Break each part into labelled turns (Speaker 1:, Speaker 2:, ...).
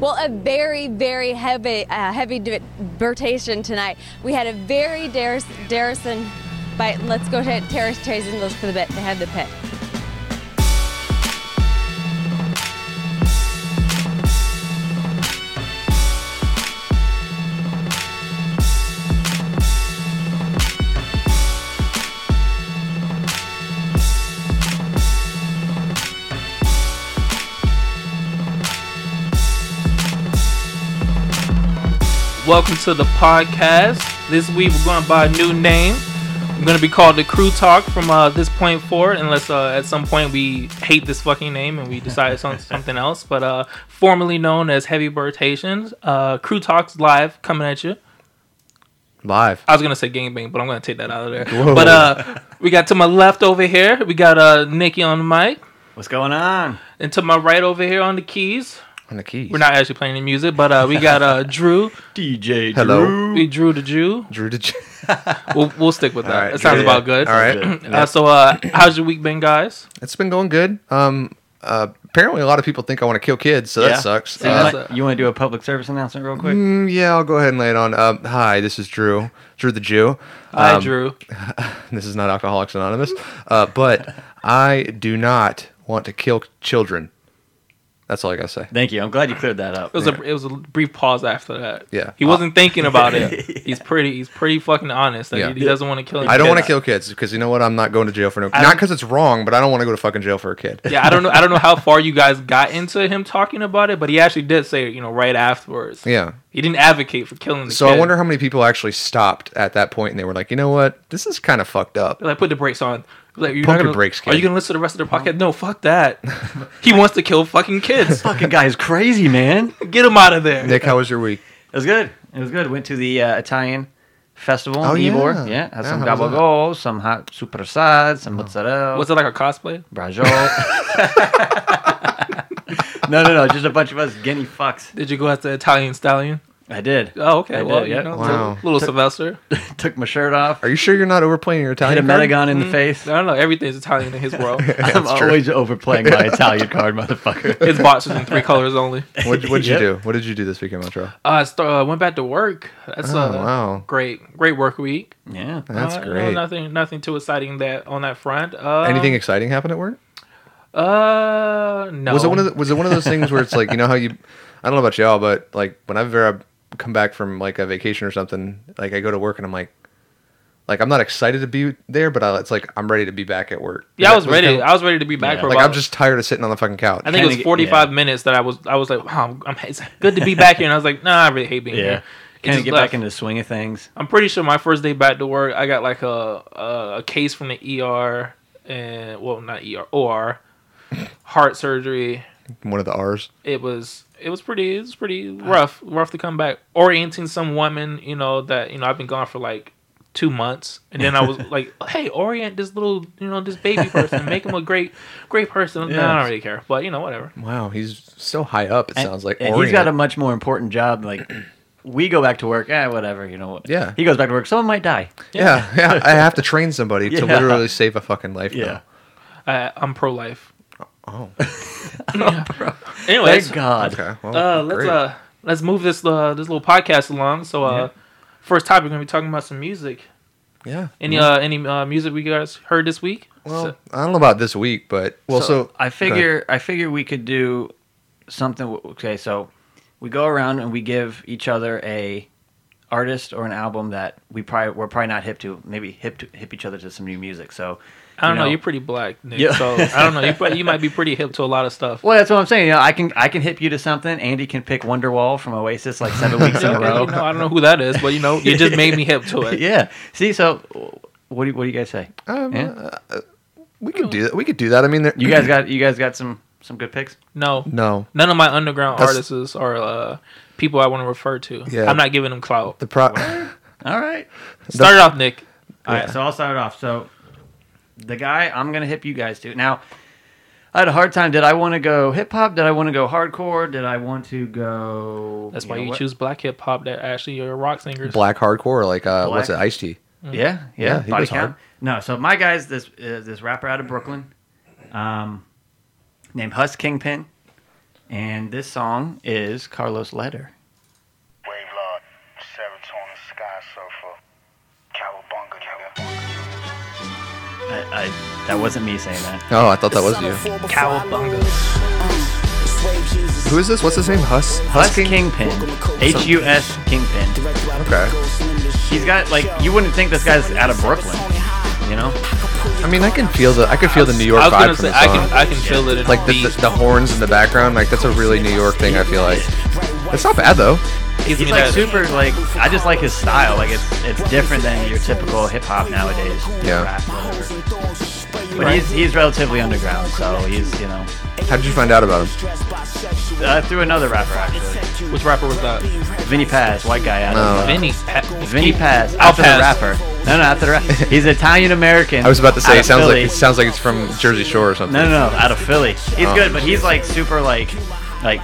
Speaker 1: Well, a very, very heavy, uh, heavy debatation tonight. We had a very Darrison bite. Let's go to Terrace Chasing Those for the bet. They have the pick.
Speaker 2: welcome to the podcast. This week we're going by a new name. We're going to be called the Crew Talk from uh, this point forward, unless uh, at some point we hate this fucking name and we decide it's on something else. But uh, formerly known as Heavy Birtations, uh, Crew Talks live coming at you.
Speaker 3: Live.
Speaker 2: I was gonna say gangbang, but I'm gonna take that out of there. But uh, we got to my left over here. We got uh Nikki on the mic,
Speaker 4: What's going on?
Speaker 2: and to my right over here on the keys.
Speaker 3: On the keys.
Speaker 2: We're not actually playing any music, but uh, we got uh Drew.
Speaker 4: DJ
Speaker 3: Hello.
Speaker 2: We Drew the Jew.
Speaker 3: Drew the J-
Speaker 2: We'll, we'll stick with that.
Speaker 3: All right,
Speaker 2: it sounds
Speaker 3: yeah,
Speaker 2: about good.
Speaker 3: All right.
Speaker 2: Uh, so, uh, how's your week been, guys?
Speaker 3: It's been going good. Um, uh, apparently, a lot of people think I want to kill kids, so that sucks.
Speaker 4: So you,
Speaker 2: Uh,
Speaker 4: want,
Speaker 2: that's a-
Speaker 4: you want to do a public service announcement real quick?
Speaker 3: Mm, yeah, I'll go ahead and lay it on. Um, hi, this is Drew. Drew the Jew.
Speaker 2: Hi,
Speaker 3: Um,
Speaker 2: Drew.
Speaker 3: This is not Alcoholics Anonymous, uh, but I do not want to kill children. That's all I gotta say.
Speaker 4: Thank you. I'm glad you cleared that up.
Speaker 2: It was a it was a brief pause after that.
Speaker 3: Yeah.
Speaker 2: he wasn't thinking about it. He's pretty he's pretty fucking honest. That
Speaker 3: Yeah.
Speaker 2: he, he doesn't want to kill.
Speaker 3: I
Speaker 2: any
Speaker 3: don't want to
Speaker 2: kids.
Speaker 3: kill kids because you know what? I'm not going to jail for no.
Speaker 2: I-
Speaker 3: Not because it's wrong, but I don't want to go to fucking jail for a kid.
Speaker 2: Yeah, I don't know. I don't know how far you guys got into him talking about it, but he actually did say you know right afterwards.
Speaker 3: Yeah.
Speaker 2: he didn't advocate for killing. The
Speaker 3: So I
Speaker 2: kid.
Speaker 3: wonder how many people actually stopped at that point and they were like, you know what? This is kind of fucked up.
Speaker 2: Like put the brakes on. Like you're not
Speaker 3: Pump your
Speaker 2: gonna,
Speaker 3: brakes,
Speaker 2: Are
Speaker 3: kid.
Speaker 2: you gonna listen to the rest of the podcast? No, fuck that. he wants to kill fucking kids.
Speaker 4: fucking guy is crazy, man.
Speaker 2: Get him out of there.
Speaker 3: Nick, how was your week?
Speaker 4: It was good. It was good. Went to the uh, Italian festival
Speaker 3: Oh,
Speaker 4: in Ybor.
Speaker 3: yeah.
Speaker 4: Yeah. Had
Speaker 3: Yeah,
Speaker 4: some
Speaker 3: how was that?
Speaker 4: gabagol, some hot supersad, some mozzarella,
Speaker 2: Was it like a cosplay?
Speaker 4: brajol. no, no, no. Just a bunch of us guinea fucks.
Speaker 2: Did you go after Italian stallion?
Speaker 4: I did.
Speaker 3: Uh,
Speaker 2: Oh, okay.
Speaker 4: I
Speaker 2: well,
Speaker 4: did,
Speaker 2: you
Speaker 4: yeah.
Speaker 2: know,
Speaker 3: Wow.
Speaker 2: little, little Sylvester.
Speaker 4: Took my shirt off.
Speaker 3: Are you sure you're not overplaying your
Speaker 4: Hit a
Speaker 3: Italian? card?
Speaker 4: metagon in the face.
Speaker 2: I don't know. Everything's Italian in his world.
Speaker 4: I'm
Speaker 3: that's true.
Speaker 4: always overplaying my Italian card, motherfucker.
Speaker 2: his boxers in three colors only.
Speaker 3: What would you
Speaker 4: Yep.
Speaker 3: do? What did you do this weekend, Montreal?
Speaker 2: Uh, st- uh went back to work. That's
Speaker 3: Oh,
Speaker 2: uh,
Speaker 3: wow.
Speaker 2: great, great work week.
Speaker 4: Yeah.
Speaker 3: That's
Speaker 2: Uh, no,
Speaker 3: great.
Speaker 2: nothing, nothing too exciting that on that front. Uh,
Speaker 3: Anything exciting happened at work?
Speaker 2: Uh, no.
Speaker 3: Was it one of the, was it one of those things where it's like you know how you I don't know about y'all, but like whenever I come back from like a vacation or something, like I go to work and I'm like, like I'm not excited to be there, but I, it's like I'm ready to be back at work.
Speaker 2: Yeah, I
Speaker 3: That
Speaker 2: was ready.
Speaker 3: kind of-
Speaker 2: I was ready to be back
Speaker 4: Yeah.
Speaker 2: for
Speaker 3: like
Speaker 2: about.
Speaker 3: I'm just tired of sitting on the fucking couch.
Speaker 2: I think it was
Speaker 4: Kinda-
Speaker 2: 45
Speaker 4: yeah.
Speaker 2: minutes that I was. I was like, wow, I'm, I'm, it's good to be back here, and I was like, nah, I really hate being
Speaker 4: Yeah.
Speaker 2: here. It
Speaker 4: Kind of
Speaker 2: just
Speaker 4: get
Speaker 2: left.
Speaker 4: back into the swing of things.
Speaker 2: I'm pretty sure my first day back to work, I got like a a, a case from the ER and well, not ER, OR, heart surgery.
Speaker 3: one of the R's.
Speaker 2: It was it was pretty it was pretty rough rough to come back. Orienting some woman, you know that you know I've been gone for like two months, and then I was like, hey, orient this little you know this baby person, make him a great great person. Nah, I
Speaker 4: Yes.
Speaker 2: don't really care, but you know whatever.
Speaker 3: Wow, he's so high up. It sounds like
Speaker 4: and he's got a much more important job. Like we go back to work, eh, whatever, you know.
Speaker 3: Yeah.
Speaker 4: He goes back to work. Someone might die.
Speaker 3: yeah, yeah. I have to train somebody
Speaker 4: Yeah.
Speaker 3: to literally save a fucking life. Yeah.
Speaker 2: I, I'm pro life.
Speaker 3: Oh.
Speaker 2: Anyways,
Speaker 4: Thank God.
Speaker 3: Oh, Okay. Well,
Speaker 2: uh, let's
Speaker 3: great.
Speaker 2: uh, let's move this uh, this little podcast along. So, uh, first topic, we're gonna be talking about some music.
Speaker 3: yeah.
Speaker 2: Any uh, any uh, music we guys heard this week?
Speaker 3: Mm-hmm. Well,
Speaker 2: So-
Speaker 3: I don't know about this week, but well, so,
Speaker 4: I
Speaker 3: go ahead.
Speaker 4: figure I figure we could do something. w- Okay, so we go around and we give each other a artist or an album that we probably we're probably not hip to. Maybe hip to hip each other to some new music. So
Speaker 2: I don't
Speaker 4: you
Speaker 2: know,
Speaker 4: know-
Speaker 2: You're pretty black, Nick.
Speaker 4: Yeah.
Speaker 2: So I don't know. You probably, you might be pretty hip to a lot of stuff.
Speaker 4: well, that's what I'm saying. You know, I can I can hip you to something. Andy can pick Wonderwall from Oasis like seven weeks in
Speaker 2: Yeah,
Speaker 4: a
Speaker 2: okay,
Speaker 4: row.
Speaker 2: you know, I don't know who that is, but you know, you just made me hip to it.
Speaker 4: yeah. See, so what do you, what do you guys say?
Speaker 3: um,
Speaker 4: Yeah.
Speaker 3: uh, uh, we could do that. We could do that. I mean, there,
Speaker 4: You guys got you guys got some some good picks.
Speaker 2: No,
Speaker 3: no.
Speaker 2: none of my underground
Speaker 3: That's-
Speaker 2: artists are uh, people I want to refer to.
Speaker 3: Yeah.
Speaker 2: I'm not giving them clout.
Speaker 3: The pro.
Speaker 4: All right.
Speaker 2: Start it off, Nick.
Speaker 4: All right. So I'll start it off. So the guy I'm gonna hip you guys to now. I had a hard time. Did I want to go hip hop? Did I want to go hardcore? Did I want to go?
Speaker 2: That's why
Speaker 4: know
Speaker 2: you
Speaker 4: what?
Speaker 2: choose black hip hop. That actually you're a rock singer.
Speaker 3: black hardcore, like uh, what's it?
Speaker 4: Black.
Speaker 3: Ice T.
Speaker 4: Yeah, yeah.
Speaker 3: Yeah, he
Speaker 4: body
Speaker 3: goes hard.
Speaker 4: count. No, so my guy's this uh, this rapper out of Brooklyn, um, named Hus Kingpin, And this song is Carlos Letter.
Speaker 5: Wave Lord, Serotonin Sky Surfer, Cowabunga, Cowabunga.
Speaker 4: I, I, that wasn't me saying that.
Speaker 3: Oh, I thought that was you. Who is this? What's his name? Hus?
Speaker 4: Hus
Speaker 3: Husking?
Speaker 4: Kingpin. H U S Kingpin.
Speaker 3: Okay.
Speaker 4: He's got like you wouldn't think this guy's out of Brooklyn, you know?
Speaker 3: I mean, I can feel the I can feel the New York
Speaker 2: I was
Speaker 3: vibe
Speaker 2: gonna
Speaker 3: from
Speaker 2: say
Speaker 3: the
Speaker 2: I can
Speaker 3: song.
Speaker 2: I can feel it in
Speaker 3: Like the,
Speaker 2: the,
Speaker 3: the, the horns in the background, like that's a really New York thing. I feel like it's not bad though.
Speaker 2: gives
Speaker 4: He's
Speaker 2: me
Speaker 4: like
Speaker 2: that
Speaker 4: super like I just like his style. Like it's it's different than your typical hip hop nowadays.
Speaker 3: Yeah.
Speaker 4: rap, whatever. But he's he's relatively underground, so he's you know
Speaker 3: How did you find out about him?
Speaker 4: uh, through another rapper actually,
Speaker 2: which rapper was that?
Speaker 4: Vinny Paz, white guy out
Speaker 3: No.
Speaker 4: of
Speaker 2: Vinny Pa-
Speaker 4: Vinny
Speaker 2: Pe-
Speaker 4: Paz,
Speaker 2: I'll
Speaker 4: after the
Speaker 2: pass.
Speaker 4: rapper. No, no, after the rapper. He's Italian American.
Speaker 3: I was about to say it sounds
Speaker 4: Philly.
Speaker 3: like it sounds like it's from Jersey Shore or something.
Speaker 4: No, no, no, out of Philly. He's
Speaker 3: Oh.
Speaker 4: good, but he's like super like like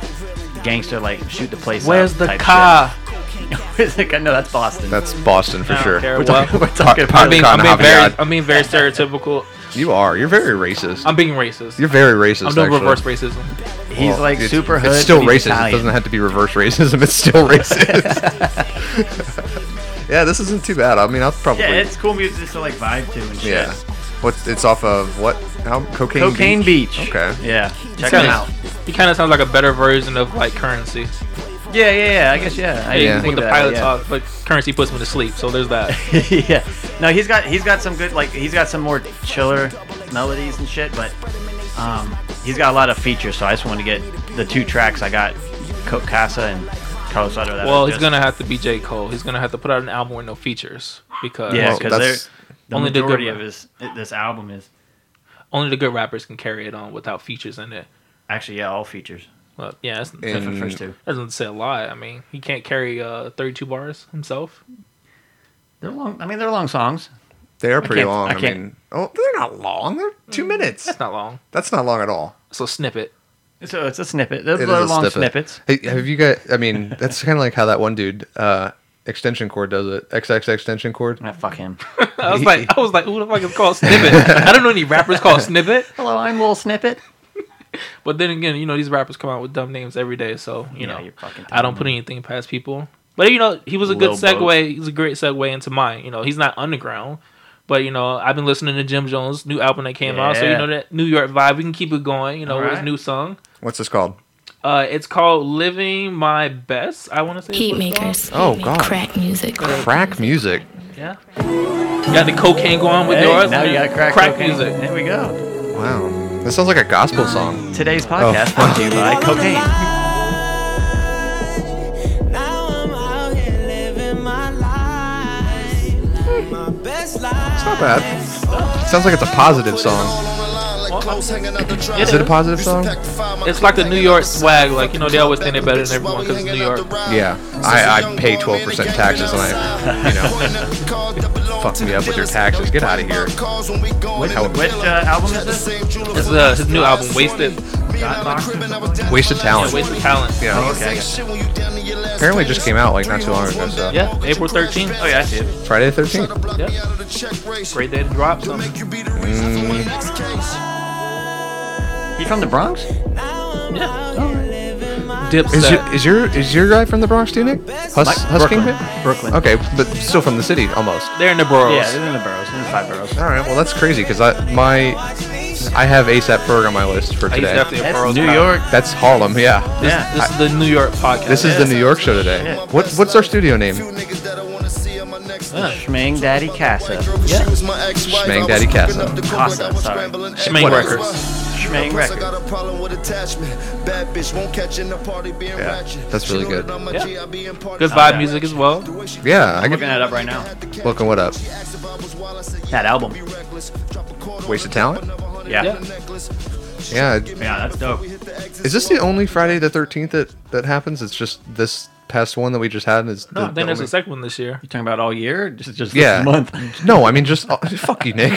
Speaker 4: gangster like shoot the place
Speaker 2: Where's
Speaker 4: up
Speaker 2: the
Speaker 4: type
Speaker 2: car?
Speaker 4: shit. Where's the car? No, that's Boston.
Speaker 3: That's Boston for
Speaker 2: I don't
Speaker 3: sure.
Speaker 2: care
Speaker 3: We're
Speaker 2: what-
Speaker 3: talking, we're talking about
Speaker 2: I'm being, I'm
Speaker 3: Khan
Speaker 2: being very
Speaker 3: Hamiyad.
Speaker 2: I'm being very stereotypical.
Speaker 3: You are. You're very racist.
Speaker 2: I'm being racist.
Speaker 3: You're very racist.
Speaker 2: I'm doing
Speaker 3: actually.
Speaker 2: reverse racism.
Speaker 4: he's
Speaker 3: Well,
Speaker 4: like
Speaker 3: it's-
Speaker 4: super hood.
Speaker 3: It's still
Speaker 4: but he's
Speaker 3: racist.
Speaker 4: Italian.
Speaker 3: It doesn't have to be reverse racism. It's still racist. yeah, this isn't too bad. I mean, I'll probably.
Speaker 4: Yeah, it's cool music to like vibe to and shit.
Speaker 3: Yeah. What? It's off of what? How? Cocaine.
Speaker 4: Cocaine Beach.
Speaker 3: Okay.
Speaker 4: Yeah. Check
Speaker 2: kinda-
Speaker 4: him out.
Speaker 2: He kind of sounds like a better version of like currency.
Speaker 4: Yeah, yeah, yeah. I guess yeah.
Speaker 3: Yeah.
Speaker 4: I didn't
Speaker 2: With
Speaker 4: think
Speaker 2: the
Speaker 4: about
Speaker 2: pilot
Speaker 4: it,
Speaker 2: talk, but currency puts me to sleep. So there's that.
Speaker 4: yeah. yeah. No, he's got he's got some good like he's got some more chiller melodies and shit, but um, he's got a lot of features. So I just want to get the two tracks I got, Coke Casa and Carlos Soto. that
Speaker 2: Well,
Speaker 4: are
Speaker 2: he's
Speaker 4: just-
Speaker 2: gonna have to be J Cole. He's gonna have to put out an album with no features because
Speaker 4: yeah,
Speaker 3: Well,
Speaker 4: because
Speaker 3: that's-
Speaker 4: the
Speaker 2: Only the good
Speaker 4: majority
Speaker 2: one.
Speaker 4: of his this album is
Speaker 2: only the good rappers can carry it on without features in it.
Speaker 4: actually yeah all features
Speaker 2: Well, yeah, that's,
Speaker 4: except for the
Speaker 3: And-
Speaker 4: first two.
Speaker 2: doesn't say a lot. I mean, he can't carry uh, 32 bars himself.
Speaker 4: They're long. I mean, they're long songs.
Speaker 3: They are pretty
Speaker 4: can't-
Speaker 3: long.
Speaker 4: I
Speaker 3: I,
Speaker 4: can't- Mm,
Speaker 3: mean, oh, they're not long. They're two minutes.
Speaker 2: That's not long.
Speaker 3: That's not long at all.
Speaker 2: So snippet.
Speaker 4: So it's a snippet. They're,
Speaker 3: It is
Speaker 4: they're
Speaker 3: a
Speaker 4: long
Speaker 3: snippet.
Speaker 4: snippets.
Speaker 3: Hey, have you got? I mean, that's kind of like how that one dude, uh, extension cord does it. XX extension cord.
Speaker 4: Ah, fuck him.
Speaker 2: I was like, I was like, who the fuck is called snippet? I don't know any rappers called snippet.
Speaker 4: Hello, I'm Will Snippet.
Speaker 2: But then again, you know, these rappers come out with dumb names every day. So you
Speaker 4: Yeah,
Speaker 2: know,
Speaker 4: you're fucking
Speaker 2: I don't
Speaker 4: dumb.
Speaker 2: put anything past people. But you know, he was a
Speaker 4: Lil
Speaker 2: good segue.
Speaker 4: Boat.
Speaker 2: He's a great segue into mine. You know, he's not underground. But you know, I've been listening to Jim Jones' new album that came out, so you
Speaker 4: Yeah.
Speaker 2: know that New York vibe. We can keep it going. You know, with his
Speaker 4: Alright.
Speaker 2: new song.
Speaker 3: What's this called?
Speaker 2: Uh, it's called "Living My Best." I want to say is
Speaker 6: Heat
Speaker 2: what it's
Speaker 6: makers.
Speaker 3: Oh,
Speaker 6: Heat
Speaker 3: God.
Speaker 6: Crack music.
Speaker 3: Crack music.
Speaker 2: called. Yeah. You got the cocaine going with
Speaker 4: Hey,
Speaker 2: yours.
Speaker 4: now you
Speaker 2: man.
Speaker 4: got crack,
Speaker 2: crack
Speaker 4: cocaine.
Speaker 2: music.
Speaker 4: There we go.
Speaker 3: Wow. That sounds like a gospel song.
Speaker 4: Today's podcast brought to you by cocaine.
Speaker 3: It's not bad. sounds like it's a positive song. Is it a positive song?
Speaker 2: It's like the New York swag. Like you know, they always think they're better than everyone because it's New York.
Speaker 3: Yeah. I, I pay 12% taxes and I, you know, fuck me up with your taxes. Get out of here. Wait, how,
Speaker 4: Which uh, album is this?
Speaker 2: It's uh, his new album, "Wasted."
Speaker 3: wasted
Speaker 2: Yeah,
Speaker 3: talent.
Speaker 2: "Wasted Talent."
Speaker 3: Yeah.
Speaker 4: Oh, okay. I got it.
Speaker 3: Apparently just came out like not too long ago. So.
Speaker 2: Yeah, April 13th.
Speaker 4: Oh yeah, I see it.
Speaker 3: Friday the 13th.
Speaker 2: Yeah. Great day to drop something.
Speaker 4: He from the Bronx?
Speaker 2: Yeah.
Speaker 4: Oh,
Speaker 3: Is your,
Speaker 2: Dipset.
Speaker 3: is your is your guy from the Bronx too, Nick? Hus, Hus
Speaker 4: Brooklyn.
Speaker 3: Kingpin?
Speaker 4: Brooklyn.
Speaker 3: Okay, but still from the city almost.
Speaker 2: They're in the boroughs.
Speaker 4: Yeah, they're in the boroughs. They're in the five boroughs.
Speaker 3: All right, well that's crazy because I my I have ASAP Ferg on my list for
Speaker 2: Uh, he's
Speaker 3: today.
Speaker 2: definitely a
Speaker 4: That's
Speaker 2: boroughs
Speaker 4: New
Speaker 2: guy.
Speaker 4: York.
Speaker 3: That's Harlem, yeah.
Speaker 2: This,
Speaker 4: Yeah.
Speaker 2: this is the New York podcast.
Speaker 3: This is the New York show today.
Speaker 4: Yeah.
Speaker 3: What what's our studio name?
Speaker 4: Schmang Daddy Casa.
Speaker 2: Yeah.
Speaker 3: Schmang Daddy Casa.
Speaker 4: Casa, sorry.
Speaker 2: Schmang Records.
Speaker 4: Schmang Records.
Speaker 3: Yeah, that's really good.
Speaker 2: Good
Speaker 4: Oh,
Speaker 2: vibe
Speaker 4: yeah.
Speaker 2: music as well.
Speaker 3: Yeah, I
Speaker 4: Looking
Speaker 3: can
Speaker 4: that up right now.
Speaker 3: looking what up.
Speaker 4: That album.
Speaker 3: Wasted talent.
Speaker 4: Yeah.
Speaker 2: Yeah.
Speaker 4: Yeah,
Speaker 3: Yeah. it-
Speaker 4: that's dope.
Speaker 3: Is this the only Friday the thirteenth that that happens? It's just this past one that we just had. Is
Speaker 2: No,
Speaker 3: the-
Speaker 2: I think
Speaker 3: the
Speaker 2: there's
Speaker 3: only-
Speaker 2: a second one this year.
Speaker 4: You talking about all year? or Just just
Speaker 3: Yeah.
Speaker 4: this month.
Speaker 3: No, I mean just oh, fuck you, Nick.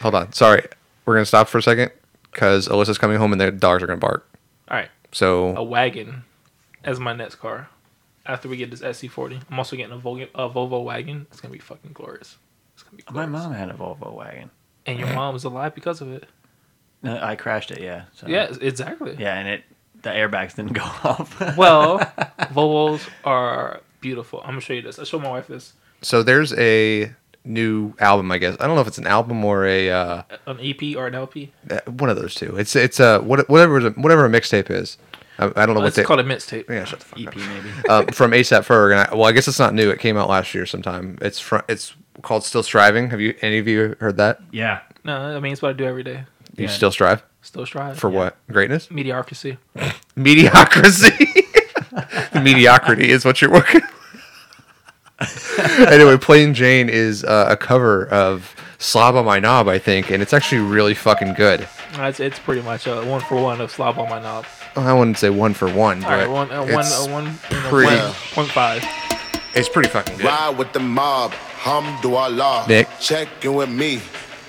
Speaker 3: Hold on. Sorry, we're gonna stop for a second because Alyssa's coming home and their dogs are gonna bark.
Speaker 2: All right. A
Speaker 3: So
Speaker 2: wagon as my next car. After we get this SC40, I'm also getting a, Vol- a Volvo wagon. It's gonna be fucking glorious. It's gonna be
Speaker 4: My
Speaker 2: glorious.
Speaker 4: mom had a Volvo wagon.
Speaker 2: And your mom is alive because of it.
Speaker 4: No, I crashed it. Yeah. So,
Speaker 2: Yeah, exactly.
Speaker 4: Yeah, and it the airbags didn't go off.
Speaker 2: Well, Volvos are beautiful. I'm gonna show you this. I show my wife this
Speaker 3: So there's a new album, I guess. I don't know if it's an album or a uh,
Speaker 2: an EP or an LP.
Speaker 3: uh, one of those two. It's it's a what, whatever whatever a mixtape is. I, I don't know what
Speaker 2: It's
Speaker 3: they
Speaker 2: called a mixtape.
Speaker 3: Yeah, shut the
Speaker 2: E-
Speaker 3: fuck
Speaker 4: EP
Speaker 3: up.
Speaker 4: E maybe.
Speaker 3: uh, from ASAP Ferg, and I, well, I guess it's not new. It came out last year sometime. It's fr- it's called Still Striving. Have you any of you heard that?
Speaker 4: Yeah.
Speaker 2: No, I mean it's what I do every day.
Speaker 3: You
Speaker 4: Yeah.
Speaker 3: still strive
Speaker 2: Still strive
Speaker 3: for what greatness?
Speaker 2: mediocrity.
Speaker 3: mediocrity. Mediocrity is what you're working. with. anyway, Plain Jane is uh, a cover of Slob on My Knob, I think, and it's actually really fucking good.
Speaker 2: No, Uh, It's, it's pretty much a one for one of slob on my knob.
Speaker 3: I wouldn't say one for one,
Speaker 2: All right,
Speaker 3: but
Speaker 2: one, uh, one,
Speaker 3: it's,
Speaker 2: uh, one, you know,
Speaker 3: pretty-
Speaker 2: one point five.
Speaker 3: it's pretty fucking good.
Speaker 6: Ride with the mob, hum do Allah.
Speaker 3: Nick.
Speaker 6: Check in with me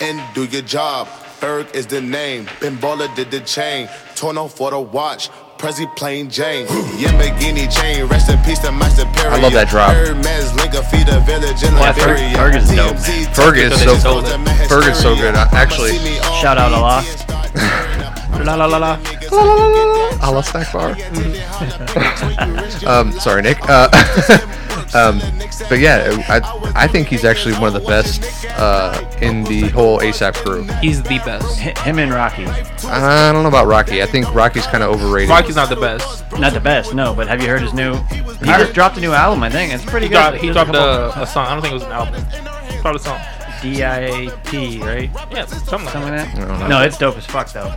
Speaker 6: and do your job. Berg is the name, Pinballer did the chain. Torno for the watch, Prezi plain Jane. Yamagini chain, rest in peace to my superior.
Speaker 3: I love that drop.
Speaker 6: Hermes Linka feed a village in
Speaker 4: Yeah, Ferg- Ferg
Speaker 6: Liberia.
Speaker 4: is dope,
Speaker 6: TMZ
Speaker 4: man.
Speaker 3: Ferg is
Speaker 6: took me
Speaker 3: so-
Speaker 6: to the
Speaker 3: Ferg is so
Speaker 6: hysteria.
Speaker 3: good. I- actually-
Speaker 6: Must see me on
Speaker 4: Shout out Allah.
Speaker 6: BT and start tearing up.
Speaker 2: La la la la.
Speaker 3: La, la, la, la, la. Allah snack bar. Um, sorry, Nick. Uh, um, but yeah, I, I think he's actually one of the best uh, in the whole ASAP crew.
Speaker 2: He's the best.
Speaker 4: Hi- Him and Rocky.
Speaker 3: I don't know about Rocky. I think Rocky's kind of overrated.
Speaker 2: Rocky's not the best.
Speaker 4: Not the best, no, but have you heard his new? He just dropped a new album, I think. It's pretty
Speaker 2: He
Speaker 4: good.
Speaker 2: dropped, he dropped a, a song. I don't think it was an album. He dropped a song.
Speaker 4: D I T, right?
Speaker 2: Yeah, something like
Speaker 4: Something
Speaker 2: that.
Speaker 4: like that.
Speaker 3: don't know.
Speaker 4: No, it's dope as fuck though.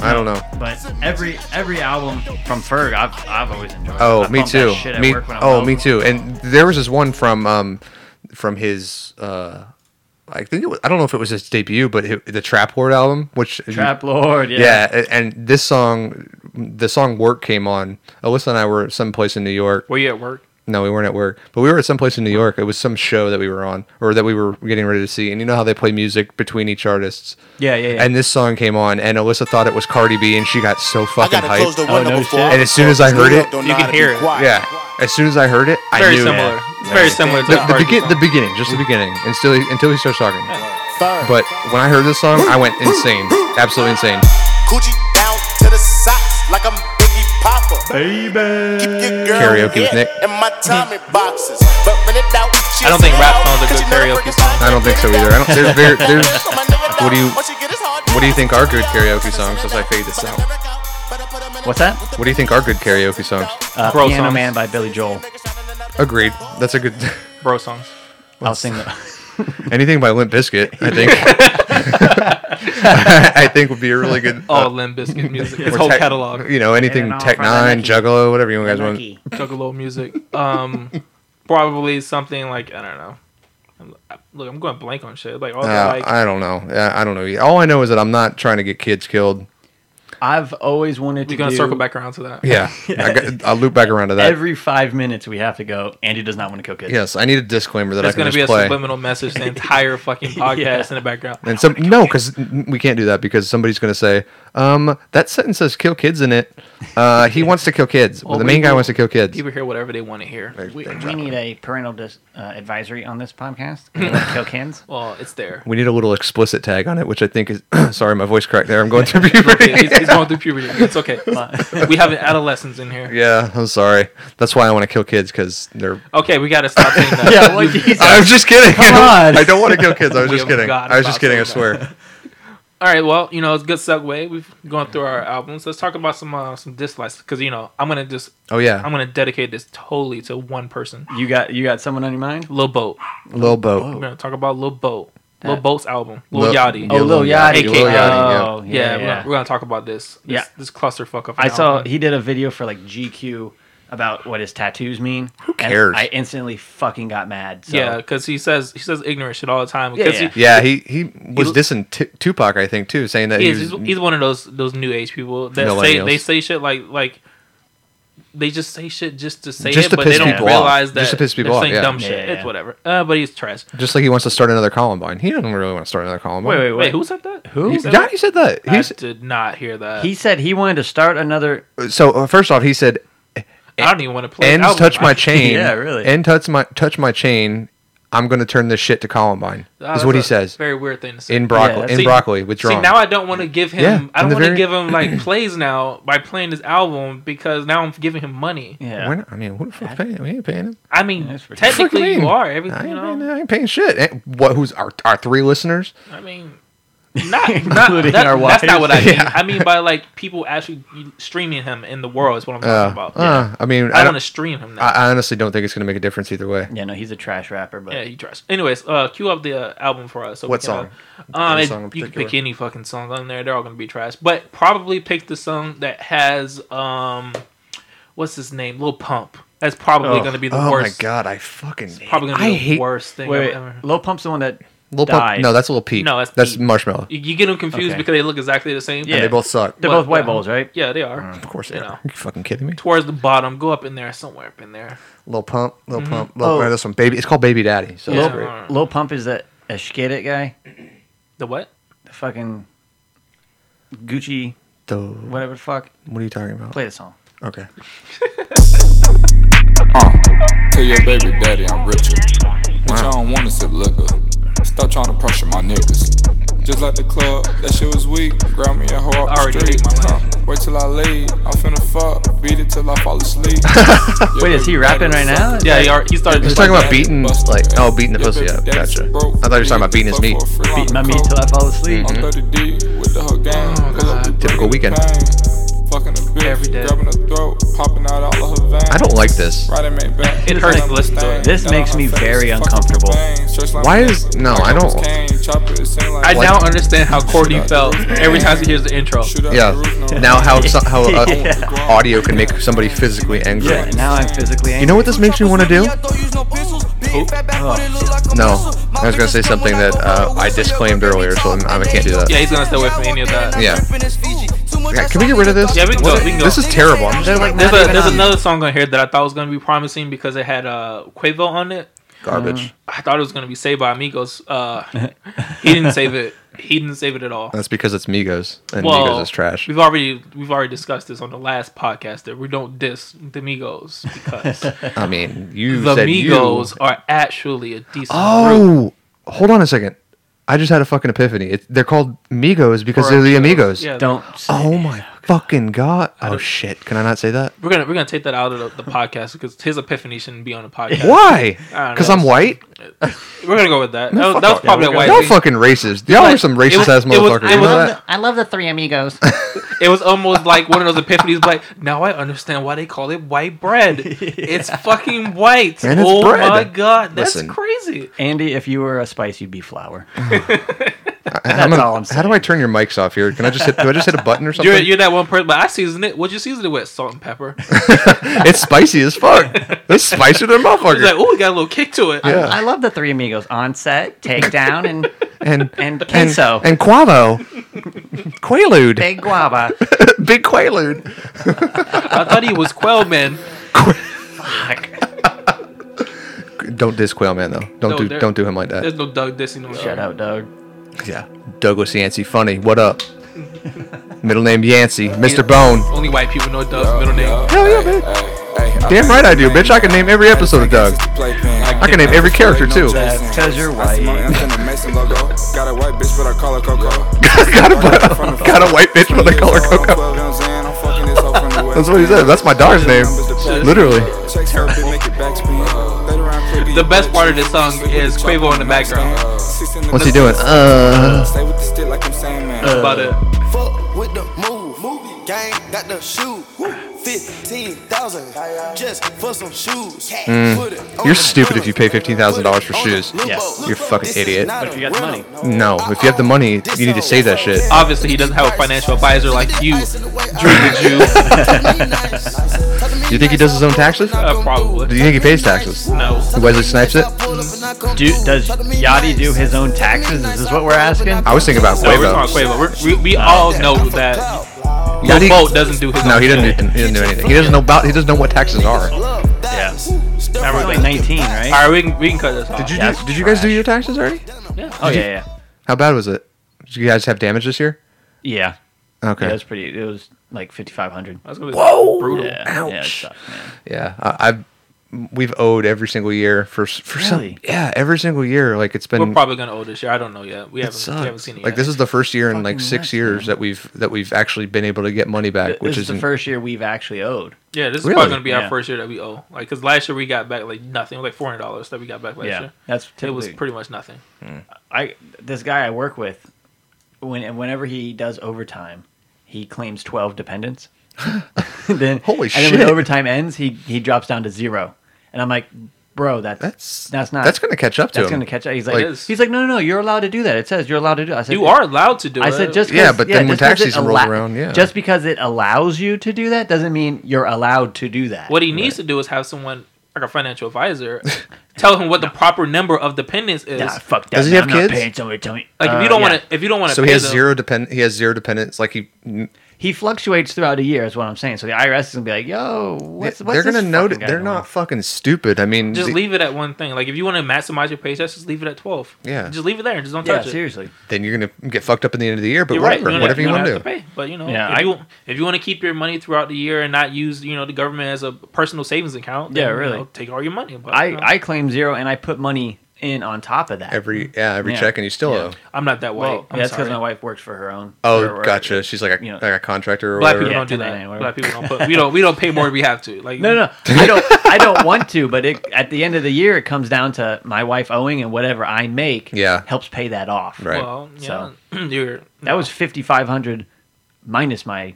Speaker 3: I don't know.
Speaker 4: But every every album from Ferg, I've I've always enjoyed.
Speaker 3: Oh,
Speaker 4: I
Speaker 3: me
Speaker 4: bump that
Speaker 3: too.
Speaker 4: shit at
Speaker 3: Me,
Speaker 4: work when I'm
Speaker 3: oh,
Speaker 4: out.
Speaker 3: me too. And there was this one from um, from his. Uh, I think it was. I don't know if it was his debut, but it, the Trap Horde album, which
Speaker 4: Trap Lord, yeah.
Speaker 3: yeah. a- and this song, the song "Work" came on. Alyssa and I were someplace in New York.
Speaker 2: Were you at work?
Speaker 3: No, we weren't at work, but we were at some place in New York. It was some show that we were on, or that we were getting ready to see. And you know how they play music between each artists.
Speaker 4: Yeah, yeah, yeah.
Speaker 3: And this song came on, and Alyssa thought it was Cardi B, and she got so
Speaker 6: I
Speaker 3: fucking
Speaker 6: gotta close the
Speaker 3: hyped.
Speaker 6: window
Speaker 4: no
Speaker 6: before
Speaker 4: shit.
Speaker 6: I
Speaker 3: And as soon as I heard it-
Speaker 6: Don't
Speaker 2: You
Speaker 6: know
Speaker 2: can
Speaker 6: how to
Speaker 2: hear it.
Speaker 6: be quiet.
Speaker 3: Yeah, as soon as I heard it, I
Speaker 2: Very
Speaker 3: knew
Speaker 2: similar. It's very similar to
Speaker 3: The, the,
Speaker 2: Cardi
Speaker 3: begin,
Speaker 2: song.
Speaker 3: the beginning, just the beginning, and still until he starts talking.
Speaker 6: Ferg.
Speaker 3: But when I heard this song, I went insane, absolutely insane.
Speaker 6: Coochie down to the socks like I'm Biggie Papa. Baby.
Speaker 3: Karaoke with Nick.
Speaker 6: And my Tommy boxes. But when it out,
Speaker 2: I don't think rap songs are good karaoke songs.
Speaker 3: I don't think so either. I don't. There's very, there's. What do you What do you think are good karaoke songs? As I fade this out.
Speaker 4: What's that?
Speaker 3: What do you think are good karaoke songs?
Speaker 4: Uh,
Speaker 2: Bro
Speaker 4: Piano
Speaker 2: songs.
Speaker 4: Man by Billy Joel.
Speaker 3: Agreed. That's a good.
Speaker 2: Bro songs.
Speaker 4: I'll sing the
Speaker 3: Anything by Limp Bizkit, I think. I think would be a really good.
Speaker 2: All Uh, Limp Bizkit music. Oh, His
Speaker 3: or
Speaker 2: whole
Speaker 3: Tech-
Speaker 2: catalog.
Speaker 3: You know, anything
Speaker 4: And all
Speaker 3: Tech
Speaker 4: from
Speaker 3: Nine,
Speaker 4: Nike.
Speaker 3: Juggalo, whatever you guys want.
Speaker 4: Nike.
Speaker 2: Juggalo music. Um, probably something like I don't know. I'm- I- Look, I'm going blank on shit. Like all that,
Speaker 3: Uh,
Speaker 2: like
Speaker 3: I don't know. Yeah, I don't know. All I know is that I'm not trying to get kids killed.
Speaker 4: I've always wanted to
Speaker 2: we're gonna
Speaker 4: do-
Speaker 2: circle back around to that.
Speaker 3: Yeah, I got, I'll loop back around to that.
Speaker 4: Every five minutes we have to go. Andy does not want to cook it.
Speaker 3: yes, I need a disclaimer that
Speaker 2: There's
Speaker 3: I can
Speaker 2: gonna
Speaker 3: just
Speaker 2: be a
Speaker 3: play.
Speaker 2: subliminal message the entire fucking podcast in the background.
Speaker 3: And some no, because we can't do that because somebody's going to say, um, that sentence says "kill kids" in it. Uh, he wants to kill kids.
Speaker 2: Well,
Speaker 3: the main guy
Speaker 2: people-
Speaker 3: wants to kill kids.
Speaker 2: People hear whatever they want to hear.
Speaker 4: We, we need a parental dis- uh, advisory on this podcast. We don't kill kids.
Speaker 2: Well, it's there.
Speaker 3: We need a little explicit tag on it, which I think is. sorry, my voice cracked there. I'm going through
Speaker 2: Okay,
Speaker 3: puberty.
Speaker 2: he's, he's going through puberty. It's okay. we have adolescents in here.
Speaker 3: yeah, I'm sorry. That's why I want to kill kids because they're.
Speaker 2: Okay, we gotta stop saying that.
Speaker 4: yeah, well, Jesus.
Speaker 3: I'm just kidding.
Speaker 4: Come on.
Speaker 3: I don't want to kill kids. I was
Speaker 2: We
Speaker 3: just
Speaker 2: have
Speaker 3: kidding.
Speaker 2: got
Speaker 3: I was just
Speaker 2: about
Speaker 3: kidding. I
Speaker 2: that.
Speaker 3: swear.
Speaker 2: All right, well, you know, it's a good segue. We've gone through our albums. Let's talk about some uh, some dislikes because you know I'm gonna just
Speaker 3: Oh yeah,
Speaker 2: I'm gonna dedicate this totally to one person,
Speaker 4: You got you got someone on your mind?
Speaker 2: Lil Boat.
Speaker 3: Lil Boat.
Speaker 2: We're gonna talk about Lil Boat, Lil
Speaker 4: That-
Speaker 2: Boat's album, Lil,
Speaker 3: Lil-
Speaker 2: Yachty.
Speaker 3: Oh,
Speaker 2: Yeah,
Speaker 3: Lil Yachty,
Speaker 2: Lil Yachty,
Speaker 3: yeah.
Speaker 4: Oh,
Speaker 2: we're, Gonna, we're gonna talk about this. this
Speaker 4: Yeah.
Speaker 2: this clusterfuck of. an
Speaker 4: I saw
Speaker 2: album.
Speaker 4: he did a video for like GQ about what his tattoos mean. Who
Speaker 3: cares?
Speaker 4: I instantly fucking got mad. So.
Speaker 2: Yeah, because he says he says ignorant shit all the time.
Speaker 4: Yeah,
Speaker 2: 'cause he-
Speaker 4: yeah.
Speaker 3: Yeah, he he was
Speaker 2: l-
Speaker 3: dissing t- Tupac, I think, too, saying that
Speaker 2: He
Speaker 3: he
Speaker 2: is, he's,
Speaker 3: was-
Speaker 2: he's one of those those new age people that say
Speaker 3: Millennials.
Speaker 2: they say shit like like they just say shit just to say
Speaker 3: Just
Speaker 2: it,
Speaker 3: to
Speaker 2: but they
Speaker 3: piss
Speaker 2: don't
Speaker 3: people off.
Speaker 2: realize that
Speaker 3: Just to piss people
Speaker 2: they're
Speaker 3: off,
Speaker 2: saying
Speaker 3: yeah.
Speaker 2: dumb
Speaker 4: Yeah,
Speaker 2: shit.
Speaker 4: yeah.
Speaker 2: It's whatever. Uh, but he's trash.
Speaker 3: just like he wants to start another Columbine. He doesn't really want to start another Columbine.
Speaker 4: Wait, wait, wait.
Speaker 2: Wait, who said that?
Speaker 4: Who?
Speaker 2: He said
Speaker 3: Johnny said that.
Speaker 2: that? I
Speaker 3: He said,
Speaker 2: did not hear that.
Speaker 4: He said he wanted to start another.
Speaker 3: so uh, first off, he said,
Speaker 2: I don't even want to play. his
Speaker 3: "Ends
Speaker 2: album.
Speaker 3: touch my chain."
Speaker 4: Yeah, really.
Speaker 3: End touch my touch my chain. I'm going to turn this shit to Columbine.
Speaker 2: Ah,
Speaker 3: is
Speaker 2: that's
Speaker 3: what he
Speaker 2: a
Speaker 3: says
Speaker 2: Very weird thing to say.
Speaker 3: in broccoli.
Speaker 4: that's-
Speaker 3: in
Speaker 2: See-
Speaker 3: broccoli, withdrawn.
Speaker 2: See, now I don't want to give him.
Speaker 3: Yeah,
Speaker 2: I
Speaker 3: in
Speaker 2: don't
Speaker 3: the
Speaker 2: want to
Speaker 3: very-
Speaker 2: give him like plays now by playing his album because now I'm giving him money.
Speaker 4: Yeah.
Speaker 3: Why not? I mean, who the fuck's paying? We ain't paying him.
Speaker 2: I mean,
Speaker 4: That's for sure.
Speaker 3: Fuck
Speaker 2: technically
Speaker 3: you
Speaker 2: you
Speaker 3: mean?
Speaker 2: are
Speaker 3: I
Speaker 2: everything. You
Speaker 3: ain't,
Speaker 2: know,
Speaker 3: paying, I ain't paying shit. Eh, What? Who's our our three listeners?
Speaker 2: I mean, not, not
Speaker 4: Including
Speaker 2: that,
Speaker 4: our
Speaker 2: That's not
Speaker 4: wives.
Speaker 2: what I mean.
Speaker 3: Yeah.
Speaker 2: I mean by like people actually streaming him in the world is what I'm
Speaker 3: Uh,
Speaker 2: talking about.
Speaker 3: uh, I mean,
Speaker 2: I,
Speaker 3: I,
Speaker 2: want to
Speaker 3: don't,
Speaker 2: stream him now.
Speaker 3: I I honestly don't think it's going to make a difference either way.
Speaker 4: Yeah, no, he's a trash rapper, but
Speaker 2: yeah, you trust. Anyways, uh, cue up the uh, album for us. So
Speaker 3: What
Speaker 2: we can,
Speaker 3: song?
Speaker 2: Uh, um,
Speaker 3: Any
Speaker 2: it-
Speaker 3: song in
Speaker 2: you can
Speaker 3: particular?
Speaker 2: pick any fucking song on there. They're all gonna be trash. But probably pick the song that has um, what's his name? Lil Pump. That's probably
Speaker 4: Ugh.
Speaker 2: gonna be the
Speaker 3: Oh
Speaker 2: worst.
Speaker 3: my god, I fucking
Speaker 2: Probably gonna be
Speaker 3: I
Speaker 2: the
Speaker 3: hate
Speaker 2: worst thing
Speaker 4: wait,
Speaker 2: I've
Speaker 4: wait,
Speaker 2: ever.
Speaker 4: Lil Pump's the one that
Speaker 3: Lil Pump.
Speaker 4: died.
Speaker 3: No, that's Lil Peep.
Speaker 2: No, that's
Speaker 3: that's
Speaker 2: Peep.
Speaker 3: Marshmallow.
Speaker 2: You, you get them confused
Speaker 4: Okay.
Speaker 2: because they look exactly the same.
Speaker 4: Yeah.
Speaker 3: And they both suck.
Speaker 4: they're
Speaker 2: But-
Speaker 4: both white bulls, right?
Speaker 2: Yeah, they are.
Speaker 3: Of course they
Speaker 2: You
Speaker 3: are.
Speaker 2: know.
Speaker 3: Are you fucking kidding me?
Speaker 2: Towards the bottom, go up in there somewhere up in there.
Speaker 3: Lil Pump, Lil Pump, Lil,
Speaker 4: Oh.
Speaker 3: oh. this one, baby. It's called Baby Daddy. So
Speaker 2: Mm-hmm. Yeah.
Speaker 3: that's
Speaker 4: Lil,
Speaker 3: great.
Speaker 2: great.
Speaker 4: Lil Pump is that a Shkidit guy,
Speaker 2: The what?
Speaker 4: the fucking Gucci,
Speaker 3: So,
Speaker 4: whatever the fuck.
Speaker 3: what are you talking about?
Speaker 4: Play the song.
Speaker 3: Okay.
Speaker 7: Tell your baby daddy I'm richer. Bitch, I don't wanna sip liquor. Stop trying to pressure my niggas. Just like the club, that shit was weak. Grab me a hoe off the
Speaker 2: Already
Speaker 7: street.
Speaker 2: hate my life.
Speaker 7: Huh. Wait till I leave. I'm finna fuck. Beat it till I fall asleep.
Speaker 4: Wait, is he rapping right now?
Speaker 2: Yeah, he, are, he started.
Speaker 3: You're
Speaker 2: just
Speaker 3: talking
Speaker 2: like that.
Speaker 3: about beating, like, oh, beating the pussy up. Gotcha. I thought you were talking about beating his meat.
Speaker 4: Beat my meat till I fall asleep.
Speaker 7: I'm 30 deep with the whole gang. Pull up, we
Speaker 3: Oh, Typical
Speaker 7: bring the
Speaker 3: weekend.
Speaker 7: pain. Fucking a bitch,
Speaker 2: Every day.
Speaker 7: grabbing her throat, popping out all of her veins.
Speaker 3: I don't like this.
Speaker 7: Riding me back.
Speaker 2: It hurts to listen to it.
Speaker 4: This makes me very uncomfortable.
Speaker 3: Why is- no, I don't-
Speaker 2: I
Speaker 7: I
Speaker 2: now understand how Courtney felt every time she hears the intro.
Speaker 3: Yeah. Now how so, how uh,
Speaker 4: Yeah.
Speaker 3: audio can make somebody physically
Speaker 2: Mm-hmm.
Speaker 3: angry.
Speaker 4: Yeah, now I'm physically angry.
Speaker 3: You know what this makes me want to do?
Speaker 2: Oh.
Speaker 8: No, I was gonna say something that uh, I disclaimed earlier, so I'm, I can't do that.
Speaker 2: Yeah, he's gonna stay away from any of that.
Speaker 8: Yeah.
Speaker 3: Yeah, can we get rid of this?
Speaker 2: Yeah, we can go, we can go.
Speaker 3: This is terrible. I'm just
Speaker 4: They're like
Speaker 2: There's,
Speaker 4: not
Speaker 2: a,
Speaker 4: even
Speaker 2: there's
Speaker 4: on-
Speaker 2: another song on here that I thought was gonna be promising because it had uh, Quavo on it.
Speaker 3: garbage.
Speaker 2: I thought it was gonna be Saved by Amigos. Uh, he didn't save it. He didn't save it at all.
Speaker 3: Uh, That's because it's Migos, and Migos is trash.
Speaker 2: We've already we've already discussed this on the last podcast that we don't diss the Migos because the
Speaker 3: I mean, you said
Speaker 2: Migos
Speaker 3: you.
Speaker 2: are actually a decent group.
Speaker 3: Oh, hold on a second. I just had a fucking epiphany. It, they're called Migos because they're the Amigos.
Speaker 2: Yeah,
Speaker 4: Don't. Say
Speaker 3: Oh my fucking god. Oh shit. Can I not say that?
Speaker 2: we're gonna we're gonna take that out of the, the podcast because his epiphany shouldn't be on the podcast.
Speaker 3: Why?
Speaker 2: I don't
Speaker 3: Because
Speaker 2: know.
Speaker 3: I'm white.
Speaker 2: We're gonna go with that.
Speaker 3: Man,
Speaker 2: That was,
Speaker 3: fuck
Speaker 2: that was
Speaker 3: off.
Speaker 2: probably a white.
Speaker 3: Y'all
Speaker 2: thing.
Speaker 3: fucking racist. Y'all
Speaker 2: Like,
Speaker 3: are some
Speaker 2: it
Speaker 3: racist
Speaker 2: was-
Speaker 3: ass
Speaker 2: it was-
Speaker 3: motherfuckers.
Speaker 2: it
Speaker 3: you
Speaker 2: was-
Speaker 3: know that?
Speaker 9: I love the three amigos.
Speaker 2: It was almost like one of those epiphanies. Like now I understand why they call it white bread. It's fucking white.
Speaker 3: And it's
Speaker 2: oh
Speaker 3: bread.
Speaker 2: my god, that's
Speaker 3: Listen.
Speaker 2: crazy.
Speaker 4: Andy, if you were a spice, you'd be flour.
Speaker 3: That's
Speaker 4: all I'm
Speaker 3: How do I turn your mics off here? Can I just hit, do I just hit a button or something?
Speaker 2: You're, you're that one person. But I season it. What'd you season it with? Salt and pepper.
Speaker 3: it's spicy as fuck. It's spicier than a motherfucker.
Speaker 2: It's like, oh, we got a little kick to it.
Speaker 3: Yeah.
Speaker 4: I love the three amigos on set, takedown, and
Speaker 3: and
Speaker 4: and
Speaker 3: and,
Speaker 4: queso,
Speaker 3: and Quavo. Quaalude. Big,
Speaker 4: big guava.
Speaker 3: Quaalude.
Speaker 2: I thought he was Quail Man.
Speaker 3: Don't diss Quail Man though. Don't
Speaker 2: No,
Speaker 3: do
Speaker 2: there-
Speaker 3: don't do him like that.
Speaker 2: There's no Doug dissing on
Speaker 4: Shout
Speaker 2: Shut
Speaker 4: out, Doug.
Speaker 3: Yeah. Douglas Yancey, funny. What up? Middle name Yancey, Mr. Bone.
Speaker 2: Only white people know Doug's middle name.
Speaker 3: Hell Oh, yeah, man. Damn right I do, bitch. I can name every episode of Doug.
Speaker 7: I
Speaker 3: can name every character, too.
Speaker 4: That's 'cause you're white.
Speaker 7: Got a white bitch, but I call her Coco.
Speaker 3: got, a, got a white bitch with a color cocoa. That's
Speaker 7: That's
Speaker 3: what he said. That's my dog's name. Literally.
Speaker 2: The best part of this song is Quavo in the background.
Speaker 3: What's he doing? Uh.
Speaker 7: Stay with the stick like I'm saying, man.
Speaker 2: About it.
Speaker 8: Fuck with the move, move. Gang got the shoe. Fifteen thousand just for some shoes.
Speaker 3: Mm. You're stupid if you pay $15,000 for shoes.
Speaker 4: Yes.
Speaker 3: You're a fucking idiot.
Speaker 8: But
Speaker 4: if you got the money.
Speaker 3: No, if you have the money, you need to save that shit.
Speaker 2: Obviously, he doesn't have a financial advisor like you.
Speaker 8: Drew
Speaker 3: You think he does his own taxes?
Speaker 2: Uh, probably.
Speaker 3: Do you think he pays taxes?
Speaker 2: No.
Speaker 3: Wesley Snipes it?
Speaker 4: Do, does Yachty do his own taxes? Is this what we're asking?
Speaker 3: I was thinking about
Speaker 2: No, we're
Speaker 3: Quavo.
Speaker 2: talking about Quavo. We're, we we all know that Lil
Speaker 3: Yachty-
Speaker 2: Boat doesn't do his
Speaker 3: No,
Speaker 2: own
Speaker 3: he
Speaker 2: shit.
Speaker 3: doesn't. Do, he doesn't do anything. He doesn't know about. He doesn't know what taxes are.
Speaker 4: Yeah. I was like 19, right?
Speaker 2: All right, we can, we can cut this off. Did you?
Speaker 4: That's
Speaker 3: Did you guys do
Speaker 4: trash.
Speaker 3: your taxes already?
Speaker 4: Oh yeah,
Speaker 3: How bad was it? Did you guys have damage this year?
Speaker 4: yeah, yeah.
Speaker 3: Okay.
Speaker 4: Yeah, it was pretty. It was like 5,500.
Speaker 2: Whoa! Brutal.
Speaker 4: Yeah, yeah, it sucked, man.
Speaker 3: Yeah, I, I've we've owed every single year for s- for
Speaker 4: Really?
Speaker 3: some yeah every single year like it's been
Speaker 2: We're probably gonna owe this year. I don't know yet. We
Speaker 3: it
Speaker 2: haven't, we haven't
Speaker 3: sucks.
Speaker 2: seen it
Speaker 3: Like
Speaker 2: yet.
Speaker 3: this is the first year in like
Speaker 4: Fucking
Speaker 3: six
Speaker 4: nuts,
Speaker 3: years
Speaker 4: man.
Speaker 3: that we've that we've actually been able to get money back,
Speaker 4: This
Speaker 3: which is
Speaker 4: is the first year we've actually owed.
Speaker 2: yeah, this is
Speaker 3: Really?
Speaker 2: probably gonna be our
Speaker 4: Yeah.
Speaker 2: first year that we owe. Like, cause last year we got back like nothing, like four hundred dollars that we got back last
Speaker 4: yeah,
Speaker 2: year.
Speaker 4: that's
Speaker 2: It was
Speaker 4: typically-
Speaker 2: pretty much nothing.
Speaker 4: I this guy I work with, when whenever he does overtime, he claims twelve dependents. then
Speaker 3: Holy
Speaker 4: and then when
Speaker 3: shit.
Speaker 4: overtime ends, he he drops down to zero, and I'm like, bro, that's
Speaker 3: That's-
Speaker 4: that's, not
Speaker 3: that's gonna catch up to
Speaker 4: that's
Speaker 3: him.
Speaker 4: gonna catch up. He's
Speaker 2: It
Speaker 4: like,
Speaker 2: is.
Speaker 4: he's like, no, no, no, you're allowed to do that. It says you're allowed to do. It. I said,
Speaker 2: You are allowed to do it.
Speaker 4: I said just 'cause-
Speaker 3: Yeah, but then when
Speaker 4: just 'cause
Speaker 3: tax
Speaker 4: it
Speaker 3: season rolls around, yeah.
Speaker 4: just because it allows you to do that doesn't mean you're allowed to do that.
Speaker 2: What he needs to do is have someone like a financial advisor tell him what the proper number of dependents is.
Speaker 4: Nah, fuck that.
Speaker 3: Does he
Speaker 4: man.
Speaker 3: have
Speaker 4: I'm not
Speaker 3: kids?
Speaker 4: paying somebody to tell me.
Speaker 2: Like if
Speaker 4: Uh,
Speaker 2: you don't
Speaker 4: yeah.
Speaker 2: want to, if you don't want to,
Speaker 3: so he has zero depend he has zero dependents. Like he
Speaker 4: he fluctuates throughout a year. Is what I'm saying. So the IRS is gonna be like, yo, what's, what's
Speaker 3: they're
Speaker 4: this
Speaker 3: gonna know
Speaker 4: fucking
Speaker 3: that
Speaker 4: guy
Speaker 3: they're
Speaker 4: doing?
Speaker 3: not fucking stupid. I mean,
Speaker 2: Just
Speaker 3: the-
Speaker 2: leave it at one thing. Like if you want to maximize your paychecks, just leave it at twelve.
Speaker 3: Yeah.
Speaker 2: Just leave it there and just don't
Speaker 4: Yeah,
Speaker 2: touch it.
Speaker 4: seriously.
Speaker 3: then you're gonna get fucked up in the end of the year. But
Speaker 2: You're right.
Speaker 3: whatever,
Speaker 2: You're gonna-
Speaker 3: whatever
Speaker 2: you're
Speaker 3: you
Speaker 2: gonna
Speaker 3: want
Speaker 2: have
Speaker 3: to
Speaker 2: to
Speaker 3: do.
Speaker 2: pay. But you know,
Speaker 4: Yeah,
Speaker 2: if,
Speaker 4: I-
Speaker 2: you, if you want to keep your money throughout the year and not use you know the government as a personal savings account, then,
Speaker 4: Yeah,
Speaker 2: you
Speaker 4: really.
Speaker 2: know, take all your money. But you
Speaker 4: I,
Speaker 2: know,
Speaker 4: I claim zero and I put money in on top of that.
Speaker 3: Every yeah, every
Speaker 4: Yeah.
Speaker 3: check, and you still
Speaker 4: Yeah.
Speaker 3: owe.
Speaker 2: I'm not that way.
Speaker 4: well,
Speaker 2: I'm
Speaker 4: that's
Speaker 2: sorry.
Speaker 4: because my wife works for her own.
Speaker 3: Oh,
Speaker 4: or- or-
Speaker 3: gotcha. She's like a,
Speaker 4: you know.
Speaker 3: like a contractor or
Speaker 2: Black
Speaker 3: whatever.
Speaker 2: people
Speaker 4: Yeah,
Speaker 2: don't do that.
Speaker 4: 1099, whatever.
Speaker 2: Black people don't put. We don't. We don't pay more. than We have to. Like
Speaker 4: No, no, I don't. I don't want to, but it, at the end of the year, it comes down to my wife owing and whatever I make.
Speaker 3: Yeah.
Speaker 4: helps pay that off.
Speaker 3: Right.
Speaker 2: Well, yeah, you're
Speaker 4: That was fifty five hundred minus my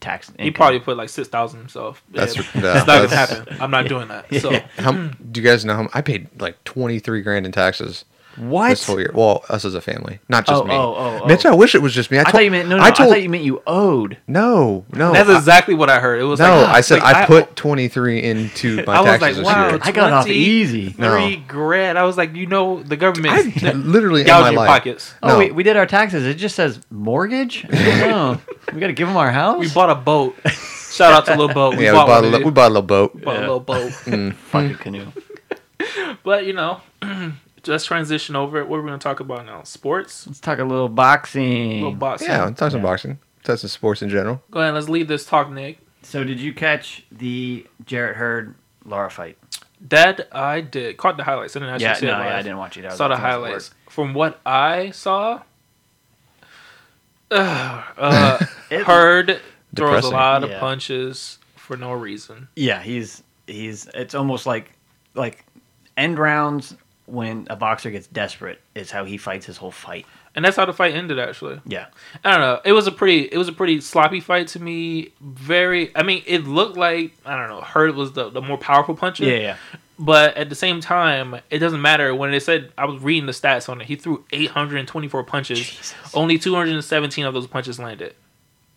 Speaker 4: tax. Income.
Speaker 2: He probably put like six thousand himself.
Speaker 3: That's-
Speaker 2: yeah,
Speaker 3: no,
Speaker 2: that's not
Speaker 3: that's-
Speaker 2: gonna happen. I'm not doing that. So
Speaker 3: How do you guys know? How, I paid like twenty three grand in taxes.
Speaker 4: what?
Speaker 3: This whole year. Well, us as a family, not just
Speaker 4: Oh,
Speaker 3: me.
Speaker 4: oh, oh, oh.
Speaker 3: Mitch, I wish it was just me. I,
Speaker 4: I
Speaker 3: told,
Speaker 4: thought you meant no, no. I,
Speaker 3: I told
Speaker 4: thought you meant you owed.
Speaker 3: no, no.
Speaker 2: that's
Speaker 3: I-
Speaker 2: exactly what I heard. It was
Speaker 3: no,
Speaker 2: like,
Speaker 3: I said
Speaker 2: like,
Speaker 3: I put 23 into my
Speaker 2: I was
Speaker 3: taxes
Speaker 2: like,
Speaker 3: this
Speaker 2: wow,
Speaker 3: year.
Speaker 4: I got off
Speaker 2: 20
Speaker 4: easy.
Speaker 3: No.
Speaker 2: three grand. I was like, you know, the government
Speaker 3: I literally in my
Speaker 2: gouged your
Speaker 3: life.
Speaker 2: pockets.
Speaker 4: Oh,
Speaker 3: No.
Speaker 4: wait, we did our taxes. It just says mortgage. I don't know. we got to give them our house.
Speaker 2: We bought a boat. Shout out to Lil Boat.
Speaker 3: yeah, we bought, a
Speaker 2: one,
Speaker 3: li- Mm.
Speaker 2: dude.
Speaker 3: we bought a little boat.
Speaker 2: Bought a little boat.
Speaker 4: fucking canoe.
Speaker 2: But you know, let's transition over. What are we gonna talk about now? Sports,
Speaker 4: Let's talk a little boxing.
Speaker 2: little boxing.
Speaker 3: Yeah, talk some boxing. Talk some sports in general.
Speaker 2: Go ahead. Let's leave this talk, Nick.
Speaker 4: So, did you catch the Jarrett Hurd Laura fight?
Speaker 2: That I did caught the highlights. I didn't actually
Speaker 4: Yeah,
Speaker 2: see
Speaker 4: no,
Speaker 2: it live.
Speaker 4: yeah, I didn't watch it. I was
Speaker 2: saw the
Speaker 4: at work.
Speaker 2: highlights. From what I saw, uh,
Speaker 4: It-
Speaker 2: Heard throws a
Speaker 3: Depressing.
Speaker 2: lot of
Speaker 4: Yeah.
Speaker 2: punches for no reason.
Speaker 4: Yeah, he's he's. It's almost like like end rounds when a boxer gets desperate is how he fights his whole fight.
Speaker 2: And that's how the fight ended actually.
Speaker 4: Yeah,
Speaker 2: I don't know. It was a pretty it was a pretty sloppy fight to me. Very I mean, it looked like I don't know, Heard was the, the more powerful puncher.
Speaker 4: yeah, yeah.
Speaker 2: But at the same time, it doesn't matter. When they said I was reading the stats on it, he threw 824 punches.
Speaker 4: Jesus.
Speaker 2: Only 217 of those punches landed.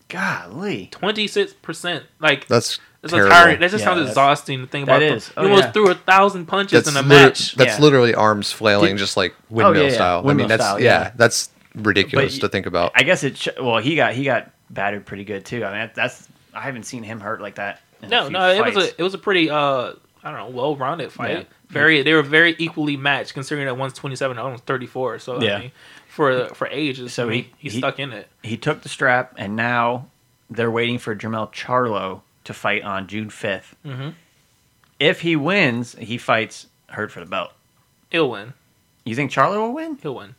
Speaker 4: Golly,
Speaker 2: 26%. Like
Speaker 3: That's
Speaker 2: It's
Speaker 3: terrible.
Speaker 2: a tiring. That just sounds
Speaker 4: Yeah, that's-
Speaker 2: exhausting to think
Speaker 4: that
Speaker 2: about. the-
Speaker 4: is.
Speaker 2: You
Speaker 4: Oh,
Speaker 2: almost
Speaker 4: yeah.
Speaker 2: threw a thousand punches
Speaker 3: that's
Speaker 2: in a
Speaker 3: liter-
Speaker 2: match.
Speaker 3: That's
Speaker 4: Yeah.
Speaker 3: literally arms flailing,
Speaker 4: Did- Oh,
Speaker 3: just like windmill
Speaker 4: yeah, yeah.
Speaker 3: style. I
Speaker 4: Windmill
Speaker 3: mean, that's
Speaker 4: style,
Speaker 3: yeah,
Speaker 4: yeah.
Speaker 3: that's ridiculous
Speaker 4: But y-
Speaker 3: to think about.
Speaker 4: I guess it. Sh- well, he got he got battered pretty good too. I mean, that, that's I haven't seen him hurt like that. in a
Speaker 2: no,
Speaker 4: few
Speaker 2: no, it was
Speaker 4: fights.
Speaker 2: a it was a pretty uh I don't know well rounded fight.
Speaker 4: Yeah.
Speaker 2: Very they were very equally matched considering that one's twenty seven, one's thirty four. So I
Speaker 4: Yeah.
Speaker 2: mean, for for ages,
Speaker 4: So
Speaker 2: so he,
Speaker 4: he-
Speaker 2: he
Speaker 4: he-
Speaker 2: stuck in it.
Speaker 4: he took the strap, and now they're waiting for Jamel Charlo to fight on June 5th.
Speaker 2: Mhm.
Speaker 4: If he wins, he fights Hurt for the belt.
Speaker 2: He'll win.
Speaker 4: You think Charlo will win?
Speaker 2: He'll win.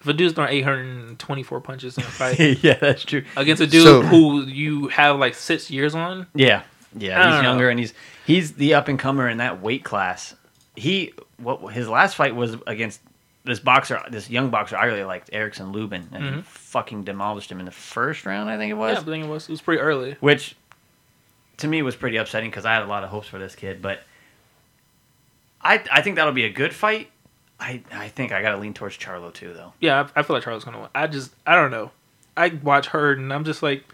Speaker 2: If a dude's throwing eight hundred and twenty four punches in a fight
Speaker 4: yeah, that's true.
Speaker 2: against a dude
Speaker 3: So-
Speaker 2: who you have like six years on,
Speaker 4: Yeah,
Speaker 2: I
Speaker 4: yeah.
Speaker 2: don't
Speaker 4: He's
Speaker 2: know.
Speaker 4: younger, and he's he's the up and comer in that weight class. He what his last fight was against this boxer, this young boxer I really liked, Erickson Lubin, and he fucking demolished him in the first round. I think it
Speaker 2: Mm-hmm. yeah, I
Speaker 4: was.
Speaker 2: think it was it was pretty early.
Speaker 4: which to me was pretty upsetting because I had a lot of hopes for this kid. But I I think that'll be a good fight. I I think I got to lean towards Charlo too, though.
Speaker 2: Yeah, I, I feel like Charles gonna win. I just I don't know. I watch Hurd and I'm just like,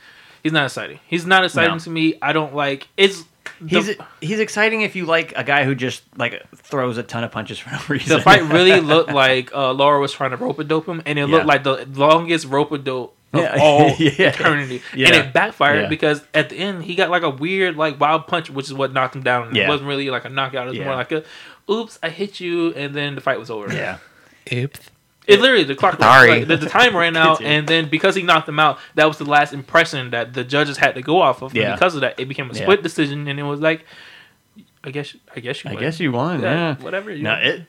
Speaker 2: he's not exciting. He's not exciting
Speaker 4: No.
Speaker 2: to me. I don't like. It's the,
Speaker 4: He's he's exciting if you like a guy who just like throws a ton of punches for no reason.
Speaker 2: the fight really looked like uh, Laura was trying to rope a dope him, and it
Speaker 4: Yeah.
Speaker 2: looked like the longest rope a dope. Of
Speaker 4: Yeah.
Speaker 2: all
Speaker 4: Yeah.
Speaker 2: eternity, and
Speaker 4: Yeah.
Speaker 2: it backfired
Speaker 4: Yeah.
Speaker 2: because at the end he got like a weird, like wild punch, which is what knocked him down. It
Speaker 4: Yeah.
Speaker 2: wasn't really like a knockout; it was
Speaker 4: Yeah.
Speaker 2: more like a, "Oops, I hit you," and then the fight was over.
Speaker 4: yeah.
Speaker 3: Oops.
Speaker 2: It literally the clock,
Speaker 3: Sorry.
Speaker 2: like, the, the time ran out,
Speaker 4: Continue.
Speaker 2: and then because he knocked them out, that was the last impression that the judges had to go off of. And
Speaker 4: Yeah.
Speaker 2: because of that, it became a
Speaker 4: Yeah.
Speaker 2: split decision, and it was like, I guess I guess you.
Speaker 4: I
Speaker 2: would.
Speaker 4: guess you won.
Speaker 2: Yeah,
Speaker 4: Yeah,
Speaker 2: whatever you
Speaker 4: now
Speaker 2: want.
Speaker 4: it.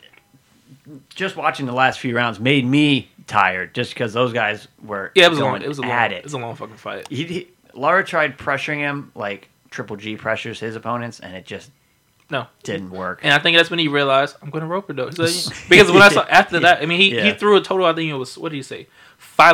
Speaker 4: Just watching the last few rounds made me tired, just because those guys were
Speaker 2: Yeah, it was a
Speaker 4: going
Speaker 2: long. It was a long.
Speaker 4: at
Speaker 2: It was a long fucking fight.
Speaker 4: He, he Lara tried pressuring him like Triple G pressures his opponents, and it just
Speaker 2: No,
Speaker 4: didn't work.
Speaker 2: And I think that's when he realized I'm gonna rope her though. He's like- because when I saw after that, I mean he, he
Speaker 4: Yeah.
Speaker 2: threw a total. I think it was what do you say,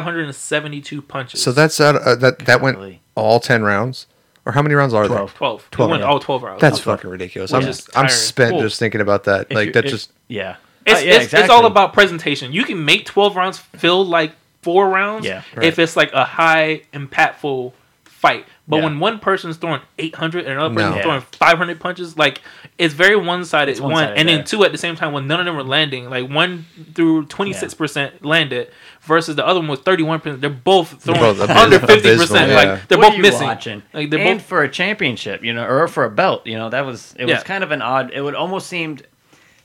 Speaker 2: 572 punches.
Speaker 3: So that's out, uh, that that went
Speaker 4: Golly.
Speaker 3: all ten rounds, or how many rounds are
Speaker 4: Twelve.
Speaker 3: there?
Speaker 2: 12.
Speaker 3: 12,
Speaker 2: He went
Speaker 3: yeah.
Speaker 2: all 12 rounds.
Speaker 3: That's
Speaker 2: All 12.
Speaker 3: fucking ridiculous.
Speaker 2: Which
Speaker 3: I'm
Speaker 2: is
Speaker 3: I'm
Speaker 2: tiring.
Speaker 3: spent
Speaker 2: Well,
Speaker 3: just thinking about that.
Speaker 4: If
Speaker 3: Like
Speaker 4: you-
Speaker 3: that
Speaker 4: if-
Speaker 3: just
Speaker 4: yeah.
Speaker 2: It's,
Speaker 4: Uh, yeah,
Speaker 2: it's, it's all
Speaker 4: exactly.
Speaker 2: about presentation. You can make 12 rounds feel like four rounds
Speaker 4: Yeah.
Speaker 2: if it's like a high impactful fight. But
Speaker 4: Yeah.
Speaker 2: when one person's throwing 800 and another person's
Speaker 3: No.
Speaker 2: throwing 500 punches, like it's very one sided.
Speaker 4: It's
Speaker 2: One
Speaker 4: one-sided,
Speaker 2: and
Speaker 4: yeah.
Speaker 2: then two at the same time when none of them were landing. Like one through 26% landed versus the other one was 31%. They're both throwing
Speaker 3: both abys-
Speaker 2: under 50%.
Speaker 3: abysmal, yeah.
Speaker 2: Like they're
Speaker 4: What are
Speaker 2: both
Speaker 4: you
Speaker 2: missing.
Speaker 4: watching?
Speaker 2: Like they're
Speaker 4: and
Speaker 2: both.
Speaker 4: for a championship, you know, or for a belt, you know, that was it was
Speaker 2: Yeah.
Speaker 4: kind of an odd. It would almost seemed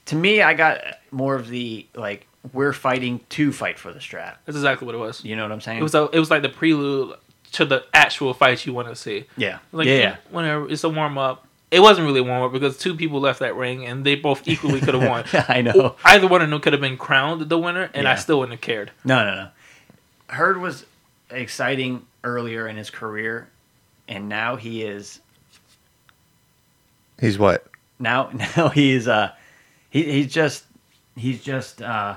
Speaker 4: to me. I got more of the like we're fighting to fight for the strap.
Speaker 2: That's exactly what it was.
Speaker 4: You know what I'm saying?
Speaker 2: It was a, it was like the prelude to the actual fight you want to see.
Speaker 4: yeah,
Speaker 2: Like,
Speaker 4: yeah, yeah.
Speaker 2: Whenever it's a warm up. It wasn't really a warm up because two people left that ring and they both equally could have won.
Speaker 4: I know.
Speaker 2: Either one of them could have been crowned the winner, and I
Speaker 4: Yeah.
Speaker 2: still wouldn't have cared.
Speaker 4: No, no, no. Hurd was exciting earlier in his career, and now he is
Speaker 3: he's what
Speaker 4: now now he's uh he, he's just he's just uh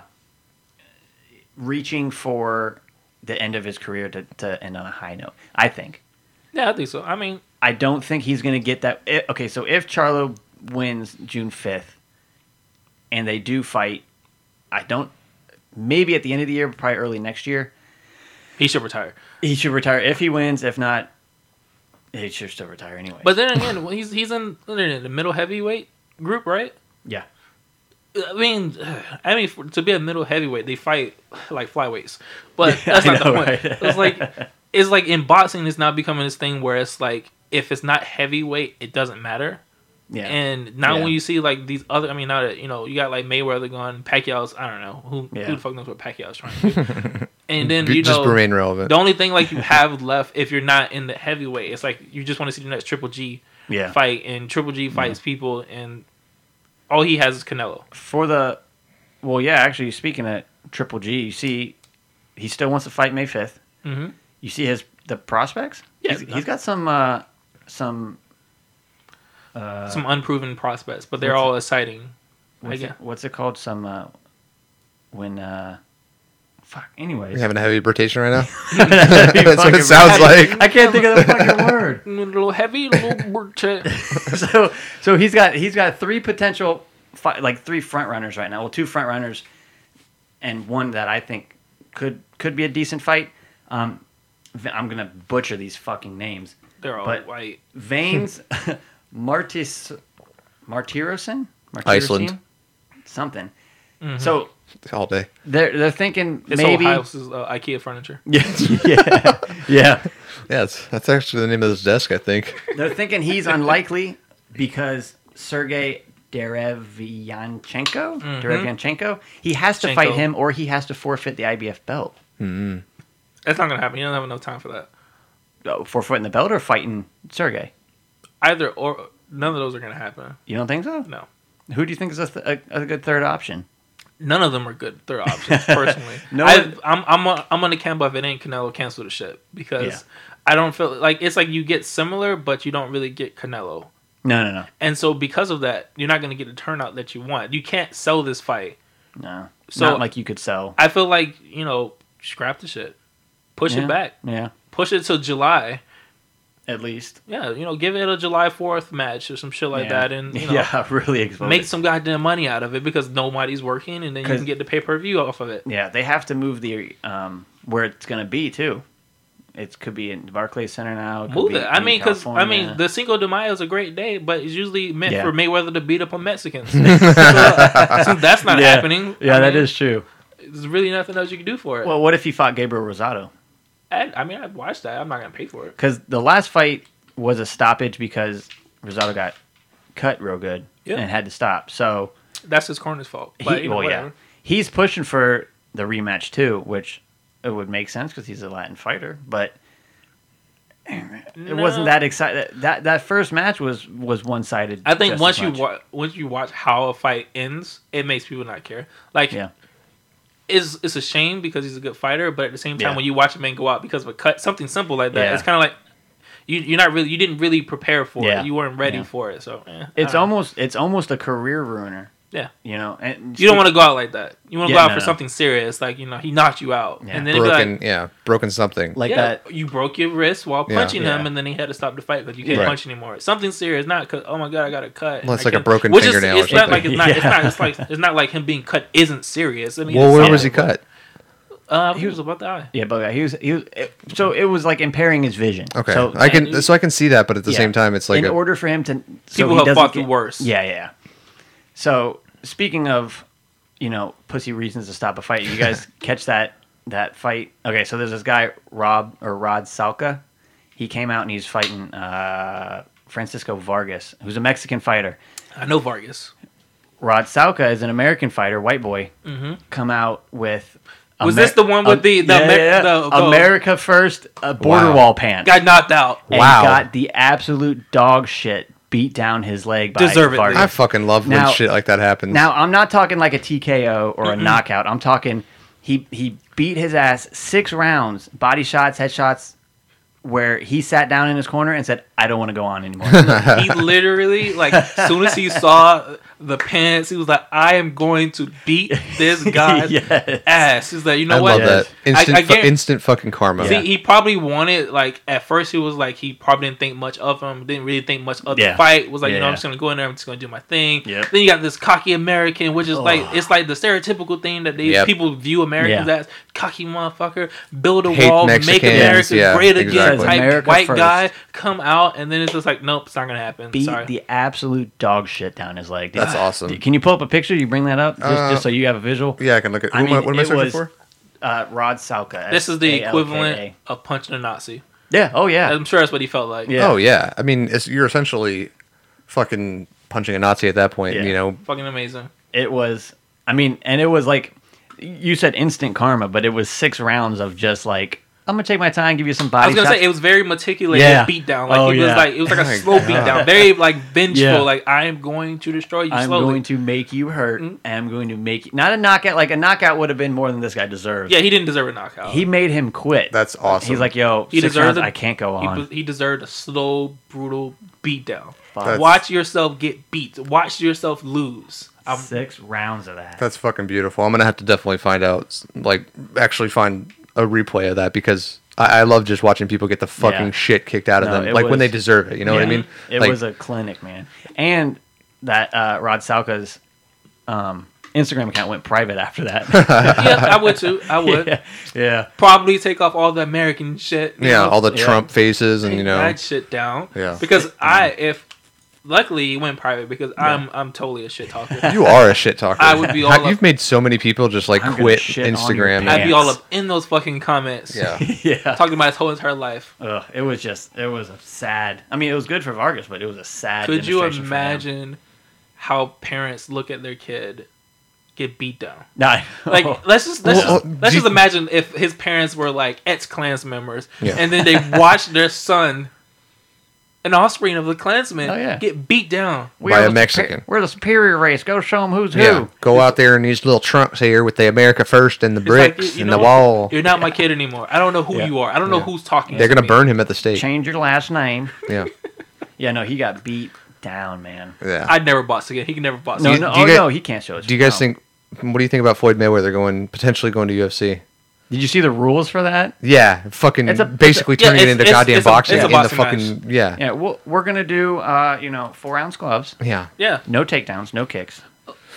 Speaker 4: reaching for the end of his career to, to end on a high note. I think.
Speaker 2: Yeah, I think so. I mean,
Speaker 4: I don't think he's going to get that. i okay, so if Charlo wins June fifth, and they do fight, I don't. Maybe at the end of the year, probably early next year,
Speaker 2: he should retire.
Speaker 4: he should retire. If he wins, if not, he should still retire anyway.
Speaker 2: But then again, well, he's he's in, in the middle heavyweight group, right?
Speaker 4: yeah,
Speaker 2: I mean, I mean, for, to be a middle heavyweight, they fight like flyweights, but
Speaker 4: Yeah,
Speaker 2: that's
Speaker 4: I
Speaker 2: not the
Speaker 4: know,
Speaker 2: point.
Speaker 4: right?
Speaker 2: It's like it's like in boxing, it's now becoming this thing where it's like if it's not heavyweight, it doesn't matter.
Speaker 4: yeah,
Speaker 2: And now
Speaker 4: Yeah.
Speaker 2: when you see like these other, I mean, now that you know, you got like Mayweather gone, Pacquiao's, I don't know who,
Speaker 4: Yeah.
Speaker 2: who the fuck knows what Pacquiao's trying to do. and then
Speaker 3: B-
Speaker 2: you
Speaker 3: just
Speaker 2: know,
Speaker 3: remain relevant.
Speaker 2: the only thing like you have left if you're not in the heavyweight, it's like you just want to see the next Triple G
Speaker 4: yeah.
Speaker 2: fight, and Triple G fights people, and all he has is Canelo.
Speaker 4: For the, well, yeah. Actually, speaking of Triple G, you see, he still wants to fight May fifth.
Speaker 2: Mm-hmm.
Speaker 4: You see his the prospects.
Speaker 2: Yeah.
Speaker 4: he's, he's got some uh some. Uh,
Speaker 2: Some unproven prospects, but they're
Speaker 4: what's-
Speaker 2: all exciting. I
Speaker 4: what's, it,
Speaker 2: guess.
Speaker 4: what's it called? Some uh, when uh, fuck. Anyways,
Speaker 3: you having a heavy rotation right now.
Speaker 4: That'd be
Speaker 3: That's what
Speaker 4: fucking
Speaker 3: it sounds
Speaker 4: bad.
Speaker 3: like.
Speaker 4: I can't think of the fucking word.
Speaker 2: Little heavy, little work check.
Speaker 4: So so he's got he's got three potential fi- like three front runners right now. Well, two front runners and one that I think could could be a decent fight. Um, v- I'm gonna butcher these fucking names.
Speaker 2: They're all
Speaker 4: But-
Speaker 2: white.
Speaker 4: Veins, Martis, Martirosen, Martirosen?
Speaker 3: Iceland.
Speaker 4: something. So
Speaker 3: all day.
Speaker 4: they're they're thinking
Speaker 2: This
Speaker 4: maybe
Speaker 2: whole house is uh, IKEA furniture.
Speaker 4: yeah yeah yeah.
Speaker 3: Yeah, that's, that's actually the name of this desk. I think.
Speaker 4: They're thinking he's unlikely because Sergey Derevyanchenko, Derevyanchenko, he has to fight
Speaker 2: Mm-hmm. Chenko.
Speaker 4: him or he has to forfeit the IBF belt.
Speaker 2: That's not gonna happen. You don't have enough time for that.
Speaker 4: Oh, forfeiting the belt or fighting Sergey?
Speaker 2: Either or, none of those are gonna happen.
Speaker 4: You don't think so?
Speaker 2: No.
Speaker 4: Who do you think is a, th- a, a good third option?
Speaker 2: None of them are good third options, personally. no,
Speaker 4: No
Speaker 2: I, I'm I'm on, I'm on the camp of it ain't Canelo cancel the shit because
Speaker 4: Yeah.
Speaker 2: I don't feel like it's like you get similar, but you don't really get Canelo,
Speaker 4: No, no, no,
Speaker 2: and so because of that, you're not gonna get the turnout that you want. You can't sell this fight.
Speaker 4: no.
Speaker 2: So-
Speaker 4: Not like you could sell.
Speaker 2: I feel like you know scrap the shit, push
Speaker 4: Yeah.
Speaker 2: it back,
Speaker 4: Yeah,
Speaker 2: push it till July.
Speaker 4: at least.
Speaker 2: Yeah, you know, give it a July Fourth match or some shit like
Speaker 4: Yeah.
Speaker 2: that, and you know.
Speaker 4: yeah, really exploded.
Speaker 2: Make some goddamn money out of it because nobody's working, and then you
Speaker 4: 'Cause-
Speaker 2: can get the pay per view off of it.
Speaker 4: Yeah, they have to move the um, where it's gonna be too. It could be in Barclays Center now. could
Speaker 2: Move
Speaker 4: be
Speaker 2: it. I
Speaker 4: in
Speaker 2: mean, because I mean,
Speaker 4: California.
Speaker 2: the Cinco de Mayo is a great day, but it's usually meant
Speaker 4: Yeah.
Speaker 2: for Mayweather to beat up on Mexicans. so, since that's not
Speaker 4: Yeah.
Speaker 2: happening.
Speaker 4: Yeah,
Speaker 2: I
Speaker 4: that
Speaker 2: mean,
Speaker 4: is true.
Speaker 2: There's really nothing else you can do for it. Well,
Speaker 4: Well, what if he fought Gabriel Rosado?
Speaker 2: I, I mean, I'd watch that. I'm not gonna pay for it.
Speaker 4: Because the last fight was a stoppage because Rosado got cut real good
Speaker 2: Yeah.
Speaker 4: and had to stop. So,
Speaker 2: That's his corner's fault.
Speaker 4: he,
Speaker 2: But, you know,
Speaker 4: well, yeah,
Speaker 2: whatever.
Speaker 4: he's pushing for the rematch too, which it would make sense because he's a Latin fighter. But It wasn't that exciting. That that first match was was one sided.
Speaker 2: I think once you wa- once you watch how a fight ends, it makes people not care. Like
Speaker 4: yeah,
Speaker 2: is it's a shame because he's a good fighter, but at the same time,
Speaker 4: Yeah.
Speaker 2: when you watch a man go out because of a cut, something simple like that,
Speaker 4: Yeah.
Speaker 2: it's kind of like you, you're not really, you didn't really prepare for
Speaker 4: Yeah.
Speaker 2: it, you weren't ready
Speaker 4: Yeah.
Speaker 2: for it. So eh,
Speaker 4: it's
Speaker 2: I don't know.
Speaker 4: almost it's almost a career ruiner.
Speaker 2: Yeah.
Speaker 4: you know, and
Speaker 2: you don't want to go out like that. You want to
Speaker 4: Yeah,
Speaker 2: go out
Speaker 4: no,
Speaker 2: for
Speaker 4: no.
Speaker 2: something serious, like you know he knocked you out,
Speaker 4: Yeah.
Speaker 2: and then it'd be
Speaker 3: broken,
Speaker 2: like.
Speaker 3: yeah, broken something.
Speaker 4: like
Speaker 2: yeah,
Speaker 4: that.
Speaker 2: you broke your wrist while
Speaker 3: Yeah.
Speaker 2: punching him,
Speaker 4: Yeah.
Speaker 2: and then he had to stop the fight because you can't
Speaker 3: Right.
Speaker 2: punch anymore. Something serious, not 'cause, oh my god, I got a cut.
Speaker 3: Well,
Speaker 2: I
Speaker 3: it's like a
Speaker 2: can't-"
Speaker 3: broken
Speaker 2: Which is-
Speaker 3: fingernail or
Speaker 2: it's not
Speaker 3: something.
Speaker 2: like it's not, it's
Speaker 4: Yeah.
Speaker 2: not. It's like it's not like him being cut isn't serious. I mean,
Speaker 3: well,
Speaker 2: it's
Speaker 3: where was he
Speaker 2: something.
Speaker 3: cut?
Speaker 2: Uh, he was about the eye.
Speaker 4: Yeah, but he was he was it, so it was like impairing his vision.
Speaker 3: Okay,
Speaker 4: so
Speaker 3: I can
Speaker 2: and-
Speaker 3: so I can see that, but at the
Speaker 4: yeah.
Speaker 3: same time, it's like
Speaker 4: in
Speaker 3: a,
Speaker 4: order for him to so
Speaker 2: People
Speaker 4: he
Speaker 2: have
Speaker 4: doesn't
Speaker 2: fought through
Speaker 4: get-
Speaker 2: worse.
Speaker 4: Yeah, yeah. yeah. So speaking of, you know, pussy reasons to stop a fight. You guys catch that that fight? Okay, so there's this guy Rob or Rod Salka. He came out and he's fighting uh, Francisco Vargas, who's a Mexican fighter.
Speaker 2: I know Vargas.
Speaker 4: Rod Salka is an American fighter, white boy. Come out with.
Speaker 2: Mm-hmm. Was this the one with the- the
Speaker 4: yeah,
Speaker 2: Amer-
Speaker 4: yeah, yeah.
Speaker 2: the- the-
Speaker 4: America First uh, border
Speaker 3: Wow.
Speaker 4: wall pants?
Speaker 2: Got knocked out.
Speaker 4: and
Speaker 3: Wow.
Speaker 4: got the absolute dog shit beat down his leg by
Speaker 2: Deservedly.
Speaker 4: Vargas.
Speaker 3: I fucking love when
Speaker 4: Now-
Speaker 3: shit like that happens.
Speaker 4: Now I'm not talking like a TKO or a knockout. I'm talking he he beat his ass six rounds, body shots, headshots, where he sat down in his corner and said, "I don't want to go on anymore."
Speaker 2: he literally like soon as he saw the pants, he was like, "I am going to beat this guy's
Speaker 4: Yes.
Speaker 2: ass." He's like, "You know
Speaker 3: I
Speaker 2: what?
Speaker 3: love that instant,
Speaker 2: I
Speaker 3: fu-
Speaker 2: get-
Speaker 3: instant fucking karma.
Speaker 2: See, he probably wanted like at first he was like he probably didn't think much of him, didn't really think much of
Speaker 4: Yeah.
Speaker 2: the fight. Was like,
Speaker 4: Yeah,
Speaker 2: you know,
Speaker 4: yeah.
Speaker 2: I'm just gonna go in there, I'm just gonna do my thing.
Speaker 4: Yep.
Speaker 2: Then you got this cocky American, which is like it's like the stereotypical thing that these
Speaker 3: Yep.
Speaker 2: people view Americans
Speaker 4: Yeah.
Speaker 2: as cocky motherfucker, build a
Speaker 3: Hate
Speaker 2: wall, make
Speaker 3: Mexicans,
Speaker 2: America
Speaker 3: yeah,
Speaker 2: great again,
Speaker 3: exactly.
Speaker 2: type
Speaker 4: America
Speaker 2: white
Speaker 4: first.
Speaker 2: guy come out, and then it's just like, nope, it's not gonna happen.
Speaker 4: beat
Speaker 2: Sorry.
Speaker 4: the absolute dog shit down his leg. dude.
Speaker 3: That's awesome.
Speaker 4: Can you pull up a picture? You bring that up just,
Speaker 3: Uh,
Speaker 4: just so you have a visual.
Speaker 3: yeah, I can look at.
Speaker 4: I
Speaker 3: who am I-
Speaker 4: mean,
Speaker 3: what am I
Speaker 4: it
Speaker 3: searching
Speaker 4: was-
Speaker 3: for?
Speaker 4: Uh, Rod Salka.
Speaker 2: this is the
Speaker 4: S-A-L-K-A.
Speaker 2: equivalent Um, of punching a Nazi.
Speaker 4: Yeah. Oh yeah.
Speaker 2: I'm sure that's what he felt like.
Speaker 4: Yeah.
Speaker 3: Oh yeah, I mean, it's, you're essentially fucking punching a Nazi at that point.
Speaker 4: Yeah.
Speaker 3: You know,
Speaker 2: Fucking amazing.
Speaker 4: It was. I mean, and it was like you said, instant karma, but it was six rounds of just like I'm gonna take my time, give you some body.
Speaker 2: I was gonna
Speaker 4: shots.
Speaker 2: say it was very meticulous
Speaker 4: Yeah.
Speaker 2: beatdown. Like
Speaker 4: Oh,
Speaker 2: it
Speaker 4: yeah.
Speaker 2: was like it was like
Speaker 3: Oh my
Speaker 2: a slow
Speaker 3: God.
Speaker 2: beatdown, very like vengeful.
Speaker 4: Yeah.
Speaker 2: Like I am going to destroy you
Speaker 4: I'm
Speaker 2: slowly. Mm-hmm.
Speaker 4: going to make you hurt. I'm going to make you not a knockout. Like a knockout would have been more than this guy deserved.
Speaker 2: yeah, he didn't deserve a knockout.
Speaker 4: He made him quit.
Speaker 3: That's awesome.
Speaker 4: He's like, yo,
Speaker 2: He
Speaker 4: six
Speaker 2: deserves
Speaker 4: rounds,
Speaker 2: it.
Speaker 4: I can't go
Speaker 2: he,
Speaker 4: on.
Speaker 2: was- he deserved a slow, brutal beatdown.
Speaker 3: That's-
Speaker 2: Watch yourself get beat. Watch yourself lose. I'm,
Speaker 4: six rounds of that.
Speaker 3: that's fucking beautiful. I'm gonna have to definitely find out, like, actually find a replay of that because I, I love just watching people get the fucking
Speaker 4: Yeah.
Speaker 3: shit kicked out of
Speaker 4: No, it
Speaker 3: them, like
Speaker 4: was-
Speaker 3: when they deserve it. You know what I
Speaker 4: Yeah.
Speaker 3: mean?
Speaker 4: It
Speaker 3: like,
Speaker 4: was a clinic, man. And that uh, Rod Salka's um, Instagram account went private after that.
Speaker 2: yeah, I would too. I would
Speaker 4: yeah. yeah.
Speaker 2: probably take off all the American shit. you
Speaker 3: yeah,
Speaker 2: know?
Speaker 3: all the
Speaker 4: Yeah.
Speaker 3: Trump faces and you
Speaker 2: take
Speaker 3: know,
Speaker 2: that shit down.
Speaker 3: Yeah.
Speaker 4: Mm.
Speaker 2: Because I if luckily it went private because I'm I'm totally a shit talker.
Speaker 3: you are a shit talker.
Speaker 2: I would be all
Speaker 3: How-
Speaker 2: up-
Speaker 3: You've made so many people just like
Speaker 4: I'm gonna
Speaker 3: quit
Speaker 4: shit on your
Speaker 3: Instagram.
Speaker 2: I'd be all
Speaker 4: Yes.
Speaker 2: up in those fucking comments.
Speaker 3: yeah.
Speaker 4: Yeah.
Speaker 2: Talking about his whole entire life.
Speaker 4: Ugh, it was just, it was a sad. I mean, it was good for Vargas, but it was a sad.
Speaker 2: Could you
Speaker 4: demonstration for him.
Speaker 2: imagine how parents look at their kid get beat down?
Speaker 4: Nah,
Speaker 2: Like, let's just let's,
Speaker 3: Well,
Speaker 2: just,
Speaker 3: uh,
Speaker 2: let's
Speaker 3: do-
Speaker 2: just imagine if his parents were like ex Klans members,
Speaker 3: Yeah.
Speaker 2: and then they watched their son, an offspring of the Klansmen,
Speaker 4: Oh, yeah.
Speaker 2: get beat down.
Speaker 4: We
Speaker 3: By
Speaker 4: are
Speaker 3: a
Speaker 4: the
Speaker 3: Mexican.
Speaker 4: supe- we're the superior race. Go show them who's
Speaker 3: Yeah,
Speaker 4: who.
Speaker 3: go out there in these little trunks here with the America First and the
Speaker 2: It's like,
Speaker 3: bricks
Speaker 2: you- you
Speaker 3: and
Speaker 2: know
Speaker 3: the
Speaker 2: what?
Speaker 3: wall.
Speaker 2: You're not my kid anymore. I don't know who
Speaker 4: Yeah.
Speaker 2: you are. I don't know who's talking.
Speaker 3: They're
Speaker 2: to
Speaker 3: gonna
Speaker 2: me.
Speaker 3: burn him at the stake.
Speaker 4: Change your last name.
Speaker 3: Yeah,
Speaker 4: Yeah, no, he got beat down, man.
Speaker 3: yeah.
Speaker 2: I'd never box again. He can never box.
Speaker 4: No,
Speaker 2: again.
Speaker 4: no,
Speaker 3: do you
Speaker 4: oh,
Speaker 3: guys-
Speaker 4: no, he can't show us.
Speaker 3: do you guys think? What do you think about Floyd Mayweather going potentially going to UFC?
Speaker 4: Did you see the rules for that?
Speaker 3: Yeah, fucking
Speaker 4: It's a-
Speaker 3: basically
Speaker 2: it's a-
Speaker 3: turning
Speaker 2: yeah,
Speaker 3: it into
Speaker 2: it's- it's-
Speaker 3: goddamn
Speaker 2: it's a-
Speaker 3: boxing
Speaker 2: it's a
Speaker 3: in the
Speaker 2: boxing
Speaker 3: fucking yeah, yeah
Speaker 4: Yeah, we'll, we're gonna do, uh, you know, four ounce gloves,
Speaker 2: Yeah.
Speaker 4: no takedowns, no kicks.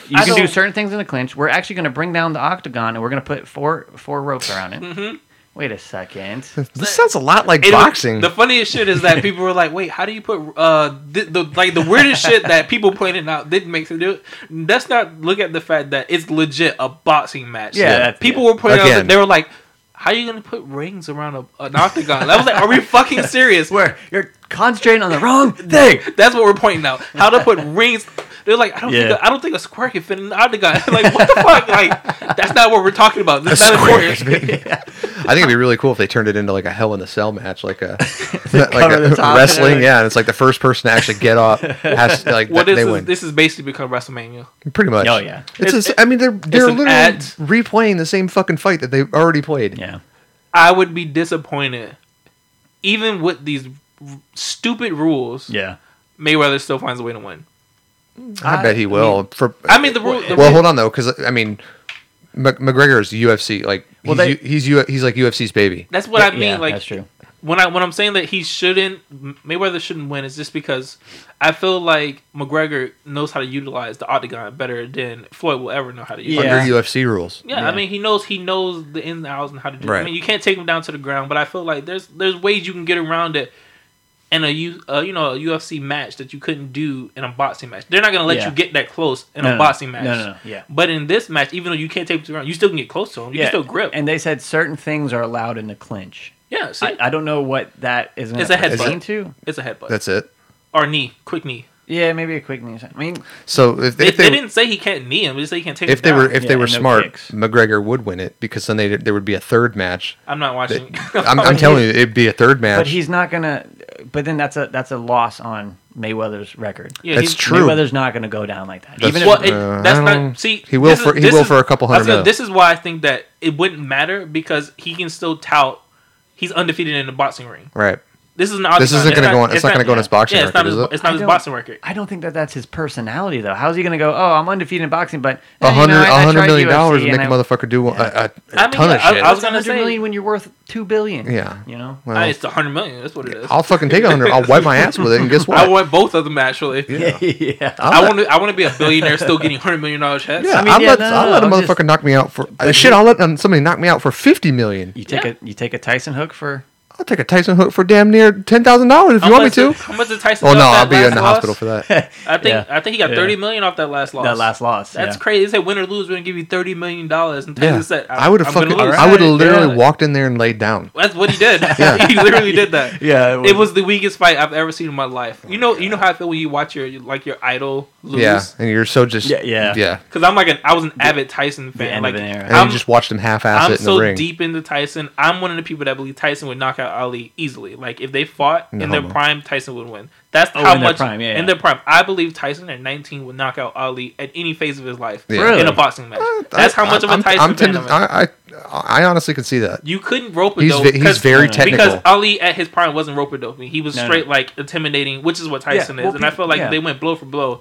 Speaker 4: You
Speaker 2: I
Speaker 4: can do
Speaker 2: don't-
Speaker 4: certain things in the clinch. We're actually gonna bring down the octagon, and we're gonna put four four ropes around it.
Speaker 2: Mm-hmm.
Speaker 4: Wait a second.
Speaker 3: This sounds a lot like
Speaker 2: It was-
Speaker 3: boxing.
Speaker 2: the funniest shit is that people were like, "Wait, how do you put uh th- the like the weirdest shit that people pointed out didn't make sense?" Dude, Let's not look at the fact that it's legit a boxing match.
Speaker 4: Yeah, that's-
Speaker 2: people were pointing out
Speaker 3: Again.
Speaker 2: that they were like, "How are you gonna put rings around a, an octagon?" I was like, "Are we fucking serious?"
Speaker 4: Where you're concentrating on the wrong thing.
Speaker 2: That's what we're pointing out. How to put rings? They're like, I don't
Speaker 4: Yeah.
Speaker 2: think a, I don't think a square can fit in an octagon. like, what the fuck? Like, that's not what we're talking about. This is not important.
Speaker 3: I think it'd be really cool if they turned it into like a Hell in a Cell match, like a like
Speaker 4: cover
Speaker 3: a
Speaker 4: the top and
Speaker 3: wrestling.
Speaker 4: everything.
Speaker 3: Yeah, and it's like the first person to actually get off has to, like
Speaker 2: Well,
Speaker 3: th-
Speaker 2: this
Speaker 3: they
Speaker 2: is
Speaker 3: win.
Speaker 2: this is basically become WrestleMania.
Speaker 3: Pretty much.
Speaker 4: Oh, yeah.
Speaker 3: It's,
Speaker 2: It's-
Speaker 3: just, I mean they're they're
Speaker 2: an
Speaker 3: literally
Speaker 2: ad.
Speaker 3: replaying the same fucking fight that they already played.
Speaker 4: Yeah.
Speaker 2: I would be disappointed, even with these r- stupid rules.
Speaker 4: Yeah.
Speaker 2: Mayweather still finds a way to win.
Speaker 3: I, bet he will. for
Speaker 2: I mean, the rule. The
Speaker 3: well,
Speaker 2: rule-
Speaker 3: hold on though, because I mean, Mc- McGregor is UFC like
Speaker 4: Well,
Speaker 3: he's, U- he's U- he's like UFC's baby.
Speaker 2: That's what I mean.
Speaker 4: yeah,
Speaker 2: like
Speaker 4: that's true.
Speaker 2: when I when I'm saying that he shouldn't Mayweather shouldn't win is just because I feel like McGregor knows how to utilize the octagon better than Floyd will ever know how to utilize.
Speaker 4: Yeah.
Speaker 3: Under UFC rules,
Speaker 2: Yeah, I mean he knows he knows the ins and outs and how to do. It. I
Speaker 3: Right.
Speaker 2: mean you can't take him down to the ground, but I feel like there's there's ways you can get around it in a U, uh, you know a UFC match that you couldn't do in a boxing match. They're not gonna let
Speaker 4: Yeah.
Speaker 2: you get that close in
Speaker 4: No,
Speaker 2: a
Speaker 4: no,
Speaker 2: boxing
Speaker 4: no,
Speaker 2: match.
Speaker 4: no, no, yeah.
Speaker 2: But in this match, even though you can't take him to the ground, you still can get close to him. You
Speaker 4: yeah.
Speaker 2: can still grip.
Speaker 4: And they said certain things are allowed in the clinch.
Speaker 2: yeah, see,
Speaker 4: I, I don't know what that is.
Speaker 2: It's a headbutt.
Speaker 4: pertain to.
Speaker 2: it's a headbutt
Speaker 3: that's it.
Speaker 2: or knee, quick knee.
Speaker 4: Yeah, maybe a quick knee. I mean,
Speaker 3: So if they,
Speaker 2: They,
Speaker 3: if they,
Speaker 2: they didn't say he can't knee him. They just say he can't take
Speaker 3: if
Speaker 2: him
Speaker 3: they
Speaker 2: down.
Speaker 3: were if
Speaker 4: Yeah,
Speaker 3: they were
Speaker 4: no
Speaker 3: smart,
Speaker 4: kicks.
Speaker 3: McGregor would win it because then they there would be a third match.
Speaker 2: I'm not watching.
Speaker 3: I'm, I'm telling you, it'd be a third match.
Speaker 4: but he's not gonna. But then that's a that's a loss on Mayweather's record.
Speaker 2: Yeah,
Speaker 3: that's
Speaker 2: he's-
Speaker 3: true.
Speaker 4: Mayweather's not gonna go down like that.
Speaker 3: That's-
Speaker 4: Even if,
Speaker 2: Well, it,
Speaker 3: Uh,
Speaker 2: that's
Speaker 3: I
Speaker 2: not.
Speaker 3: don't-
Speaker 2: See,
Speaker 3: he will
Speaker 2: this
Speaker 3: for- he
Speaker 2: this
Speaker 3: will for a couple
Speaker 2: I was
Speaker 3: hundred
Speaker 2: gonna-
Speaker 3: mil.
Speaker 2: This is why I think that it wouldn't matter because he can still tout he's undefeated in the boxing ring.
Speaker 3: right.
Speaker 2: This is an
Speaker 3: This
Speaker 2: octagon.
Speaker 3: isn't gonna
Speaker 2: not-
Speaker 3: go on- it's not gonna go on his boxing
Speaker 2: yeah, it's
Speaker 3: record,
Speaker 2: Not
Speaker 3: is
Speaker 2: his,
Speaker 3: it?
Speaker 2: It's not
Speaker 4: I
Speaker 2: his
Speaker 4: don't-
Speaker 2: boxing record.
Speaker 4: I don't think that that's his personality though. How's he gonna go? Oh, I'm undefeated in boxing, but eh,
Speaker 3: A
Speaker 4: you
Speaker 3: hundred
Speaker 4: know, I- I
Speaker 3: a hundred
Speaker 4: tried
Speaker 3: million
Speaker 4: UFC
Speaker 3: dollars would
Speaker 4: and
Speaker 3: make a
Speaker 4: I-
Speaker 3: motherfucker do a- a,
Speaker 2: I
Speaker 3: a,
Speaker 2: mean,
Speaker 3: ton of
Speaker 2: yeah, I-
Speaker 3: shit.
Speaker 2: I
Speaker 3: I,
Speaker 2: was
Speaker 4: What's
Speaker 2: gonna
Speaker 4: 100
Speaker 2: say-
Speaker 4: million when you're worth two billion.
Speaker 3: Yeah.
Speaker 4: you know.
Speaker 3: well,
Speaker 2: I- it's the hundred million. That's what it is.
Speaker 3: Oh. I'll fucking take a hundred. I'll wipe my ass with it, and guess
Speaker 2: I
Speaker 3: what?
Speaker 2: want both of them actually.
Speaker 4: yeah.
Speaker 2: I want to. I want to be a billionaire still getting hundred million dollar checks.
Speaker 3: Yeah, I
Speaker 4: I mean,
Speaker 3: will
Speaker 4: yeah,
Speaker 3: let,
Speaker 4: no, no,
Speaker 3: I'll
Speaker 4: no,
Speaker 3: let a
Speaker 4: I'm
Speaker 3: motherfucker
Speaker 4: just-
Speaker 3: knock me out for uh, shit. I'll let um, somebody knock me out for fifty million.
Speaker 4: You take
Speaker 2: Yeah.
Speaker 4: a you take a Tyson hook for
Speaker 3: I'll take a Tyson hook for damn near ten thousand dollars if
Speaker 2: How
Speaker 3: you want me
Speaker 2: much
Speaker 3: to.
Speaker 2: did- How much did Tyson?
Speaker 3: Oh
Speaker 2: Oh
Speaker 3: no, I'll be in the hospital for that.
Speaker 2: I think.
Speaker 4: Yeah.
Speaker 2: I think he got
Speaker 4: Yeah.
Speaker 2: thirty million off that last loss.
Speaker 4: that last loss.
Speaker 2: That's
Speaker 4: yeah.
Speaker 2: crazy. They said win or lose, we're gonna give you thirty million dollars. And Tyson
Speaker 3: yeah,
Speaker 2: said,
Speaker 3: I would have
Speaker 2: I'm gonna
Speaker 3: fucking.
Speaker 2: lose.
Speaker 3: I would have literally
Speaker 2: Yeah.
Speaker 3: walked in there and laid down.
Speaker 2: That's what he did. he literally did that.
Speaker 4: Yeah, it
Speaker 2: it was,
Speaker 4: was-
Speaker 2: the weakest fight I've ever seen in my life. You know, you know how I feel when you watch your like your idol lose.
Speaker 3: Yeah, and you're so just.
Speaker 4: Yeah, yeah.
Speaker 3: yeah.
Speaker 2: Cause I'm like an I was an avid Tyson fan.
Speaker 4: end
Speaker 2: Like
Speaker 4: of an era.
Speaker 3: And
Speaker 2: I'm,
Speaker 3: you just watched him half-ass
Speaker 2: I'm
Speaker 3: it in
Speaker 2: so
Speaker 3: the ring.
Speaker 2: deep into Tyson. I'm one of the people that believe Tyson would knock out Ali easily. Like if they fought
Speaker 3: No
Speaker 2: in their
Speaker 3: homo.
Speaker 2: prime, Tyson would win. That's
Speaker 4: Oh,
Speaker 2: how
Speaker 4: in their
Speaker 2: much
Speaker 4: prime, yeah,
Speaker 2: in
Speaker 4: yeah.
Speaker 2: their prime. I believe Tyson at 19 would knock out Ali at any phase of his life
Speaker 3: Yeah. Uh,
Speaker 2: in
Speaker 4: Really?
Speaker 2: a boxing match. That's how much
Speaker 3: I'm,
Speaker 2: of a Tyson
Speaker 3: I'm, I'm
Speaker 2: fan
Speaker 3: tempted-
Speaker 2: I'm
Speaker 3: I, I I honestly can see that.
Speaker 2: You couldn't rope a
Speaker 3: He's
Speaker 2: dope.
Speaker 3: ve- he's
Speaker 2: 'cause-
Speaker 3: very
Speaker 2: Because
Speaker 3: technical.
Speaker 2: Ali at his prime wasn't rope a doping. He was
Speaker 4: No,
Speaker 2: straight like intimidating, which is what Tyson
Speaker 4: well,
Speaker 2: is. And I
Speaker 4: pe-
Speaker 2: felt like
Speaker 4: yeah.
Speaker 2: they went blow for blow.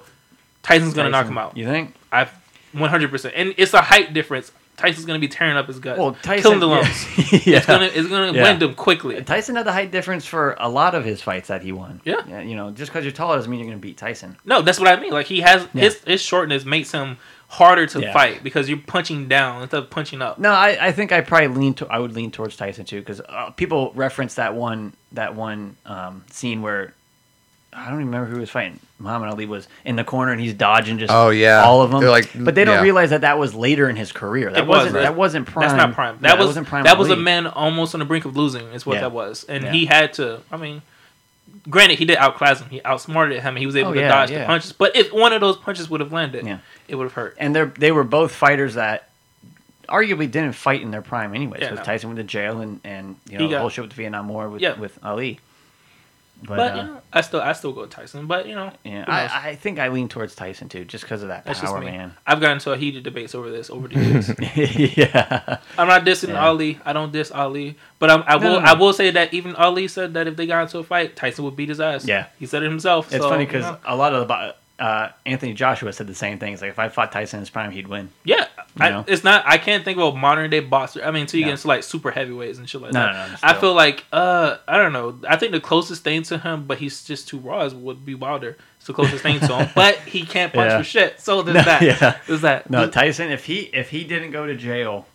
Speaker 2: Tyson's gonna knock
Speaker 4: Tyson.
Speaker 2: him out.
Speaker 4: You think?
Speaker 2: I 100. percent And it's a height difference. Tyson's gonna be tearing up his guts,
Speaker 4: Well, Tyson
Speaker 2: killing the
Speaker 4: yeah.
Speaker 2: lungs.
Speaker 4: yeah.
Speaker 2: It's gonna it's gonna
Speaker 4: Yeah.
Speaker 2: wind him quickly.
Speaker 4: Tyson had the height difference for a lot of his fights that he won.
Speaker 2: Yeah.
Speaker 4: you know, just because you're taller doesn't mean you're going to beat Tyson.
Speaker 2: No, that's what I mean. Like he has
Speaker 4: Yeah.
Speaker 2: his his shortness makes him harder to
Speaker 4: Yeah.
Speaker 2: fight because you're punching down instead of punching up.
Speaker 4: No, I, I think I probably lean to I would lean towards Tyson too because uh, people reference that one that one um, scene where I don't remember who was fighting. Muhammad Ali was in the corner and he's dodging just
Speaker 3: Oh, yeah.
Speaker 4: all of them.
Speaker 3: They're like-
Speaker 4: but they don't
Speaker 3: yeah.
Speaker 4: realize that that was later in his career. That
Speaker 2: It was,
Speaker 4: wasn't
Speaker 2: right?
Speaker 4: that wasn't prime.
Speaker 2: That's not prime.
Speaker 4: Yeah,
Speaker 2: That was
Speaker 4: wasn't prime.
Speaker 2: That was a
Speaker 4: Ali.
Speaker 2: man almost on the brink of losing. Is what
Speaker 4: Yeah.
Speaker 2: that was, and
Speaker 4: Yeah.
Speaker 2: he had to. I mean, granted, he did outclass him. He outsmarted him. He was able
Speaker 4: Oh,
Speaker 2: to
Speaker 4: yeah,
Speaker 2: dodge the
Speaker 4: yeah.
Speaker 2: punches. But if one of those punches would have landed,
Speaker 4: Yeah.
Speaker 2: it would have hurt.
Speaker 4: and they they were both fighters that arguably didn't fight in their prime anyways.
Speaker 2: Yeah,
Speaker 4: because
Speaker 2: no.
Speaker 4: Tyson went to jail and and you
Speaker 2: He
Speaker 4: know
Speaker 2: got-
Speaker 4: the whole shit with the Vietnam War with
Speaker 2: Yeah.
Speaker 4: with Ali. But,
Speaker 2: But
Speaker 4: uh,
Speaker 2: you know, I still, I still go Tyson. But you know,
Speaker 4: yeah,
Speaker 2: who knows?
Speaker 4: I, I think I lean towards Tyson too, just because of that
Speaker 2: that's just
Speaker 4: power,
Speaker 2: me.
Speaker 4: man.
Speaker 2: I've gotten into a heated debates over this over the years.
Speaker 4: yeah,
Speaker 2: I'm not dissing
Speaker 4: Yeah.
Speaker 2: Ali. I don't diss Ali, but I'm, I
Speaker 4: No,
Speaker 2: will.
Speaker 4: no,
Speaker 2: I
Speaker 4: no.
Speaker 2: will say that even Ali said that if they got into a fight, Tyson would beat his ass.
Speaker 4: Yeah.
Speaker 2: he said it himself.
Speaker 4: it's
Speaker 2: so,
Speaker 4: funny
Speaker 2: you
Speaker 4: because
Speaker 2: know.
Speaker 4: a lot of the bo- uh, Anthony Joshua said the same thing. It's like if I fought Tyson in his prime, he'd win.
Speaker 2: Yeah,
Speaker 4: You
Speaker 2: I,
Speaker 4: know?
Speaker 2: it's not. I can't think of a modern day boxer. I mean, until you get
Speaker 4: No.
Speaker 2: into like super heavyweights and shit like
Speaker 4: No,
Speaker 2: that.
Speaker 4: no, no,
Speaker 2: I
Speaker 4: still.
Speaker 2: feel like uh, I don't know. I think the closest thing to him, but he's just too raw, is would be Wilder. It's the closest thing to him, but he can't punch
Speaker 4: Yeah.
Speaker 2: for shit. So there's
Speaker 4: No,
Speaker 2: that.
Speaker 4: yeah.
Speaker 2: There's that.
Speaker 4: No,
Speaker 2: No,
Speaker 4: Tyson, if he if he didn't go to jail,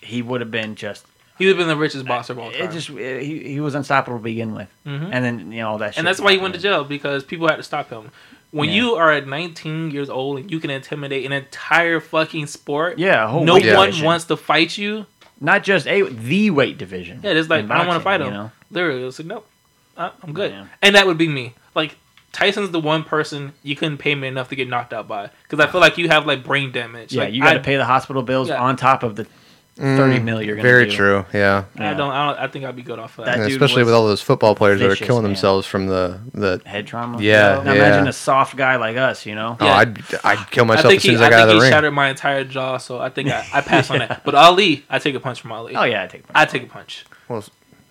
Speaker 4: he would have been just.
Speaker 2: he would have been the richest boxer of all time. Mm-hmm.
Speaker 4: It just it, he, he was unstoppable to begin with, and then you know all that. shit
Speaker 2: and that's why he went to jail
Speaker 4: happened.
Speaker 2: because people had to stop him. When
Speaker 4: Yeah.
Speaker 2: you are at 19 years old and you can intimidate an entire fucking sport,
Speaker 4: Yeah, a whole
Speaker 2: no
Speaker 4: weight
Speaker 2: one
Speaker 4: division.
Speaker 2: wants to fight you.
Speaker 4: not just a the weight division.
Speaker 2: Yeah, it's like
Speaker 4: in
Speaker 2: I don't want to fight
Speaker 4: boxing, you
Speaker 2: him.
Speaker 4: know?
Speaker 2: Literally, it's like no, I- I'm good.
Speaker 4: Yeah.
Speaker 2: And that would be me. Like Tyson's the one person you couldn't pay me enough to get knocked out by because I feel like you have like brain damage.
Speaker 4: Yeah,
Speaker 2: like,
Speaker 4: you got to
Speaker 2: I-
Speaker 4: pay the hospital bills
Speaker 2: Yeah.
Speaker 4: on top of the thirty mil you're gonna
Speaker 3: Mm, Very
Speaker 4: do.
Speaker 3: true. Yeah.
Speaker 2: I don't. I don't. I think I'd be good off of
Speaker 4: That
Speaker 2: that.
Speaker 3: And
Speaker 4: dude
Speaker 3: especially
Speaker 4: was
Speaker 3: with all those football players that are
Speaker 4: vicious,
Speaker 3: killing
Speaker 4: man.
Speaker 3: themselves from the the.
Speaker 4: Head trauma.
Speaker 3: Yeah,
Speaker 4: Now
Speaker 3: yeah.
Speaker 4: imagine a soft guy like us, you know.
Speaker 3: Oh,
Speaker 2: Yeah.
Speaker 3: I'd I'd kill
Speaker 2: I
Speaker 3: myself
Speaker 2: think
Speaker 3: as soon
Speaker 2: he,
Speaker 3: as I
Speaker 2: I
Speaker 3: got
Speaker 2: think
Speaker 3: out of
Speaker 2: he
Speaker 3: the ring.
Speaker 2: shattered my entire jaw, so I think I, I pass on that. But Ali, I take a punch from Ali.
Speaker 4: Oh yeah, I take.
Speaker 2: I take a punch.
Speaker 3: Well,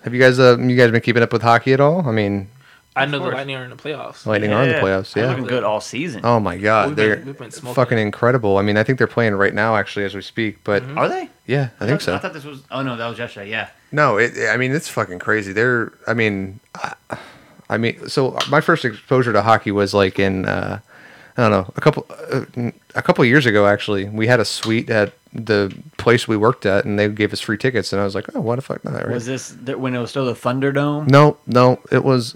Speaker 3: have you guys uh, you guys been keeping up with hockey at all? I mean,
Speaker 2: I know the
Speaker 4: course.
Speaker 2: Lightning are in the playoffs.
Speaker 3: Lightning are in the playoffs.
Speaker 4: They're
Speaker 3: Yeah.
Speaker 4: looking good all season.
Speaker 3: Oh my
Speaker 2: We've
Speaker 3: god,
Speaker 2: been-
Speaker 3: they're
Speaker 2: we've been smoking
Speaker 3: fucking
Speaker 2: it.
Speaker 3: incredible. I mean, I think they're playing right now actually as we speak. But
Speaker 2: Mm-hmm.
Speaker 4: Are they?
Speaker 3: yeah, I think
Speaker 4: thought-
Speaker 3: so.
Speaker 4: I thought this was. Oh no, that was yesterday. Yeah.
Speaker 3: No, it, I mean it's fucking crazy. They're, I mean, I, I mean, so my first exposure to hockey was like in, uh, I don't know, a couple, uh, a couple years ago actually. We had a suite at the place we worked at, and they gave us free tickets, and I was like, oh, why the fuck not? Right?
Speaker 4: Was this th- when it was still the Thunderdome?
Speaker 3: no, no, it was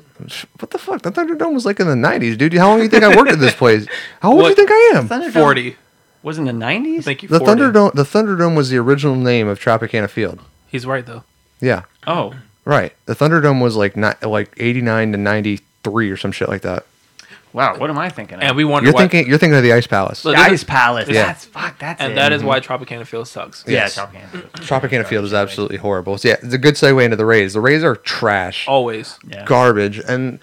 Speaker 3: what the fuck? The Thunderdome was like in the '90s, dude. How long do you think I worked at this place? How old do you
Speaker 2: What?
Speaker 3: think I am?
Speaker 4: Thunderdome
Speaker 2: Forty.
Speaker 4: was in the nineties.
Speaker 2: Thank you.
Speaker 3: The
Speaker 2: 40.
Speaker 3: Thunderdome, the Thunderdome was the original name of Tropicana Field.
Speaker 2: He's right though.
Speaker 3: Yeah,
Speaker 4: Oh,
Speaker 3: Right. The Thunderdome was like not like eighty nine to ninety three or some shit like that.
Speaker 4: wow. What am I thinking? Of?
Speaker 2: And we wonder
Speaker 3: You're
Speaker 2: why.
Speaker 3: thinking you're thinking of the Ice Palace.
Speaker 2: Look,
Speaker 4: The Ice Palace.
Speaker 3: Yeah.
Speaker 4: That's fuck. That's
Speaker 2: and
Speaker 4: it.
Speaker 2: that is why Tropicana Field sucks.
Speaker 4: Yeah,
Speaker 3: Yes.
Speaker 4: Top Hand.
Speaker 3: Tropicana Field is absolutely horrible. So yeah, it's a good segue into the Rays. The Rays are trash,
Speaker 2: Always.
Speaker 4: Yeah.
Speaker 3: garbage, and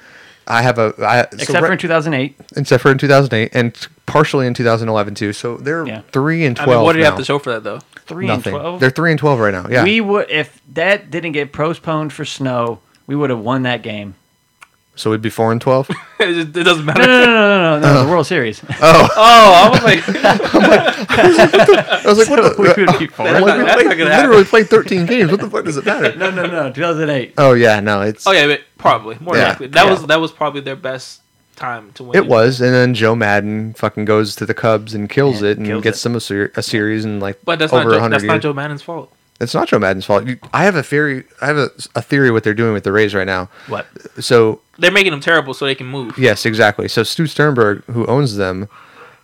Speaker 3: I have a I, so
Speaker 4: Except for
Speaker 3: right-
Speaker 4: in 2008.
Speaker 3: except for in 2008 and partially in 2011 too. So they're
Speaker 4: Yeah.
Speaker 3: three and
Speaker 2: I
Speaker 3: twelve.
Speaker 2: mean, what do you
Speaker 3: now.
Speaker 2: have to show for that though?
Speaker 4: Three
Speaker 3: Nothing.
Speaker 4: and 12.
Speaker 3: They're three and twelve right now. Yeah,
Speaker 4: We would if that didn't get postponed for snow, we would have won that game.
Speaker 3: so we'd be four and twelve.
Speaker 2: it, just, it doesn't matter.
Speaker 4: No, no, no, no, no, no, the World Series.
Speaker 2: Oh, I was like, that's
Speaker 3: I was like, what? The,
Speaker 4: we would be four.
Speaker 3: I'm
Speaker 2: not,
Speaker 3: like, we
Speaker 2: that's not
Speaker 3: played,
Speaker 2: gonna happen.
Speaker 3: literally played thirteen games. What the fuck does it matter?
Speaker 4: No, no, no, 2008.
Speaker 3: Oh yeah, no, it's
Speaker 2: Oh yeah, but probably more
Speaker 3: Yeah.
Speaker 2: likely. That
Speaker 3: Yeah.
Speaker 2: was that was probably their best time to win.
Speaker 3: It was, and then Joe Madden fucking goes to the Cubs and kills
Speaker 4: Yeah,
Speaker 3: it and
Speaker 4: kills
Speaker 3: gets
Speaker 4: it.
Speaker 3: them a, ser- a series and like
Speaker 2: But that's
Speaker 3: over
Speaker 2: not Joe,
Speaker 3: 100
Speaker 2: that's
Speaker 3: years.
Speaker 2: not Joe Madden's fault.
Speaker 3: It's not Joe Madden's fault. You, I have a theory. I have a, a theory what they're doing with the Rays right now.
Speaker 4: What?
Speaker 3: So
Speaker 2: They're making them terrible so they can move.
Speaker 3: yes, exactly. So Stu Sternberg, who owns them,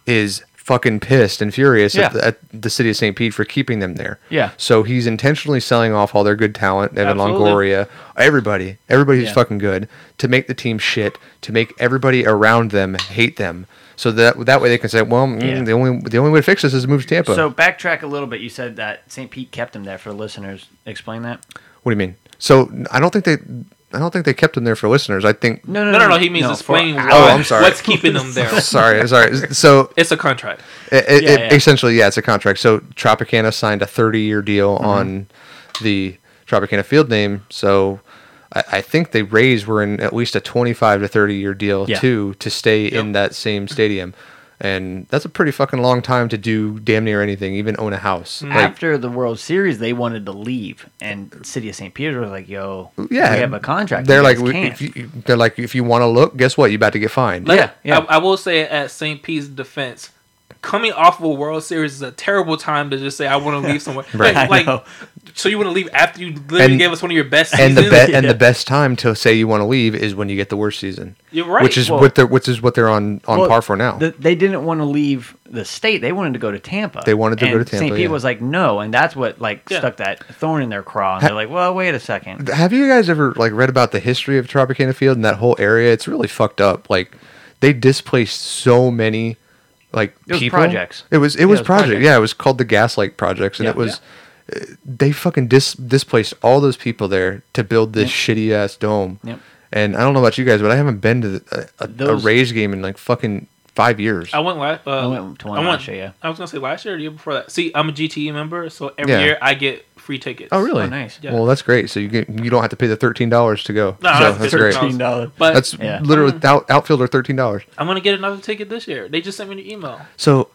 Speaker 3: is fucking pissed and furious at,
Speaker 4: Yeah.
Speaker 3: the, at the city of St. Pete for keeping them there.
Speaker 4: Yeah.
Speaker 3: So he's intentionally selling off all their good talent, Evan
Speaker 2: Absolutely.
Speaker 3: Longoria, everybody, everybody who's
Speaker 4: Yeah.
Speaker 3: fucking good, to make the team shit, to make everybody around them hate them. So that that way they can say, well, mm,
Speaker 4: Yeah.
Speaker 3: the only the only way to fix this is to move to Tampa.
Speaker 4: So backtrack a little bit. You said that St. Pete kept him there for the listeners. Explain that.
Speaker 3: what do you mean? So I don't think they I don't think they kept him there for listeners. I think
Speaker 4: No,
Speaker 2: No, no, no. He means
Speaker 4: for-
Speaker 2: explaining why.
Speaker 3: Oh, I'm sorry.
Speaker 2: What's keeping them there?
Speaker 3: sorry, sorry. So
Speaker 2: It's a contract.
Speaker 3: It, it,
Speaker 4: Yeah,
Speaker 3: it-
Speaker 4: yeah.
Speaker 3: E, Essentially, yeah, it's a contract. So Tropicana signed a 30 year deal
Speaker 4: Mm-hmm.
Speaker 3: on the Tropicana field name. So I, I think the Rays were in at least a 25 to 30 year deal
Speaker 4: Yeah.
Speaker 3: too to stay in
Speaker 2: Yep.
Speaker 3: that same stadium. And that's a pretty fucking long time to do damn near anything, even own a house.
Speaker 4: Mm,
Speaker 3: Like,
Speaker 4: after the World Series, they wanted to leave, and City of St. Peter was like, "Yo,
Speaker 3: yeah,
Speaker 4: we have a contract."
Speaker 3: They're
Speaker 4: You
Speaker 3: like,
Speaker 4: guys
Speaker 3: we,
Speaker 4: can't."
Speaker 3: if you, they're like, if you want to look, guess what? You're about to get fined.
Speaker 2: Let-
Speaker 4: yeah.
Speaker 2: I, I will say at St. Pete's defense, coming off of a World Series is a terrible time to just say I want to leave somewhere.
Speaker 3: Right.
Speaker 2: Like-
Speaker 4: I
Speaker 2: Like,
Speaker 4: know.
Speaker 2: so you want to leave after you literally
Speaker 3: And-
Speaker 2: gave us one of your best
Speaker 3: and
Speaker 2: seasons.
Speaker 3: the be- and
Speaker 4: Yeah.
Speaker 3: the best time to say you want to leave is when you get the worst season.
Speaker 2: You're right.
Speaker 3: Which is
Speaker 4: Well-
Speaker 3: what they're which is what they're on on
Speaker 4: Well,
Speaker 3: par for now.
Speaker 4: the- they didn't want to leave the state; they wanted to go to Tampa.
Speaker 3: They wanted to go
Speaker 4: And
Speaker 3: to Tampa,
Speaker 4: St. Pete
Speaker 3: yeah.
Speaker 4: was like, "No," and that's what like
Speaker 2: Yeah.
Speaker 4: stuck that thorn in their craw. And they're like, "Well, wait a second.
Speaker 3: Have you guys ever like read about the history of Tropicana Field and that whole area? It's really fucked up. Like they displaced so many like
Speaker 4: It was
Speaker 3: people.
Speaker 4: projects.
Speaker 3: It was it
Speaker 4: Yeah,
Speaker 3: was,
Speaker 4: it was
Speaker 3: project.
Speaker 4: projects.
Speaker 3: Yeah, it was called the Gaslight Projects, and
Speaker 4: Yeah.
Speaker 3: it was uh, they fucking dis- displaced all those people there to build this shitty ass dome.
Speaker 4: Yep.
Speaker 3: And I don't know about you guys, but I haven't been to the, a, a, a
Speaker 4: Those- Oh,
Speaker 3: Rays game in like fucking five years.
Speaker 2: I went last. Uh, I
Speaker 4: went to one last year, yeah.
Speaker 2: I was gonna say last year or the year before that. See, I'm a GTE member, so every
Speaker 3: Yeah.
Speaker 2: year I get free tickets.
Speaker 3: oh really?
Speaker 4: Oh, nice. Yeah.
Speaker 3: Well, that's great. So you get you don't have to pay the thirteen dollars to go.
Speaker 2: No,
Speaker 3: so
Speaker 2: that's
Speaker 3: that's
Speaker 2: $13.
Speaker 3: great.
Speaker 4: dollars."
Speaker 2: But
Speaker 3: That's
Speaker 4: Yeah. Mm.
Speaker 3: literally out, outfielder thirteen dollars.
Speaker 2: I'm gonna get another ticket this year. They just sent me an email.
Speaker 3: So,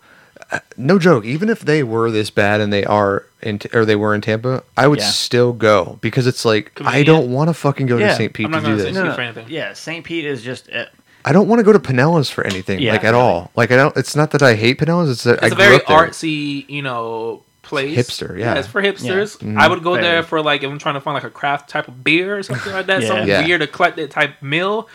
Speaker 3: uh, no joke. Even if they were this bad and they are in, or they were in Tampa, I would
Speaker 4: Yeah.
Speaker 3: still go because it's like I
Speaker 2: Convenient.
Speaker 3: don't want to fucking go to
Speaker 4: Yeah,
Speaker 3: St. Pete
Speaker 2: I'm
Speaker 3: to
Speaker 2: not
Speaker 3: do
Speaker 2: gonna
Speaker 3: this.
Speaker 2: say- for anything.
Speaker 4: Yeah, St. Pete is just uh,
Speaker 3: I don't want to go to Pinellas for anything,
Speaker 4: Yeah.
Speaker 3: like at all. Like I don't. It's not that I hate Pinellas. It's that I
Speaker 2: It's a
Speaker 3: grew
Speaker 2: very
Speaker 3: up there.
Speaker 2: artsy, you know, place.
Speaker 3: hipster, yeah. Mm,
Speaker 2: it's for hipsters. I would go
Speaker 4: Very.
Speaker 2: there for like if I'm trying to find like a craft type of beer or something like that.
Speaker 4: Yeah.
Speaker 2: Some
Speaker 3: Yeah.
Speaker 2: weird eclectic type meal.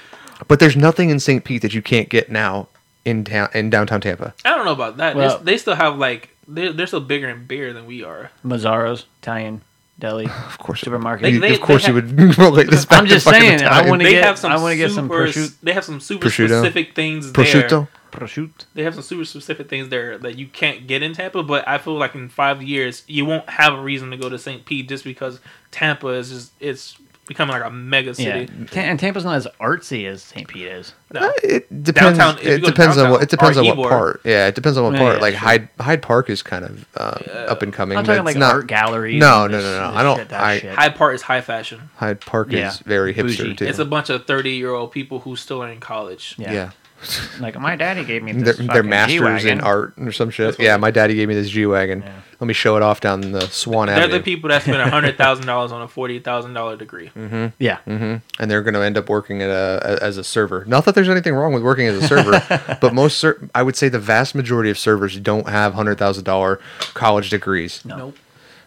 Speaker 3: But there's nothing in St. Pete that you can't get now in town in downtown Tampa.
Speaker 2: I don't know about that.
Speaker 4: Well-
Speaker 2: They- they still have like they're, they're still bigger in beer than we are.
Speaker 4: Mazzaro's Italian deli.
Speaker 3: Of course, it-
Speaker 4: Supermarket.
Speaker 3: you-
Speaker 2: They- they-
Speaker 3: of course,
Speaker 2: they
Speaker 3: you would relate this back
Speaker 4: I'm
Speaker 3: to
Speaker 4: just
Speaker 3: fucking
Speaker 4: saying, I
Speaker 3: Italian.
Speaker 4: wanna-
Speaker 2: They
Speaker 4: get-
Speaker 2: have some.
Speaker 4: I wanna get some
Speaker 2: super-
Speaker 4: prosciut-
Speaker 2: They have some super
Speaker 3: prosciutto?
Speaker 2: specific things
Speaker 3: Prosciutto?
Speaker 2: there.
Speaker 4: prosciutto.
Speaker 2: They have some super specific things there that you can't get in Tampa, but I feel like in five years you won't have a reason to go to St. Pete just because Tampa is just it's becoming like a mega
Speaker 4: Yeah,
Speaker 2: city.
Speaker 4: Ta- and Tampa's not as artsy as St. Pete is.
Speaker 2: No.
Speaker 3: It depends.
Speaker 2: Downtown- if you
Speaker 3: it
Speaker 2: go to
Speaker 3: depends on
Speaker 2: downtown
Speaker 3: what. It depends
Speaker 2: or
Speaker 3: on what
Speaker 2: Ybor.
Speaker 3: part. Yeah, it depends on what
Speaker 4: Yeah,
Speaker 3: part.
Speaker 4: yeah,
Speaker 3: like
Speaker 4: sure.
Speaker 3: Hyde Hyde Park is kind of uh, up and coming.
Speaker 4: I'm
Speaker 3: but
Speaker 4: talking
Speaker 3: it's
Speaker 4: like
Speaker 3: not,
Speaker 4: art galleries.
Speaker 3: No,
Speaker 4: and
Speaker 3: no,
Speaker 4: this-
Speaker 3: no, no.
Speaker 4: this
Speaker 3: I don't.
Speaker 4: shit, that
Speaker 3: I,
Speaker 4: shit.
Speaker 2: Hyde Park is high fashion.
Speaker 3: Hyde Park
Speaker 4: Yeah.
Speaker 3: is very
Speaker 4: Bougie.
Speaker 3: hipster too.
Speaker 2: It's a bunch of thirty year old people who still are in college.
Speaker 4: Yeah.
Speaker 3: yeah.
Speaker 4: Like my daddy gave me
Speaker 3: They're,
Speaker 4: this.
Speaker 3: they're
Speaker 4: fucking
Speaker 3: masters
Speaker 4: G-Wagon.
Speaker 3: in art or some shit.
Speaker 2: That's what
Speaker 3: Yeah,
Speaker 2: they-
Speaker 3: my daddy gave me this G wagon.
Speaker 4: Yeah.
Speaker 3: Let me show it off down the Swan
Speaker 2: They're
Speaker 3: Avenue,
Speaker 2: the people that spend hundred thousand dollars on a forty thousand dollar degree.
Speaker 4: Mm-hmm. Yeah.
Speaker 3: and they're going to end up working at a, as a server. Not that there's anything wrong with working as a server, but most ser- I would say the vast majority of servers don't have hundred thousand dollar college degrees.
Speaker 2: Nope.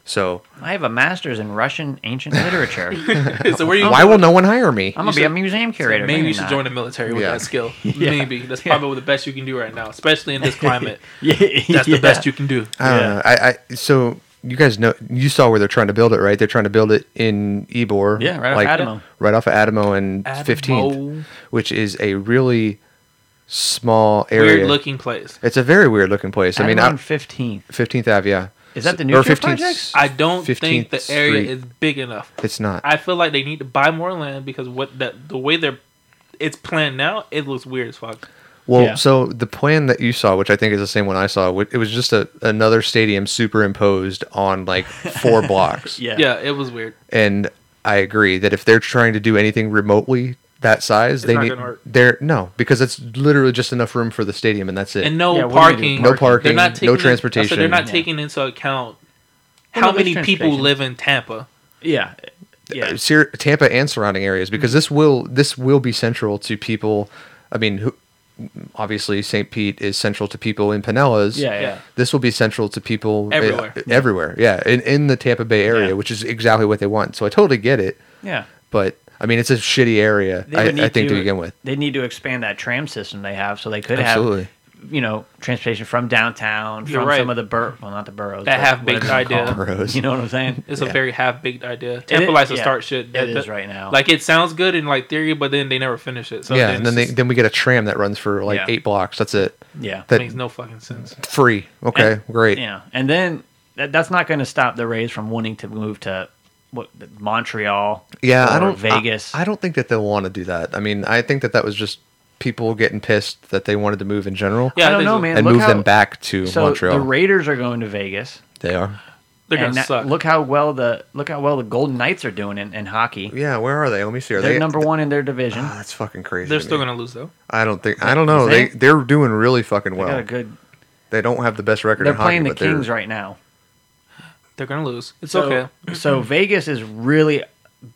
Speaker 3: So
Speaker 4: I have a master's in Russian ancient literature. I'm
Speaker 2: so where you
Speaker 3: why will no one hire me? Uh,
Speaker 4: gonna be
Speaker 2: should-
Speaker 4: a museum curator.
Speaker 2: Maybe
Speaker 4: no,
Speaker 2: you
Speaker 4: you're
Speaker 2: should
Speaker 4: not.
Speaker 2: join the military with
Speaker 3: Yeah.
Speaker 2: that skill.
Speaker 4: Yeah.
Speaker 2: Maybe that's probably the best you can do right now, especially in this climate.
Speaker 4: yeah,
Speaker 2: That's
Speaker 4: yeah.
Speaker 2: the best you can do.
Speaker 3: I don't
Speaker 4: Yeah.
Speaker 3: know. I, I so you guys know you saw where they're trying to build it, right? They're trying to build it in Ybor.
Speaker 4: Yeah, right off Adamo.
Speaker 3: Right off of Adamo and
Speaker 2: Adamo.
Speaker 3: fifteenth, which is a really small area.
Speaker 2: Weird looking place.
Speaker 3: It's a very weird looking place. I mean,
Speaker 4: on
Speaker 3: out
Speaker 4: fifteenth.
Speaker 3: Fifteenth Ave, yeah.
Speaker 4: Is that the
Speaker 3: Or
Speaker 4: new 15th
Speaker 3: 15th
Speaker 4: project?
Speaker 2: I don't think
Speaker 3: 15th
Speaker 2: the area
Speaker 3: Street.
Speaker 2: is big enough.
Speaker 3: It's not.
Speaker 2: I feel like they need to buy more land because what that the way they're it's planned now, it looks weird as fuck.
Speaker 3: Well,
Speaker 4: Yeah.
Speaker 3: so the plan that you saw, which I think is the same one I saw, wh- it was just a, another stadium superimposed on like four blocks.
Speaker 2: Yeah, it was weird.
Speaker 3: And I agree that if they're trying to do anything remotely that size, they
Speaker 2: not
Speaker 3: need
Speaker 2: gonna work.
Speaker 3: they're no because it's literally just enough room for the stadium, and that's it. Uh,
Speaker 2: And no
Speaker 4: Yeah, what do you
Speaker 2: parking.
Speaker 4: do?
Speaker 3: No parking, no
Speaker 2: taking in- I said
Speaker 3: transportation.
Speaker 2: they're not
Speaker 4: Yeah.
Speaker 2: taking into account
Speaker 4: Well,
Speaker 2: how
Speaker 4: no, there's
Speaker 2: many people
Speaker 4: transportation.
Speaker 2: live in Tampa.
Speaker 4: Yeah.
Speaker 3: Uh,
Speaker 4: Yeah. Mm-hmm.
Speaker 3: Syr- Tampa and surrounding areas because this will this will be central to people. I mean, who, obviously St. Pete is central to people in Pinellas.
Speaker 4: Yeah, yeah.
Speaker 3: This will be central to people eh,
Speaker 2: Everywhere.
Speaker 3: everywhere, yeah, in in the Tampa Bay area,
Speaker 4: Yeah.
Speaker 3: which is exactly what they want. So I totally get it,
Speaker 4: Yeah.
Speaker 3: but I mean, it's a shitty area.
Speaker 4: They
Speaker 3: I,
Speaker 4: would need
Speaker 3: I think to begin with.
Speaker 4: They need to expand that tram system they have so they could
Speaker 3: Absolutely.
Speaker 4: have, you know, transportation from downtown,
Speaker 2: You're
Speaker 4: from
Speaker 2: right.
Speaker 4: some of the bur well, not the boroughs.
Speaker 2: That
Speaker 4: but
Speaker 2: half-baked
Speaker 4: whatever you
Speaker 2: idea.
Speaker 4: call it.
Speaker 3: Boroughs.
Speaker 4: You know what I'm saying?
Speaker 2: It's a very half baked idea. Tampa
Speaker 4: i-
Speaker 2: likes to
Speaker 4: yeah,
Speaker 2: start shit.
Speaker 4: it
Speaker 2: that-
Speaker 4: is
Speaker 2: that-
Speaker 4: right now.
Speaker 2: Like it sounds good in like theory, but then they never finish it. So
Speaker 3: yeah, and then they,
Speaker 2: it's-
Speaker 3: then we get a tram that runs for like
Speaker 4: Yeah.
Speaker 3: eight blocks. That's it.
Speaker 4: Yeah.
Speaker 3: That
Speaker 2: makes no fucking sense.
Speaker 3: free. Okay,
Speaker 4: And-
Speaker 3: great.
Speaker 4: Yeah, and then that, that's not going to stop the Rays from wanting to move to what Montreal.
Speaker 3: Yeah, I
Speaker 4: or
Speaker 3: don't
Speaker 4: Vegas.
Speaker 3: I, I don't think that they'll want to do that. I mean, I think that that was just people getting pissed that they wanted to move in general.
Speaker 2: Yeah,
Speaker 4: I don't
Speaker 2: they
Speaker 4: know,
Speaker 2: do.
Speaker 4: man.
Speaker 3: and
Speaker 4: Look
Speaker 3: move
Speaker 4: how-
Speaker 3: them back to
Speaker 4: So
Speaker 3: Montreal.
Speaker 4: the Raiders are going to Vegas.
Speaker 3: they are.
Speaker 2: They're gonna
Speaker 4: and that-
Speaker 2: suck.
Speaker 4: Look how well the look how well the Golden Knights are doing in, in hockey.
Speaker 3: Yeah, where are they? Let me see. Are
Speaker 4: They're
Speaker 3: they
Speaker 4: number one in their division.
Speaker 3: Ah, that's fucking crazy.
Speaker 2: they're
Speaker 3: to
Speaker 2: still
Speaker 3: me.
Speaker 2: gonna lose though.
Speaker 3: I don't think. I don't know. They
Speaker 4: think?
Speaker 3: they're doing really fucking
Speaker 4: They got
Speaker 3: well.
Speaker 4: a good.
Speaker 3: They don't have the best record.
Speaker 4: They're
Speaker 3: in hockey,
Speaker 4: playing the
Speaker 3: but they're-
Speaker 4: Kings right now.
Speaker 2: They're gonna lose. It's
Speaker 4: so,
Speaker 2: okay.
Speaker 4: so
Speaker 3: Mm-hmm.
Speaker 4: Vegas is really,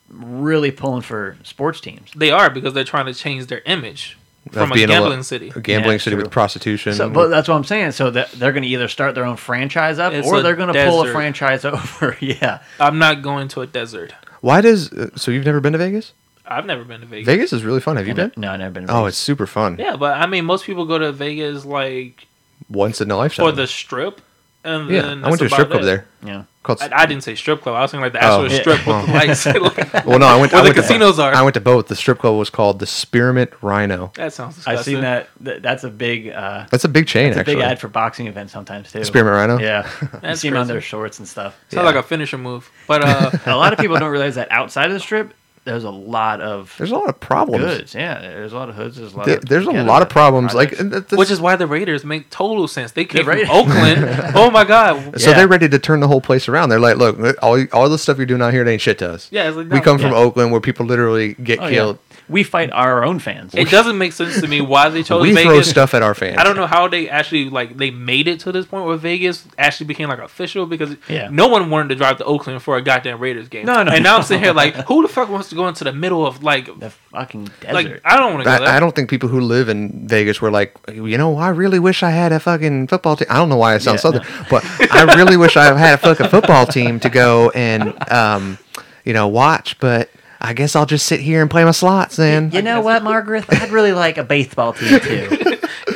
Speaker 4: really pulling for sports teams.
Speaker 2: They are because they're trying to change their image
Speaker 3: of
Speaker 2: from a
Speaker 3: being
Speaker 2: gambling
Speaker 3: lo-
Speaker 2: city.
Speaker 3: A gambling
Speaker 4: Yeah,
Speaker 3: city
Speaker 4: true.
Speaker 3: with prostitution.
Speaker 4: So, but that's what I'm saying. So that they're going to either start their own franchise up,
Speaker 2: It's
Speaker 4: or
Speaker 2: a
Speaker 4: they're going to pull a
Speaker 2: desert.
Speaker 4: franchise over. yeah,
Speaker 2: I'm not going to a desert.
Speaker 3: Why does? uh, So you've never been to Vegas?
Speaker 2: I've never been to Vegas.
Speaker 3: Vegas is really fun. Have you been?
Speaker 4: No, I've never been. to
Speaker 3: Oh,
Speaker 4: Vegas.
Speaker 3: it's super fun.
Speaker 2: Yeah, but I mean, most people go to Vegas like
Speaker 3: Once in a lifetime.
Speaker 2: for the strip, and
Speaker 3: yeah,
Speaker 2: then
Speaker 3: I went to a
Speaker 2: that's
Speaker 3: strip
Speaker 2: about
Speaker 3: club
Speaker 2: it.
Speaker 3: there.
Speaker 4: yeah.
Speaker 3: Called,
Speaker 2: I, I didn't say strip club. I was saying like the actual
Speaker 3: Oh.
Speaker 2: strip with the lights. Like,
Speaker 3: well, no, I went.
Speaker 2: where
Speaker 3: I
Speaker 2: the
Speaker 3: went to-
Speaker 2: casinos are.
Speaker 3: I went to both. The strip club was called the Spearmint Rhino.
Speaker 2: that sounds. Disgusting.
Speaker 4: I've seen that. th- That's a big, uh,
Speaker 3: That's a big chain,
Speaker 4: it's a
Speaker 3: actually.
Speaker 4: big ad for boxing events sometimes too.
Speaker 3: Spearmint Rhino?
Speaker 4: Yeah, you
Speaker 2: That's
Speaker 4: see them on
Speaker 2: crazy.
Speaker 4: their shorts and stuff.
Speaker 2: Sounds like a finisher move, but uh,
Speaker 4: a lot of people don't realize that outside of the strip, there's a lot of
Speaker 3: There's a lot of problems.
Speaker 4: goods. Yeah, there's a lot of hoods. There's a lot.
Speaker 3: There-
Speaker 4: of
Speaker 3: there's a
Speaker 4: together
Speaker 3: lot of problems. Like,
Speaker 4: products.
Speaker 3: and that- that's-
Speaker 2: which is why the Raiders make total sense. They came
Speaker 4: The Raiders-
Speaker 2: from Oakland. oh my god.
Speaker 3: so
Speaker 4: yeah.
Speaker 3: they're ready to turn the whole place around. They're like, look, all all the stuff you're doing out here, it ain't shit to us.
Speaker 2: Yeah, it's like,
Speaker 3: we
Speaker 2: no,
Speaker 3: come from
Speaker 4: yeah.
Speaker 3: Oakland where people literally get
Speaker 4: Oh, yeah.
Speaker 3: killed.
Speaker 4: We fight our own fans.
Speaker 2: It doesn't make sense to me why they chose
Speaker 3: We
Speaker 2: Vegas.
Speaker 3: throw stuff at our fans.
Speaker 2: I don't know how they actually like they made it to this point where Vegas actually became like official because
Speaker 4: Yeah.
Speaker 2: no one wanted to drive to Oakland for a goddamn Raiders game.
Speaker 4: No, no,
Speaker 2: And now I'm
Speaker 4: no.
Speaker 2: sitting here like, who the fuck wants to go into the middle of like,
Speaker 4: the fucking
Speaker 2: like
Speaker 4: desert.
Speaker 2: I don't want to go there.
Speaker 3: I, I don't think people who live in Vegas were like, you know, I really wish I had a fucking football team. I don't know why I sound
Speaker 4: Yeah,
Speaker 3: southern, but I really wish I had a fucking football team to go and, um, you know, watch. But I guess I'll just sit here and play my slots then.
Speaker 4: you know what, Margaret? I'd really like a baseball team too.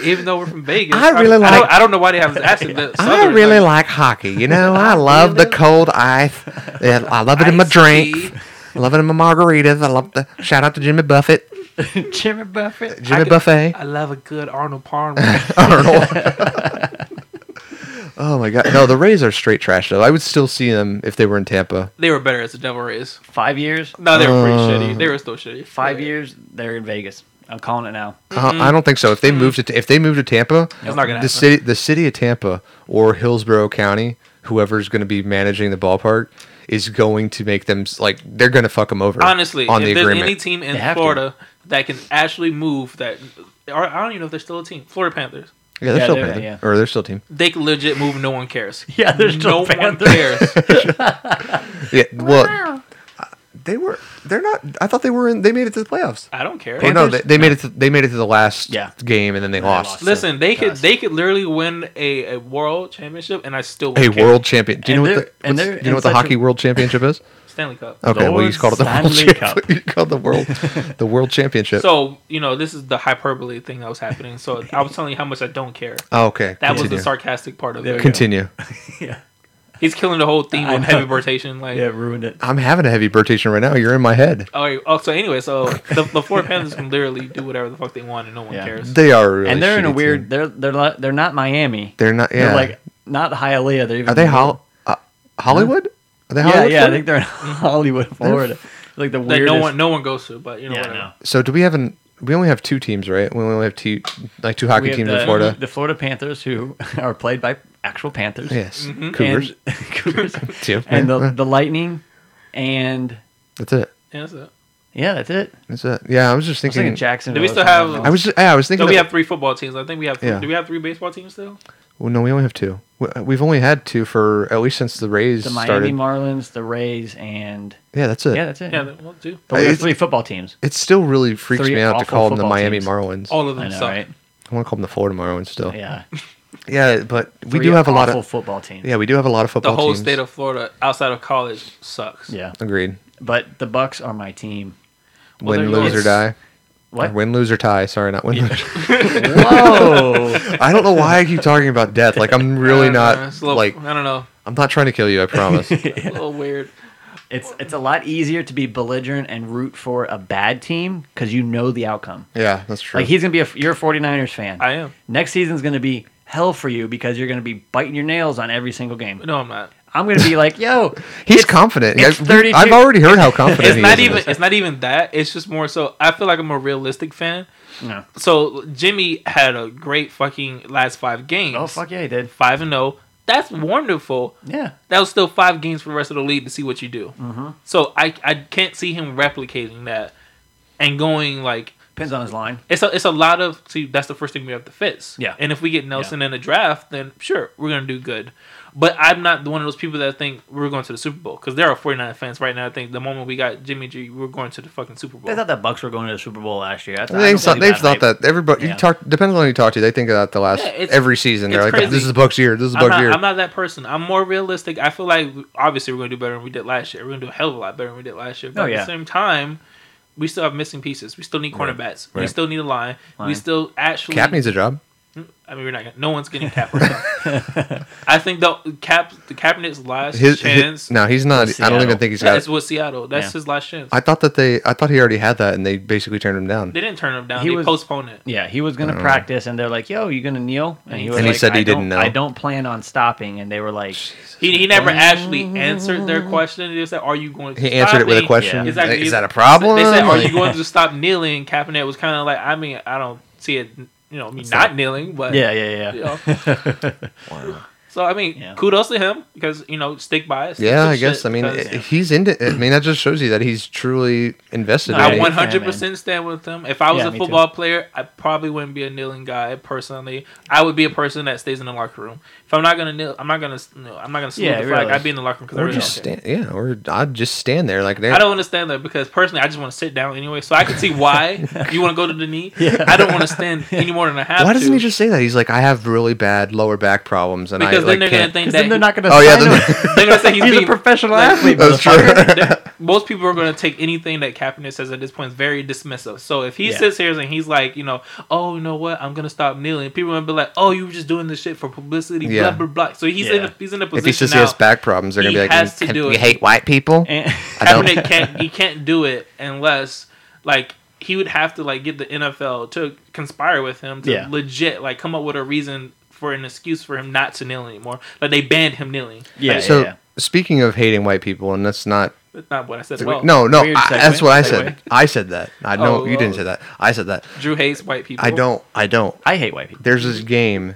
Speaker 2: Even though we're from Vegas,
Speaker 3: I really
Speaker 2: I don't,
Speaker 3: like-
Speaker 2: I don't know why they have this accent. The
Speaker 3: I
Speaker 2: Southern,
Speaker 3: really like hockey. You know, I love the cold ice. Yeah, I love it in my
Speaker 2: Iced
Speaker 3: drink.
Speaker 2: tea.
Speaker 3: I love it in my margaritas. I love the shout out to Jimmy Buffett.
Speaker 4: Jimmy Buffett.
Speaker 3: Jimmy
Speaker 2: could-
Speaker 3: Buffet.
Speaker 2: I love a good Arnold Palmer.
Speaker 3: Oh my god. No, the Rays are straight trash though. I would still see them if they were in Tampa.
Speaker 2: they were better as the Devil Rays.
Speaker 4: Five years.
Speaker 2: No, they were pretty shitty. They were still shitty.
Speaker 4: Five years. They're in Vegas. I'm calling it now.
Speaker 3: Uh, I don't think so. If they moved to Ta- if they moved to Tampa,
Speaker 2: Mm-hmm. It's not gonna
Speaker 3: the
Speaker 2: happen.
Speaker 3: city the city of Tampa or Hillsborough County, whoever's going to be managing the ballpark is going to make them s- like they're going to fuck them over.
Speaker 2: Honestly,
Speaker 3: on
Speaker 2: if
Speaker 3: the
Speaker 2: there's
Speaker 3: agreement,
Speaker 2: any team in
Speaker 4: They have to.
Speaker 2: Florida that can actually move that, or I don't even know if they're still a team. Florida Panthers.
Speaker 3: yeah, they're
Speaker 4: Yeah,
Speaker 3: still
Speaker 4: they're-
Speaker 3: Panther-
Speaker 4: yeah.
Speaker 3: or they're still a team.
Speaker 2: They can legit move. No one cares.
Speaker 4: Yeah, there's
Speaker 2: no
Speaker 4: no
Speaker 2: one
Speaker 4: Panthers.
Speaker 2: cares.
Speaker 3: Yeah, well, uh, they were. They're not. I thought they were in. They made it to the playoffs.
Speaker 2: I don't care.
Speaker 3: Or no, they, they made it. To, they made it to the last
Speaker 4: Yeah.
Speaker 3: game, and then they lost.
Speaker 4: lost.
Speaker 2: Listen, they could
Speaker 4: Us.
Speaker 2: they could literally win a, a world championship, and I still
Speaker 3: A
Speaker 2: wouldn't care.
Speaker 3: world champion. Do you
Speaker 4: And
Speaker 3: know
Speaker 4: they're-
Speaker 3: what the,
Speaker 4: and
Speaker 3: what's-
Speaker 4: they're
Speaker 3: do you know
Speaker 4: in
Speaker 3: what the
Speaker 4: such
Speaker 3: hockey
Speaker 4: a-
Speaker 3: world championship is?
Speaker 2: Stanley Cup.
Speaker 3: Okay, well you
Speaker 4: Lord
Speaker 3: just called it the world
Speaker 4: Stanley
Speaker 3: championship.
Speaker 4: Cup.
Speaker 3: You called the world the world championship.
Speaker 2: So you know this is the hyperbole thing that was happening. So I was telling you how much I don't care.
Speaker 3: oh, okay.
Speaker 2: That was
Speaker 3: Continue.
Speaker 2: the sarcastic part of it.
Speaker 3: Continue.
Speaker 2: He's killing the whole theme
Speaker 4: I
Speaker 2: with
Speaker 4: know.
Speaker 2: heavy rotation. Like,
Speaker 4: Yeah, ruined it.
Speaker 3: I'm having a heavy rotation right now. You're in my head.
Speaker 2: all right. Oh, so anyway, so the, the Florida Panthers can literally do whatever the fuck they want, and no one
Speaker 4: Yeah. Mm-hmm.
Speaker 2: cares.
Speaker 3: They are a really
Speaker 4: and they're in a
Speaker 3: shitty
Speaker 4: weird.
Speaker 3: team.
Speaker 4: They're they're li- they're not Miami.
Speaker 3: They're not. Yeah.
Speaker 4: They're like not Hialeah. They're even
Speaker 3: are they
Speaker 4: Hollywood?
Speaker 3: Hol- uh, Hollywood? Are they
Speaker 4: Yeah,
Speaker 3: Hollywood?
Speaker 4: yeah.
Speaker 3: Florida?
Speaker 4: I think they're in Hollywood, Florida. Like the
Speaker 2: That
Speaker 4: weirdest.
Speaker 2: no one, no one goes to. But you know,
Speaker 4: yeah,
Speaker 2: whatever.
Speaker 4: no.
Speaker 3: so do we have an? We only have two teams, right? We only have two, like two hockey
Speaker 4: have
Speaker 3: teams
Speaker 4: the,
Speaker 3: in Florida.
Speaker 4: The Florida Panthers, who are played by actual Panthers.
Speaker 3: yes, Cougars.
Speaker 4: Cougars. And, Cougars.
Speaker 3: Two.
Speaker 4: and the,
Speaker 3: Yeah,
Speaker 4: the Lightning. And
Speaker 3: that's it.
Speaker 2: Yeah, that's it.
Speaker 4: yeah, that's it. I
Speaker 3: That's it. Yeah, I was just
Speaker 4: was
Speaker 3: thinking.
Speaker 4: thinking Jackson.
Speaker 2: Do we still have-
Speaker 3: I was. Yeah, I was thinking.
Speaker 2: So we
Speaker 3: that-
Speaker 2: have three football teams. I think we have. Three,
Speaker 3: Yeah.
Speaker 2: Do we have three baseball teams still?
Speaker 3: well, no, we only have two. We- uh, We've only had two for at least since the Rays
Speaker 4: the Miami
Speaker 3: started.
Speaker 4: Marlins, the Rays, and
Speaker 3: yeah, that's it.
Speaker 4: yeah, that's it.
Speaker 2: Yeah, well, two.
Speaker 4: but we
Speaker 3: I-
Speaker 4: have three football teams.
Speaker 3: It still really freaks
Speaker 4: Three
Speaker 3: me out to
Speaker 4: awful
Speaker 3: call them the
Speaker 4: football
Speaker 3: Miami
Speaker 4: teams.
Speaker 3: Marlins.
Speaker 2: All of
Speaker 4: I
Speaker 2: them
Speaker 4: know,
Speaker 2: suck.
Speaker 4: right?
Speaker 3: I want to call them the Florida Marlins still. Yeah,
Speaker 4: Yeah,
Speaker 3: but we
Speaker 4: Three
Speaker 3: do have a lot
Speaker 4: awful
Speaker 3: of
Speaker 4: football teams.
Speaker 3: yeah, we do have a lot of
Speaker 2: The
Speaker 3: football.
Speaker 2: whole
Speaker 3: teams.
Speaker 2: state of Florida outside of college sucks.
Speaker 4: yeah.
Speaker 3: agreed.
Speaker 4: But the Bucks are my team.
Speaker 2: Well,
Speaker 3: win,
Speaker 2: there you
Speaker 3: lose,
Speaker 2: go.
Speaker 3: or die. Or
Speaker 4: What?
Speaker 3: Win, lose, or tie. Sorry, not win. Lose.
Speaker 4: Whoa!
Speaker 3: I don't know why I keep talking about death. Like I'm really
Speaker 2: I don't
Speaker 3: not
Speaker 2: know, it's a little,
Speaker 3: like
Speaker 2: I don't know.
Speaker 3: I'm not trying to kill you. I promise.
Speaker 2: A little weird.
Speaker 4: it's it's a lot easier to be belligerent and root for a bad team because you know the outcome.
Speaker 3: yeah, that's true.
Speaker 4: Like he's gonna be a you're a 49ers fan.
Speaker 2: I am.
Speaker 4: Next season's gonna be hell for you because you're gonna be biting your nails on every single game.
Speaker 2: No, I'm not.
Speaker 4: I'm gonna be like, yo,
Speaker 3: He's
Speaker 4: it's-
Speaker 3: confident.
Speaker 4: it's
Speaker 3: I've,
Speaker 4: 32
Speaker 3: I've already heard how confident
Speaker 2: It's
Speaker 3: he
Speaker 2: not
Speaker 3: is in
Speaker 2: even.
Speaker 3: this.
Speaker 2: It's not even that. It's just more so. I feel like I'm a realistic fan.
Speaker 4: No.
Speaker 2: So Jimmy had a great fucking last five games.
Speaker 4: Oh fuck yeah, he did.
Speaker 2: Five and zero. That's wonderful.
Speaker 4: Yeah.
Speaker 2: That was still five games for the rest of the league to see what you do.
Speaker 4: Mm-hmm.
Speaker 2: So I I can't see him replicating that and going like
Speaker 4: Depends on his line.
Speaker 2: it's a it's a lot of see that's the first thing we have to fix.
Speaker 4: Yeah.
Speaker 2: And if we get Nelson in a draft, then sure we're gonna do good. But I'm not one of those people that think we're going to the Super Bowl because there are 49 fans right now. I think the moment we got Jimmy G, we're going to the fucking Super Bowl.
Speaker 4: They thought the Bucks were going to the Super Bowl last year. I thought, I
Speaker 3: They
Speaker 4: don't
Speaker 3: thought,
Speaker 4: believe
Speaker 3: they've thought
Speaker 4: hype.
Speaker 3: that everybody
Speaker 4: Yeah.
Speaker 3: you talk depends on who you talk to. They think about the last
Speaker 2: Yeah, it's-
Speaker 3: every season. They're
Speaker 2: it's
Speaker 3: like,
Speaker 2: crazy.
Speaker 3: "This is Bucks year. This is
Speaker 2: I'm
Speaker 3: Bucks
Speaker 2: not,
Speaker 3: year."
Speaker 2: I'm not that person. I'm more realistic. I feel like obviously we're gonna do better than we did last year. We're gonna do a hell of a lot better than we did last year. But
Speaker 4: Oh,
Speaker 2: at
Speaker 4: yeah.
Speaker 2: the same time, we still have missing pieces. We still need cornerbacks. We
Speaker 3: Right.
Speaker 2: still need a line. We
Speaker 4: Line.
Speaker 2: still actually.
Speaker 3: Cap needs a job.
Speaker 2: I mean, we're not. Gonna, no one's getting cap. Right now. I think the cap, the cabinet's last
Speaker 3: His,
Speaker 2: chance.
Speaker 3: his no, he's not. I don't even
Speaker 4: Seattle.
Speaker 3: think he's got.
Speaker 2: that's with Seattle. That's
Speaker 4: Yeah.
Speaker 2: his last chance.
Speaker 3: I thought that they. I thought he already had that, and they basically turned him down.
Speaker 2: they didn't turn him down.
Speaker 4: He
Speaker 2: they
Speaker 4: was-
Speaker 2: postponed it.
Speaker 4: Yeah, he was going
Speaker 3: Mm.
Speaker 4: to practice, and they're like, "Yo, you going to kneel?" And he was
Speaker 3: And he
Speaker 4: like,
Speaker 3: said he
Speaker 4: "I don't-
Speaker 3: didn't know."
Speaker 4: I don't plan on stopping, and they were like,
Speaker 2: He, he never actually answered their question. They said, "Are you going?" to
Speaker 3: He
Speaker 2: stop
Speaker 3: answered it with a
Speaker 2: me?"
Speaker 3: question.
Speaker 4: Yeah.
Speaker 2: Exactly.
Speaker 3: Is that a problem?
Speaker 2: They said, "Are
Speaker 3: Like-
Speaker 2: you going to stop kneeling?" Kaepernick was kind of like, "I mean, I don't see it, you know, me not kneeling, but
Speaker 4: "Yeah, yeah,
Speaker 2: you
Speaker 4: yeah."
Speaker 2: know." So I mean,
Speaker 4: Yeah.
Speaker 2: kudos to him because you know, stick by it. stick
Speaker 3: Yeah,
Speaker 2: to
Speaker 3: I
Speaker 2: shit,
Speaker 3: guess. I mean, eh,
Speaker 2: because
Speaker 3: it- he's into. I mean, that just shows you that he's truly invested.
Speaker 4: No,
Speaker 3: in
Speaker 2: I
Speaker 3: it.
Speaker 4: Yeah,
Speaker 2: one
Speaker 4: man.
Speaker 2: hundred percent stand with him. If I was
Speaker 4: Yeah,
Speaker 2: a
Speaker 4: me
Speaker 2: football player, I probably wouldn't be a kneeling guy personally. I would be a person that stays in the locker room. If I'm not gonna kneel, I'm not gonna. No, I'm not gonna salute
Speaker 4: Yeah,
Speaker 2: the flag.
Speaker 4: really.
Speaker 2: I'd be in the locker room because I
Speaker 3: Or
Speaker 2: really
Speaker 3: just
Speaker 2: don't care.
Speaker 3: stand. Yeah, or I'd just stand there like.
Speaker 2: I don't understand that because personally, I just want to sit down anyway. So I can see why you want to go to the knee. I don't want to stand any more than I have.
Speaker 3: Why doesn't
Speaker 2: to.
Speaker 3: he just say that? He's like, I have really bad lower back problems, and
Speaker 2: Because
Speaker 3: I
Speaker 2: then
Speaker 3: like,
Speaker 2: they're gonna
Speaker 3: can't-
Speaker 2: think
Speaker 4: Because
Speaker 2: that
Speaker 4: then they're not going to.
Speaker 3: Oh yeah,
Speaker 4: sign him.
Speaker 3: then,
Speaker 2: they're gonna say he's,
Speaker 4: He's
Speaker 2: being,
Speaker 4: a professional
Speaker 2: like,
Speaker 4: athlete.
Speaker 3: that's true.
Speaker 2: they're- Most people are gonna take anything that Kaepernick says at this point is very dismissive. So if he
Speaker 4: Yeah.
Speaker 2: sits here and he's like, you know, oh, you know what, I'm gonna stop kneeling. People are gonna be like, oh, you were just doing this shit for publicity,
Speaker 3: Yeah.
Speaker 2: blah blah blah. So he's in
Speaker 4: Yeah.
Speaker 2: a, he's in a
Speaker 3: If
Speaker 2: position
Speaker 3: he says he
Speaker 2: now.
Speaker 3: has back problems, they're gonna
Speaker 2: he
Speaker 3: be like, "Mm,
Speaker 2: has to
Speaker 3: "Can-
Speaker 2: do
Speaker 3: you
Speaker 2: it."
Speaker 3: hate white people.
Speaker 4: And-
Speaker 3: I don't.
Speaker 2: Kaepernick can't he can't do it unless like he would have to like get the NFL to conspire with him to
Speaker 4: Yeah.
Speaker 2: legit like come up with a reason for an excuse for him not to kneel anymore. Like they banned him kneeling.
Speaker 4: Yeah,
Speaker 3: so
Speaker 4: yeah,
Speaker 3: speaking of hating white people, and that's not
Speaker 2: That's not what I said. Well,
Speaker 3: no, no,
Speaker 4: weird
Speaker 3: I- that's
Speaker 4: segue.
Speaker 3: what I
Speaker 2: Segue.
Speaker 3: said. I said that. I know
Speaker 2: Oh,
Speaker 3: you didn't
Speaker 2: oh.
Speaker 3: say that. I said that.
Speaker 2: Drew hates white people.
Speaker 3: I
Speaker 4: Oh.
Speaker 3: don't. I don't.
Speaker 4: I hate white people.
Speaker 3: There's this game,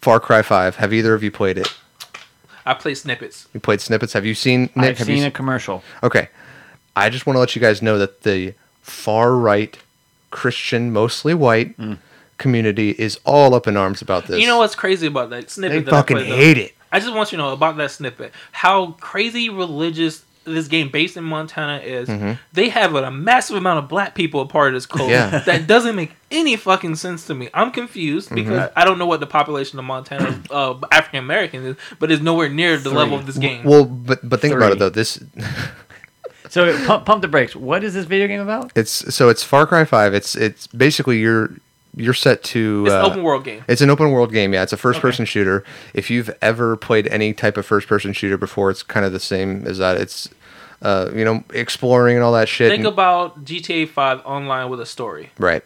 Speaker 3: Far Cry Five. Have either of you played it?
Speaker 2: I play snippets.
Speaker 3: You played snippets. Have you seen Nick?
Speaker 4: I've
Speaker 3: have
Speaker 4: seen
Speaker 3: you
Speaker 4: a commercial.
Speaker 3: Okay. I just want to let you guys know that the far right Christian, mostly white
Speaker 4: Hmm.
Speaker 3: community is all up in arms about this.
Speaker 2: You know what's crazy about that snippet?
Speaker 3: They
Speaker 2: that
Speaker 3: fucking
Speaker 2: I played, though?
Speaker 3: hate it.
Speaker 2: I just want you to know about that snippet. How crazy religious this game based in Montana is.
Speaker 3: Mm-hmm.
Speaker 2: They have a massive amount of black people a part of this cult.
Speaker 3: Yeah. Mm-hmm.
Speaker 2: That doesn't make any fucking sense to me. I'm confused because I don't know what the population of Montana uh, African Americans is, but it's nowhere near the level of this game.
Speaker 3: Well, but but think about
Speaker 4: Three.
Speaker 3: it though. This
Speaker 4: So it- pump, pump the brakes. What is this video game about?
Speaker 3: it's so it's Far Cry Five. It's it's basically you're you're set to
Speaker 2: it's an
Speaker 3: uh,
Speaker 2: open world game.
Speaker 3: It's an open world game, yeah. It's a first person shooter. If you've ever played any type of first person shooter before, it's kind of the same as that. It's uh, you know, exploring and all that shit.
Speaker 2: Think
Speaker 3: and-
Speaker 2: about GTA 5 online with a story.
Speaker 3: right.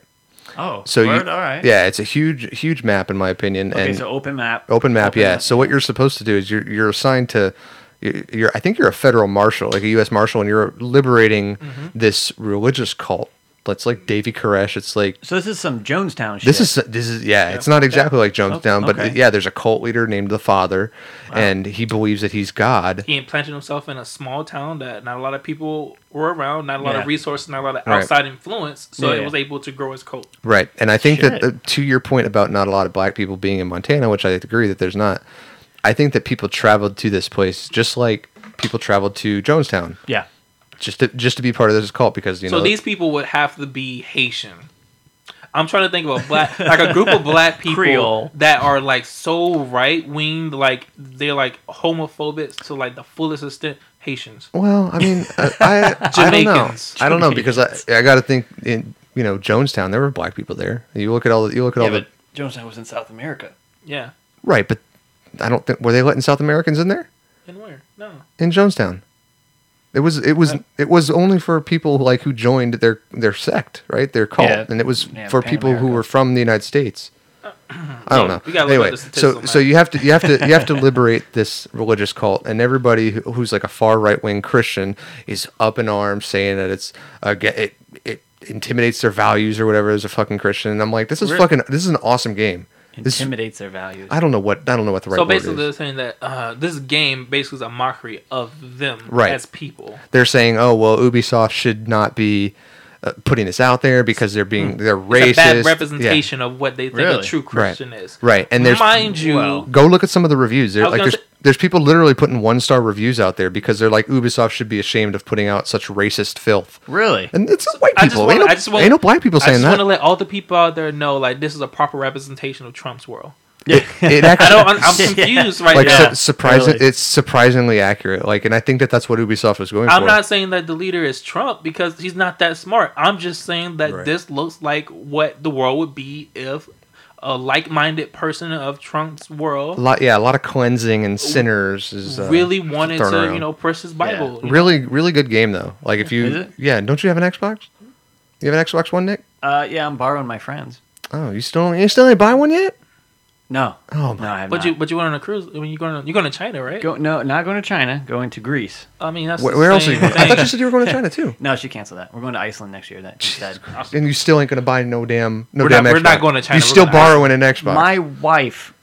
Speaker 4: Oh,
Speaker 3: So you,
Speaker 4: word, all right.
Speaker 3: yeah, it's a huge huge map in my opinion
Speaker 4: Okay,
Speaker 3: and
Speaker 4: so open map.
Speaker 3: open map, yeah.
Speaker 4: map.
Speaker 3: So what you're supposed to do is you're you're assigned to you're, you're I think you're a federal marshal, like a US marshal and you're liberating
Speaker 2: Mm-hmm.
Speaker 3: this religious cult. That's like Davy Koresh. It's like
Speaker 4: So this is some Jonestown shit.
Speaker 3: this is this is yeah, it's not exactly like Jonestown, but
Speaker 4: Okay.
Speaker 3: yeah, there's a cult leader named the Father, and he believes that he's God.
Speaker 2: He implanted himself in a small town that not a lot of people were around, not a lot
Speaker 4: Yeah.
Speaker 2: of resources, not a lot of
Speaker 3: Right.
Speaker 2: outside influence, so
Speaker 4: Yeah,
Speaker 2: it
Speaker 4: yeah.
Speaker 2: was able to grow his cult.
Speaker 3: Right, and I think that
Speaker 4: Shit.
Speaker 3: uh, to your point about not a lot of black people being in Montana, which I agree that there's not. I think that people traveled to this place just like people traveled to Jonestown,
Speaker 4: yeah.
Speaker 3: just to, just to be part of this cult because you
Speaker 2: So
Speaker 3: know
Speaker 2: these people would have to be Haitian. I'm trying to think of a black, like a group of black people
Speaker 4: Creole.
Speaker 2: that are like so right winged, like they're like homophobics to like the fullest extent. Haitians.
Speaker 3: Well, I mean, I, I, I don't know.
Speaker 2: Jamaicans.
Speaker 3: I don't know because I, I got to think in you know Jonestown there were black people there. You look at all the, you look at
Speaker 4: Yeah,
Speaker 3: all the
Speaker 4: but Jonestown was in South America.
Speaker 2: Yeah.
Speaker 3: right, but I don't think were they letting South Americans in there
Speaker 2: And where? No.
Speaker 3: in Jonestown. It was it was it was only for people like who joined their their sect right their cult
Speaker 4: Yeah.
Speaker 3: and it was
Speaker 4: Yeah,
Speaker 3: for people who
Speaker 4: Pan-America.
Speaker 3: were from the United States. I don't know.
Speaker 2: We gotta look
Speaker 3: anyway,
Speaker 2: up the
Speaker 3: so
Speaker 2: statistical
Speaker 3: so
Speaker 2: map.
Speaker 3: you have to you have to you have to liberate this religious cult, and everybody who, who's like a far right wing Christian is up in arms saying that it's uh, ge- it it intimidates their values or whatever as a fucking Christian. And I'm like, this is
Speaker 4: Really?
Speaker 3: fucking this is an awesome game. This
Speaker 4: Intimidates their values.
Speaker 3: I don't know what I don't know what the right
Speaker 2: so
Speaker 3: word
Speaker 2: basically,
Speaker 3: is.
Speaker 2: they're saying that uh, this game basically is a mockery of them
Speaker 3: Right.
Speaker 2: as people.
Speaker 3: they're saying, oh well, Ubisoft should not be uh, putting this out there because they're being they're racist.
Speaker 2: Hmm. It's a bad
Speaker 3: Yeah.
Speaker 2: representation of what they think a
Speaker 4: Really?
Speaker 2: true Christian is.
Speaker 3: Right, and there's
Speaker 2: mind you,
Speaker 4: Well,
Speaker 3: go look at some of the reviews. There,
Speaker 2: I was
Speaker 3: like
Speaker 2: gonna
Speaker 3: there's
Speaker 2: say-
Speaker 3: there's people literally putting one star reviews out there because they're like Ubisoft should be ashamed of putting out such racist filth.
Speaker 4: Really?
Speaker 3: And it's white
Speaker 2: I just
Speaker 3: people.
Speaker 2: wanna-
Speaker 3: ain't, no,
Speaker 2: I just wanna-
Speaker 3: ain't no black people
Speaker 2: I
Speaker 3: saying
Speaker 2: just want to
Speaker 3: that.
Speaker 2: let all the people out there know, like this is a proper representation of Trump's world.
Speaker 3: It
Speaker 2: I
Speaker 3: actually,
Speaker 2: don't. I'm, I'm confused right
Speaker 3: like
Speaker 2: now.
Speaker 3: su- surprising.
Speaker 4: really.
Speaker 3: It's surprisingly accurate. Like, and I think that that's what Ubisoft was going
Speaker 2: I'm
Speaker 3: for.
Speaker 2: not saying that the leader is Trump because he's not that smart. I'm just saying that
Speaker 3: Right.
Speaker 2: this looks like what the world would be if a like-minded person of Trump's
Speaker 3: a
Speaker 2: world
Speaker 3: lot, yeah, a lot of cleansing and sinners is uh,
Speaker 2: really wanted
Speaker 3: thrown
Speaker 2: to,
Speaker 3: around.
Speaker 2: you know, push his Bible. you know?
Speaker 3: really, really good game though. Like, if you,
Speaker 4: Is it?
Speaker 3: yeah, don't you have an Xbox? You have an Xbox One, Nick?
Speaker 4: Uh, yeah, I'm borrowing my friends.
Speaker 3: Oh, you still you still ain't buy one yet?
Speaker 4: No.
Speaker 3: Oh
Speaker 4: No, I have
Speaker 2: But
Speaker 4: not.
Speaker 2: you, but you went on a cruise. I mean, you're going, to, you're going to China, right?
Speaker 4: Go, no, not going to China. Going to Greece.
Speaker 2: I mean, that's
Speaker 3: Where,
Speaker 2: the
Speaker 3: where else
Speaker 2: same
Speaker 3: are you? Going? I thought you
Speaker 2: thing.
Speaker 3: said you were going to China too.
Speaker 4: No, she canceled that. We're going to Iceland next year. That instead.
Speaker 3: and you still ain't gonna buy no damn no
Speaker 2: We're
Speaker 3: damn
Speaker 2: not- we're
Speaker 3: Xbox.
Speaker 2: not going to China,
Speaker 3: You
Speaker 2: we're
Speaker 3: still
Speaker 2: going to Iceland.
Speaker 3: borrowing an Xbox.
Speaker 4: My wife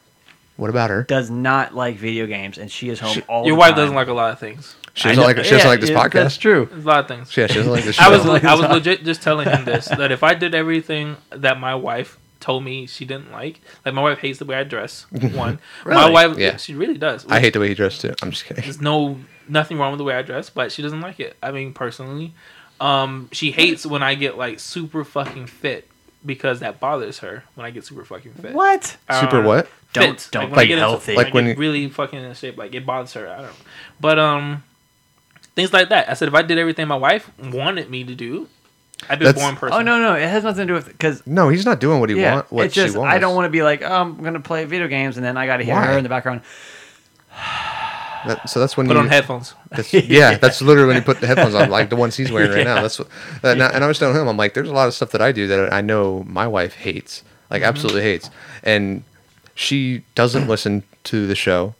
Speaker 3: what about her?
Speaker 4: does not like video games, and she is home all.
Speaker 2: Your
Speaker 4: the
Speaker 2: wife
Speaker 4: time.
Speaker 2: doesn't like a lot of things.
Speaker 3: She doesn't like. She doesn't like this
Speaker 4: That's
Speaker 3: podcast.
Speaker 4: true.
Speaker 2: There's a lot of things.
Speaker 3: Yeah, she doesn't like this.
Speaker 2: I was
Speaker 3: show.
Speaker 2: le- I was legit just telling him this that if I did everything that my wife told me she didn't like, like my wife hates the way I dress. One, my
Speaker 4: Really?
Speaker 2: wife,
Speaker 3: Yeah.
Speaker 2: she really does.
Speaker 3: I hate the way he dressed too. I'm just kidding.
Speaker 2: There's no nothing wrong with the way I dress, but she doesn't like it. I mean, personally, um, she hates when I get like super fucking fit because that bothers her when I get super fucking fit.
Speaker 4: What?
Speaker 2: I don't
Speaker 3: Super
Speaker 2: know.
Speaker 3: what?
Speaker 4: Don't-
Speaker 2: Fit.
Speaker 4: don't
Speaker 2: when I
Speaker 4: be
Speaker 2: get into-
Speaker 4: healthy.
Speaker 2: when I
Speaker 3: Like when
Speaker 2: get
Speaker 3: you-
Speaker 2: really fucking in shape, like it bothers her. I don't. But um, things like that. I said if I did everything my wife wanted me to do, I'd be a
Speaker 3: That's-
Speaker 2: born person.
Speaker 4: Oh no, no, it has nothing to do with because
Speaker 3: No, he's not doing what he
Speaker 4: yeah,
Speaker 3: want. What
Speaker 4: it's just
Speaker 3: she wants.
Speaker 4: I don't want to be like oh, I'm gonna play video games, and then I got to hear
Speaker 3: Why?
Speaker 4: her in the background.
Speaker 3: That, so that's when
Speaker 2: Put
Speaker 3: you
Speaker 2: on headphones.
Speaker 3: That's, yeah, that's literally when you put the headphones on, like the ones he's wearing right now. That's what, and, I, and I was telling him, I'm like, there's a lot of stuff that I do that I know my wife hates, like absolutely hates, and she doesn't listen to the show,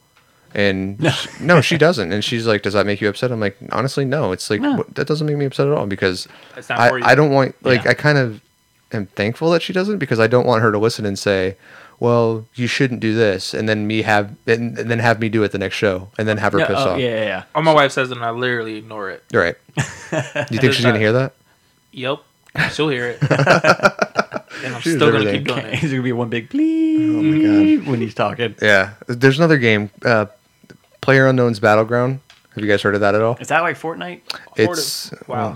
Speaker 3: and no. She, no, she doesn't, and she's like, does that make you upset? I'm like, honestly, no. It's like what- that doesn't make me upset at all because
Speaker 2: It's not
Speaker 3: I,
Speaker 2: for you.
Speaker 3: I don't want like
Speaker 4: Yeah.
Speaker 3: I kind of am thankful that she doesn't because I don't want her to listen and say. Well, you shouldn't do this, and then me have, and, and then have me do it the next show, and then have her
Speaker 4: No,
Speaker 3: piss
Speaker 4: oh,
Speaker 3: off.
Speaker 4: yeah, yeah, yeah.
Speaker 2: Or my wife says it, and I literally ignore it.
Speaker 3: You're right. Do you think she's gonna hear that?
Speaker 2: Yep, she'll hear it. and I'm
Speaker 3: She's
Speaker 2: still gonna
Speaker 3: everything.
Speaker 2: keep doing it.
Speaker 4: He's gonna be one big please when he's talking.
Speaker 3: Oh Yeah. There's another game, uh, Player Unknown's Battleground. Have you guys heard of that at all?
Speaker 4: Is that like Fortnite?
Speaker 3: It's
Speaker 2: Wow.
Speaker 3: well,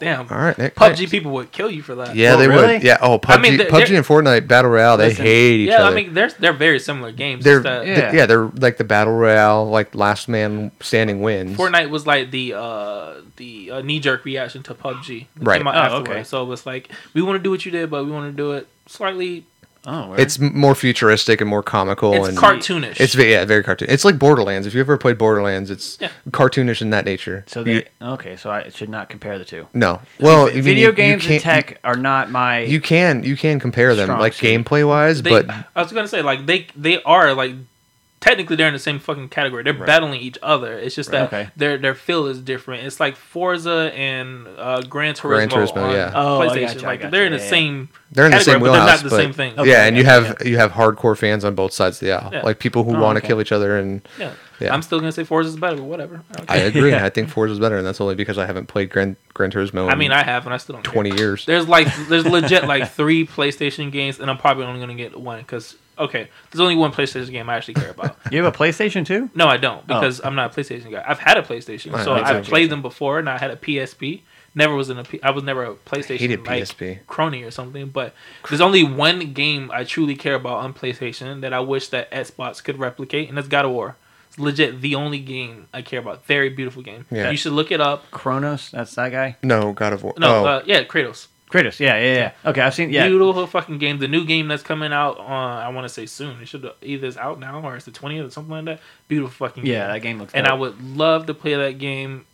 Speaker 2: Damn.
Speaker 3: all right, Nick.
Speaker 2: PUBG people would kill you for that.
Speaker 3: yeah,
Speaker 4: Oh,
Speaker 3: they
Speaker 4: really?
Speaker 3: would. Yeah. Oh, PUBG,
Speaker 2: I mean, they're-
Speaker 3: PUBG
Speaker 2: they're-
Speaker 3: and Fortnite Battle Royale. They
Speaker 4: Listen,
Speaker 3: hate each
Speaker 2: Yeah,
Speaker 3: other.
Speaker 2: I mean, they're they're very similar games.
Speaker 3: they're,
Speaker 2: Just that
Speaker 3: th- yeah.
Speaker 4: yeah.
Speaker 3: they're like the battle royale, like last man standing wins.
Speaker 2: Fortnite was like the uh, the uh, knee jerk reaction to PUBG. that
Speaker 3: Right.
Speaker 2: came out
Speaker 4: Oh,
Speaker 2: afterward.
Speaker 4: okay.
Speaker 2: So it was like we want to do what you did, but we want to do it slightly.
Speaker 4: Oh, where?
Speaker 3: It's m- more futuristic and more comical
Speaker 2: It's
Speaker 3: and
Speaker 2: cartoonish.
Speaker 3: It's ve- yeah, very cartoon. It's like Borderlands. If you ever played Borderlands, it's
Speaker 2: Yeah.
Speaker 3: cartoonish in that nature.
Speaker 4: so
Speaker 3: You-
Speaker 4: they okay. So I should not compare the two.
Speaker 3: no. Well, I mean,
Speaker 4: Video
Speaker 3: you- you
Speaker 4: games and
Speaker 3: can't- you-
Speaker 4: tech are not my.
Speaker 3: You can you can compare them
Speaker 4: Strong
Speaker 3: like
Speaker 4: suit.
Speaker 3: gameplay wise,
Speaker 2: They,
Speaker 3: but
Speaker 2: I was gonna say like they they are like technically they're in the same fucking category. They're battling each other. It's just that
Speaker 4: Okay.
Speaker 2: their their feel is different. It's like Forza and uh, Gran Turismo,
Speaker 3: Gran Turismo,
Speaker 2: on
Speaker 3: yeah.
Speaker 4: Oh, I
Speaker 2: PlayStation.
Speaker 4: gotcha, I
Speaker 2: like
Speaker 4: gotcha,
Speaker 2: they're in the
Speaker 4: yeah, yeah.
Speaker 2: same.
Speaker 3: they're in the
Speaker 2: category,
Speaker 3: same
Speaker 2: but they're
Speaker 3: wheelhouse.
Speaker 2: not the
Speaker 3: but-
Speaker 2: same thing.
Speaker 4: Okay,
Speaker 3: yeah, and you
Speaker 4: yeah,
Speaker 3: have you have hardcore fans on both sides of the aisle,
Speaker 2: Yeah.
Speaker 3: like people who
Speaker 4: Oh,
Speaker 3: want to
Speaker 4: okay.
Speaker 3: kill each other. And
Speaker 2: Yeah.
Speaker 3: Yeah.
Speaker 2: I'm still gonna say Forza's better, but whatever. I, don't
Speaker 3: I
Speaker 2: care.
Speaker 3: agree.
Speaker 4: Yeah.
Speaker 3: I think Forza is better, and that's only because I haven't played Gran Gran Turismo. In
Speaker 2: I mean, I have, and I still don't. care.
Speaker 3: twenty years.
Speaker 2: There's like there's legit like three PlayStation games, and I'm probably only gonna get one because okay, there's only one PlayStation game I actually care about.
Speaker 4: You have a PlayStation too?
Speaker 2: no, I don't because I'm not a PlayStation guy. I've had a PlayStation,
Speaker 3: Oh. Right,
Speaker 2: so I've
Speaker 4: exactly.
Speaker 2: played them before, and I had a PSP. Never was in a P- I was never a PlayStation
Speaker 3: hated
Speaker 2: like
Speaker 3: PSP.
Speaker 2: crony or something. But there's only one game I truly care about on PlayStation that I wish that Xbox could replicate, and that's God of War. It's legit the only game I care about. Very beautiful game.
Speaker 3: Yeah.
Speaker 2: You should look it up.
Speaker 4: Kronos, that's that guy.
Speaker 3: No, God of War.
Speaker 2: No,
Speaker 3: oh,
Speaker 2: uh, yeah, Kratos.
Speaker 4: Kratos, yeah, yeah, yeah. Okay, I've seen. Yeah,
Speaker 2: beautiful fucking game. The new game that's coming out, uh, I want to say soon. It should either it's out now or it's the twentieth or something like that. Beautiful fucking game.
Speaker 4: yeah, that game looks.
Speaker 2: And
Speaker 4: dope.
Speaker 2: I would love to play that game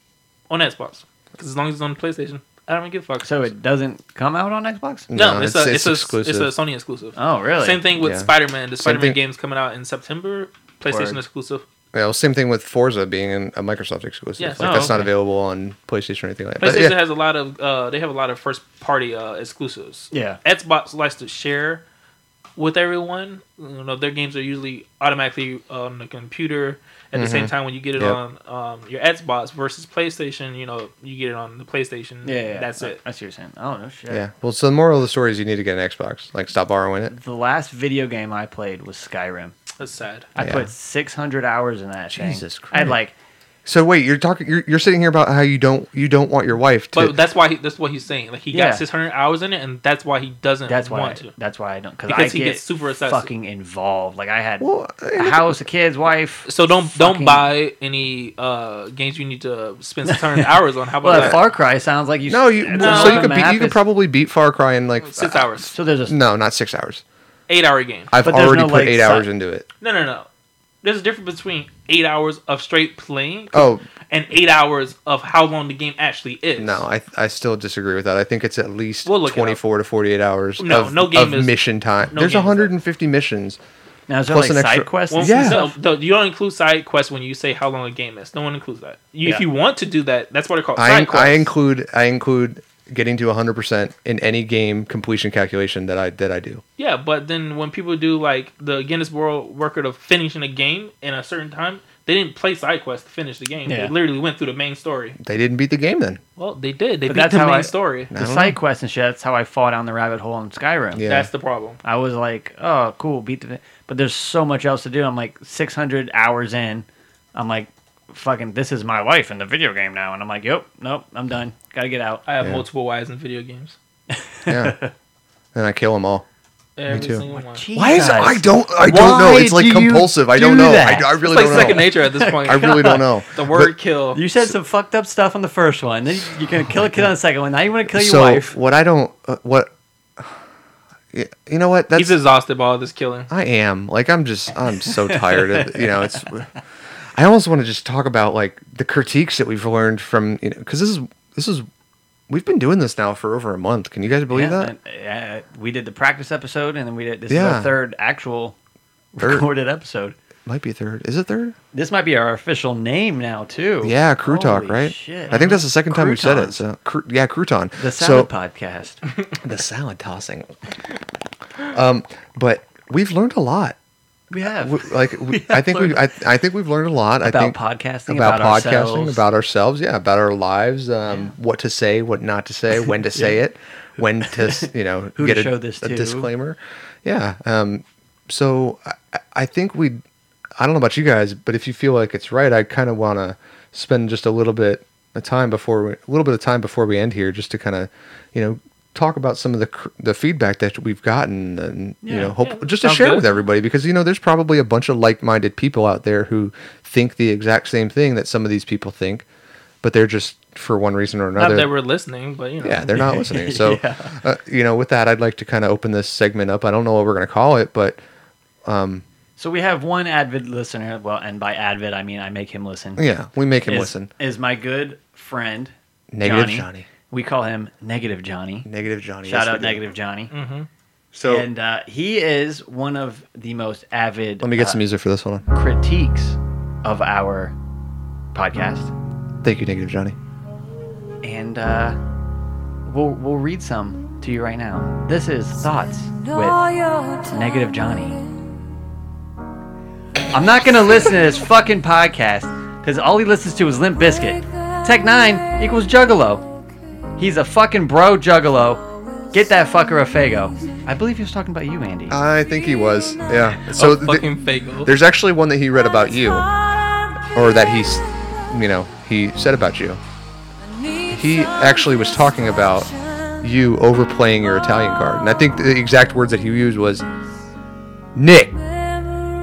Speaker 2: on Xbox because as long as it's on PlayStation, I don't give a fuck.
Speaker 4: So it doesn't come out on Xbox?
Speaker 2: no,
Speaker 3: No,
Speaker 2: it's,
Speaker 3: it's-
Speaker 2: a
Speaker 3: it's
Speaker 2: it's,
Speaker 3: exclusive.
Speaker 2: a it's a Sony exclusive.
Speaker 4: Oh, really?
Speaker 2: Same thing with
Speaker 3: Yeah.
Speaker 2: Spider Man. The Spider Man
Speaker 3: thing-
Speaker 2: game's coming out in September. PlayStation
Speaker 4: Word.
Speaker 2: exclusive.
Speaker 3: well, same thing with Forza being an, a Microsoft exclusive.
Speaker 2: Yes.
Speaker 3: Like
Speaker 2: Oh,
Speaker 3: that's not
Speaker 2: okay.
Speaker 3: available on PlayStation or anything like that. But
Speaker 2: PlayStation
Speaker 3: yeah,
Speaker 2: has a lot of uh, they have a lot of first party uh, exclusives.
Speaker 4: Yeah.
Speaker 2: Xbox likes to share with everyone. You know, their games are usually automatically on the computer at the
Speaker 4: Mm-hmm.
Speaker 2: same time when you get it
Speaker 3: Yep.
Speaker 2: on um, your Xbox versus PlayStation. You know, you get it on the PlayStation.
Speaker 4: Yeah, yeah, yeah.
Speaker 2: that's it.
Speaker 4: I see what you're saying. Oh no shit.
Speaker 3: yeah. Well, so the moral of the story is you need to get an Xbox. Like, stop borrowing it.
Speaker 4: The last video game I played was Skyrim.
Speaker 2: That's sad.
Speaker 4: I
Speaker 3: Yeah.
Speaker 4: put 600 hours in that thing.
Speaker 3: Jesus
Speaker 4: I had
Speaker 3: Christ.
Speaker 4: like
Speaker 3: So wait, you're talking. You're, you're sitting here about how you don't you don't want your wife to.
Speaker 2: But that's why he, that's what he's saying. Like he
Speaker 4: Yeah.
Speaker 2: got 600 hours in it, and that's why he doesn't
Speaker 4: that's why
Speaker 2: want
Speaker 4: I,
Speaker 2: to.
Speaker 4: that's why I don't cuz I
Speaker 2: Because
Speaker 4: get
Speaker 2: he gets super obsessive.
Speaker 4: fucking involved. Like I had
Speaker 3: Well,
Speaker 4: a house, a kids, wife.
Speaker 2: So don't
Speaker 4: fucking-
Speaker 2: don't buy any uh, games you need to spend 600 hours on. How about
Speaker 4: Well,
Speaker 2: that?
Speaker 4: that Far Cry sounds like you
Speaker 3: no, you.
Speaker 4: that's
Speaker 3: so
Speaker 4: what
Speaker 3: you could
Speaker 4: the
Speaker 3: beat,
Speaker 4: map
Speaker 3: you could
Speaker 4: is.
Speaker 3: probably beat Far Cry in like
Speaker 2: Six
Speaker 3: uh,
Speaker 2: hours,
Speaker 4: So there's a
Speaker 3: No, not six hours.
Speaker 2: eight hour game.
Speaker 3: I've
Speaker 4: But there's
Speaker 3: already
Speaker 4: no,
Speaker 3: put
Speaker 4: like,
Speaker 3: eight
Speaker 4: si-
Speaker 3: hours into it.
Speaker 2: No, no, no. There's a difference between eight hours of straight playing
Speaker 3: Oh
Speaker 2: and eight hours of how long the game actually is.
Speaker 3: no, I I still disagree with that. I think it's at least
Speaker 2: We'll look it
Speaker 3: twenty four to forty eight hours.
Speaker 2: No,
Speaker 3: of,
Speaker 2: no game
Speaker 3: of
Speaker 2: is-
Speaker 3: mission time.
Speaker 2: no
Speaker 3: There's
Speaker 2: game is that.
Speaker 3: 150 missions.
Speaker 4: now is there
Speaker 3: plus
Speaker 4: like
Speaker 3: an extra-
Speaker 4: side quests?
Speaker 2: Well,
Speaker 4: and
Speaker 3: Yeah.
Speaker 4: stuff?
Speaker 2: no, no, you don't include side quests when you say how long a game is. No one includes that. You, If
Speaker 4: Yeah.
Speaker 2: you want to do that, that's what they call
Speaker 3: I
Speaker 2: side quests.
Speaker 3: I include I include getting to 100 percent in any game completion calculation that I that I do.
Speaker 2: yeah, but then when people do like the Guinness World Record of finishing a game in a certain time, they didn't play side quests to finish the game.
Speaker 4: Yeah.
Speaker 2: They literally went through the main story.
Speaker 3: They didn't beat the game then.
Speaker 2: Well, they did. They
Speaker 4: But
Speaker 2: beat
Speaker 4: that's
Speaker 2: the
Speaker 4: how
Speaker 2: main
Speaker 4: I-
Speaker 2: story.
Speaker 4: The side quests and shit, that's how I fall down the rabbit hole in Skyrim.
Speaker 3: Yeah.
Speaker 2: That's the problem.
Speaker 4: I was like, oh, cool, beat the. But there's so much else to do. I'm like 600 hours in. I'm like, fucking, this is my life in the video game now. And I'm like, yep, nope, I'm done. Gotta get out.
Speaker 2: I have
Speaker 3: Yeah.
Speaker 2: multiple wives in video games.
Speaker 3: Yeah. and I kill them all.
Speaker 2: Every
Speaker 3: too.
Speaker 2: single one. It's
Speaker 3: Why is
Speaker 4: Jesus.
Speaker 3: I don't I don't know.
Speaker 4: Why
Speaker 3: It's like
Speaker 4: do you
Speaker 3: compulsive. I don't
Speaker 4: do
Speaker 3: know. I,
Speaker 4: that?
Speaker 3: I really
Speaker 2: like
Speaker 3: don't
Speaker 2: second
Speaker 3: know.
Speaker 2: nature at this point.
Speaker 3: I really don't know.
Speaker 2: The word
Speaker 3: But-
Speaker 2: kill.
Speaker 4: You said some fucked up stuff on the first one. Then you're gonna kill a kid on the second one. Now you want to kill your
Speaker 3: Oh so
Speaker 4: wife.
Speaker 3: what I don't uh, what Yeah, you know what that's
Speaker 2: He's exhausted by all this killing.
Speaker 3: I am like I'm just I'm so tired of you know it's I almost want to just talk about like the critiques that we've learned from you know because this is this is we've been doing this now for over a month. Can you guys believe that?
Speaker 4: and, uh, we did the practice episode, and then we did this is
Speaker 3: Yeah. Er
Speaker 4: our third actual
Speaker 3: Third.
Speaker 4: recorded episode.
Speaker 3: Might be third. Is it third?
Speaker 4: This might be our official name now too.
Speaker 3: Yeah, crew talk,
Speaker 4: Holy
Speaker 3: right?
Speaker 4: Shit.
Speaker 3: I think that's the second time we've said it.
Speaker 4: Croutons.
Speaker 3: So, cr- yeah, crouton.
Speaker 4: the
Speaker 3: so,
Speaker 4: salad podcast.
Speaker 3: The salad tossing. um, but we've learned a lot.
Speaker 4: We have.
Speaker 3: We- Like we, I think we, I, I think we've learned a lot. I
Speaker 4: About
Speaker 3: think
Speaker 4: podcasting,
Speaker 3: about,
Speaker 4: about
Speaker 3: podcasting,
Speaker 4: ourselves.
Speaker 3: about ourselves. Yeah, about our lives. Um, what to say, what not to say, when to say it, when to s- you know
Speaker 4: Who
Speaker 3: get
Speaker 4: to
Speaker 3: a,
Speaker 4: show this
Speaker 3: a
Speaker 4: to.
Speaker 3: disclaimer. Yeah. Um, so I, I- I think we. I don't know about you guys, but if you feel like it's right, I kind of want to spend just a little bit of time before we, a little bit of time before we end here, just to kind of, you know, talk about some of the cr- the feedback that we've gotten, and you
Speaker 2: Yeah,
Speaker 3: know, hope
Speaker 2: yeah,
Speaker 3: just to
Speaker 2: sounds
Speaker 3: share
Speaker 2: good.
Speaker 3: with everybody because you know there's probably a bunch of like-minded people out there who think the exact same thing that some of these people think, but they're just for one reason or
Speaker 2: Not
Speaker 3: another.
Speaker 2: that we're listening, but you know.
Speaker 3: Yeah, they're not listening. So, uh, you know, with that, I'd like to kind of open this segment up. I don't know what we're going to call it, but
Speaker 4: so we have one avid listener. Well, and by avid I mean I make him listen.
Speaker 3: yeah, we make him
Speaker 4: is,
Speaker 3: listen.
Speaker 4: Is my good friend
Speaker 3: Negative
Speaker 4: Johnny.
Speaker 3: Johnny.
Speaker 4: We call him Negative Johnny.
Speaker 3: Negative Johnny.
Speaker 4: Shout
Speaker 3: yes, we
Speaker 4: out
Speaker 3: do.
Speaker 4: Negative Johnny.
Speaker 3: So
Speaker 4: and uh, he is one of the most avid.
Speaker 3: let me get
Speaker 4: uh,
Speaker 3: some music for this. Hold on.
Speaker 4: critiques of our podcast,
Speaker 3: Thank you, Negative Johnny.
Speaker 4: and uh, we'll we'll read some to you right now. This is thoughts with Negative Johnny. I'm not gonna listen to this fucking podcast because all he listens to is Limp Biscuit. Tech Nine equals Juggalo. He's a fucking bro Juggalo. Get that fucker a Fago. I believe he was talking about you, Andy.
Speaker 3: I think he was. Yeah.
Speaker 2: So
Speaker 3: So
Speaker 2: oh,
Speaker 3: th-
Speaker 2: fucking Fago.
Speaker 3: there's actually one that he read about you, or that he's, you know, he said about you. He actually was talking about you overplaying your Italian card, and I think the exact words that he used was, "Nick,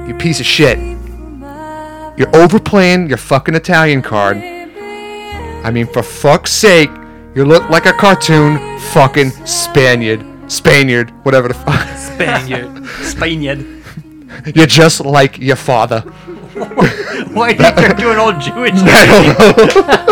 Speaker 3: you piece of shit, you're overplaying your fucking Italian card. I mean, for fuck's sake, you look like a cartoon fucking Spaniard, Spaniard, whatever the fuck."
Speaker 2: Spaniard.
Speaker 4: Spaniard.
Speaker 3: You're just like your father.
Speaker 4: Why did you do an old Jewish?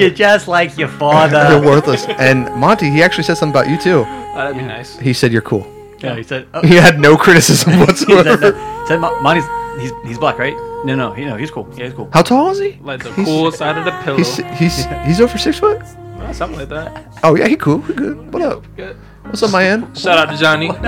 Speaker 4: You're just like your father.
Speaker 3: You're worthless. And Monty, he actually said something about you too.
Speaker 2: Oh, that'd be nice.
Speaker 3: He said you're cool.
Speaker 4: Yeah, he said. Oh,
Speaker 3: He had no criticism
Speaker 4: he said,
Speaker 3: whatsoever.
Speaker 4: that. said Mo- Monty's he's he's black, right? No, no, he, no, he's cool. Yeah, he's cool.
Speaker 3: How tall is he?
Speaker 2: Like the cool side of the pillow.
Speaker 3: He's he's he's over six foot.
Speaker 2: Uh, something like that.
Speaker 3: Oh yeah, he cool. He good. What up?
Speaker 2: Good.
Speaker 3: What's up, my man?
Speaker 2: Shout out to Johnny.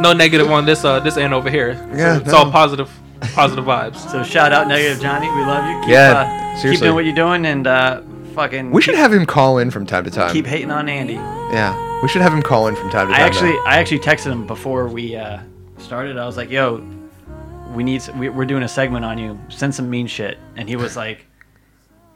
Speaker 2: no negative on this uh this end over here. So
Speaker 3: Yeah,
Speaker 2: it's
Speaker 3: no.
Speaker 2: all positive positive vibes.
Speaker 4: So shout out negative Johnny, we love you. Keep,
Speaker 3: Yeah,
Speaker 4: uh, keep
Speaker 3: seriously.
Speaker 4: doing what you're doing and uh, fucking.
Speaker 3: We should
Speaker 4: keep,
Speaker 3: have him call in from time to time.
Speaker 4: keep hating on Andy. I
Speaker 3: Yeah, we should have him call in from time to time.
Speaker 4: actually
Speaker 3: though.
Speaker 4: I actually texted him before we uh, started. I was like, yo, we need s- we, we're doing a segment on you. Send some mean shit. And he was like,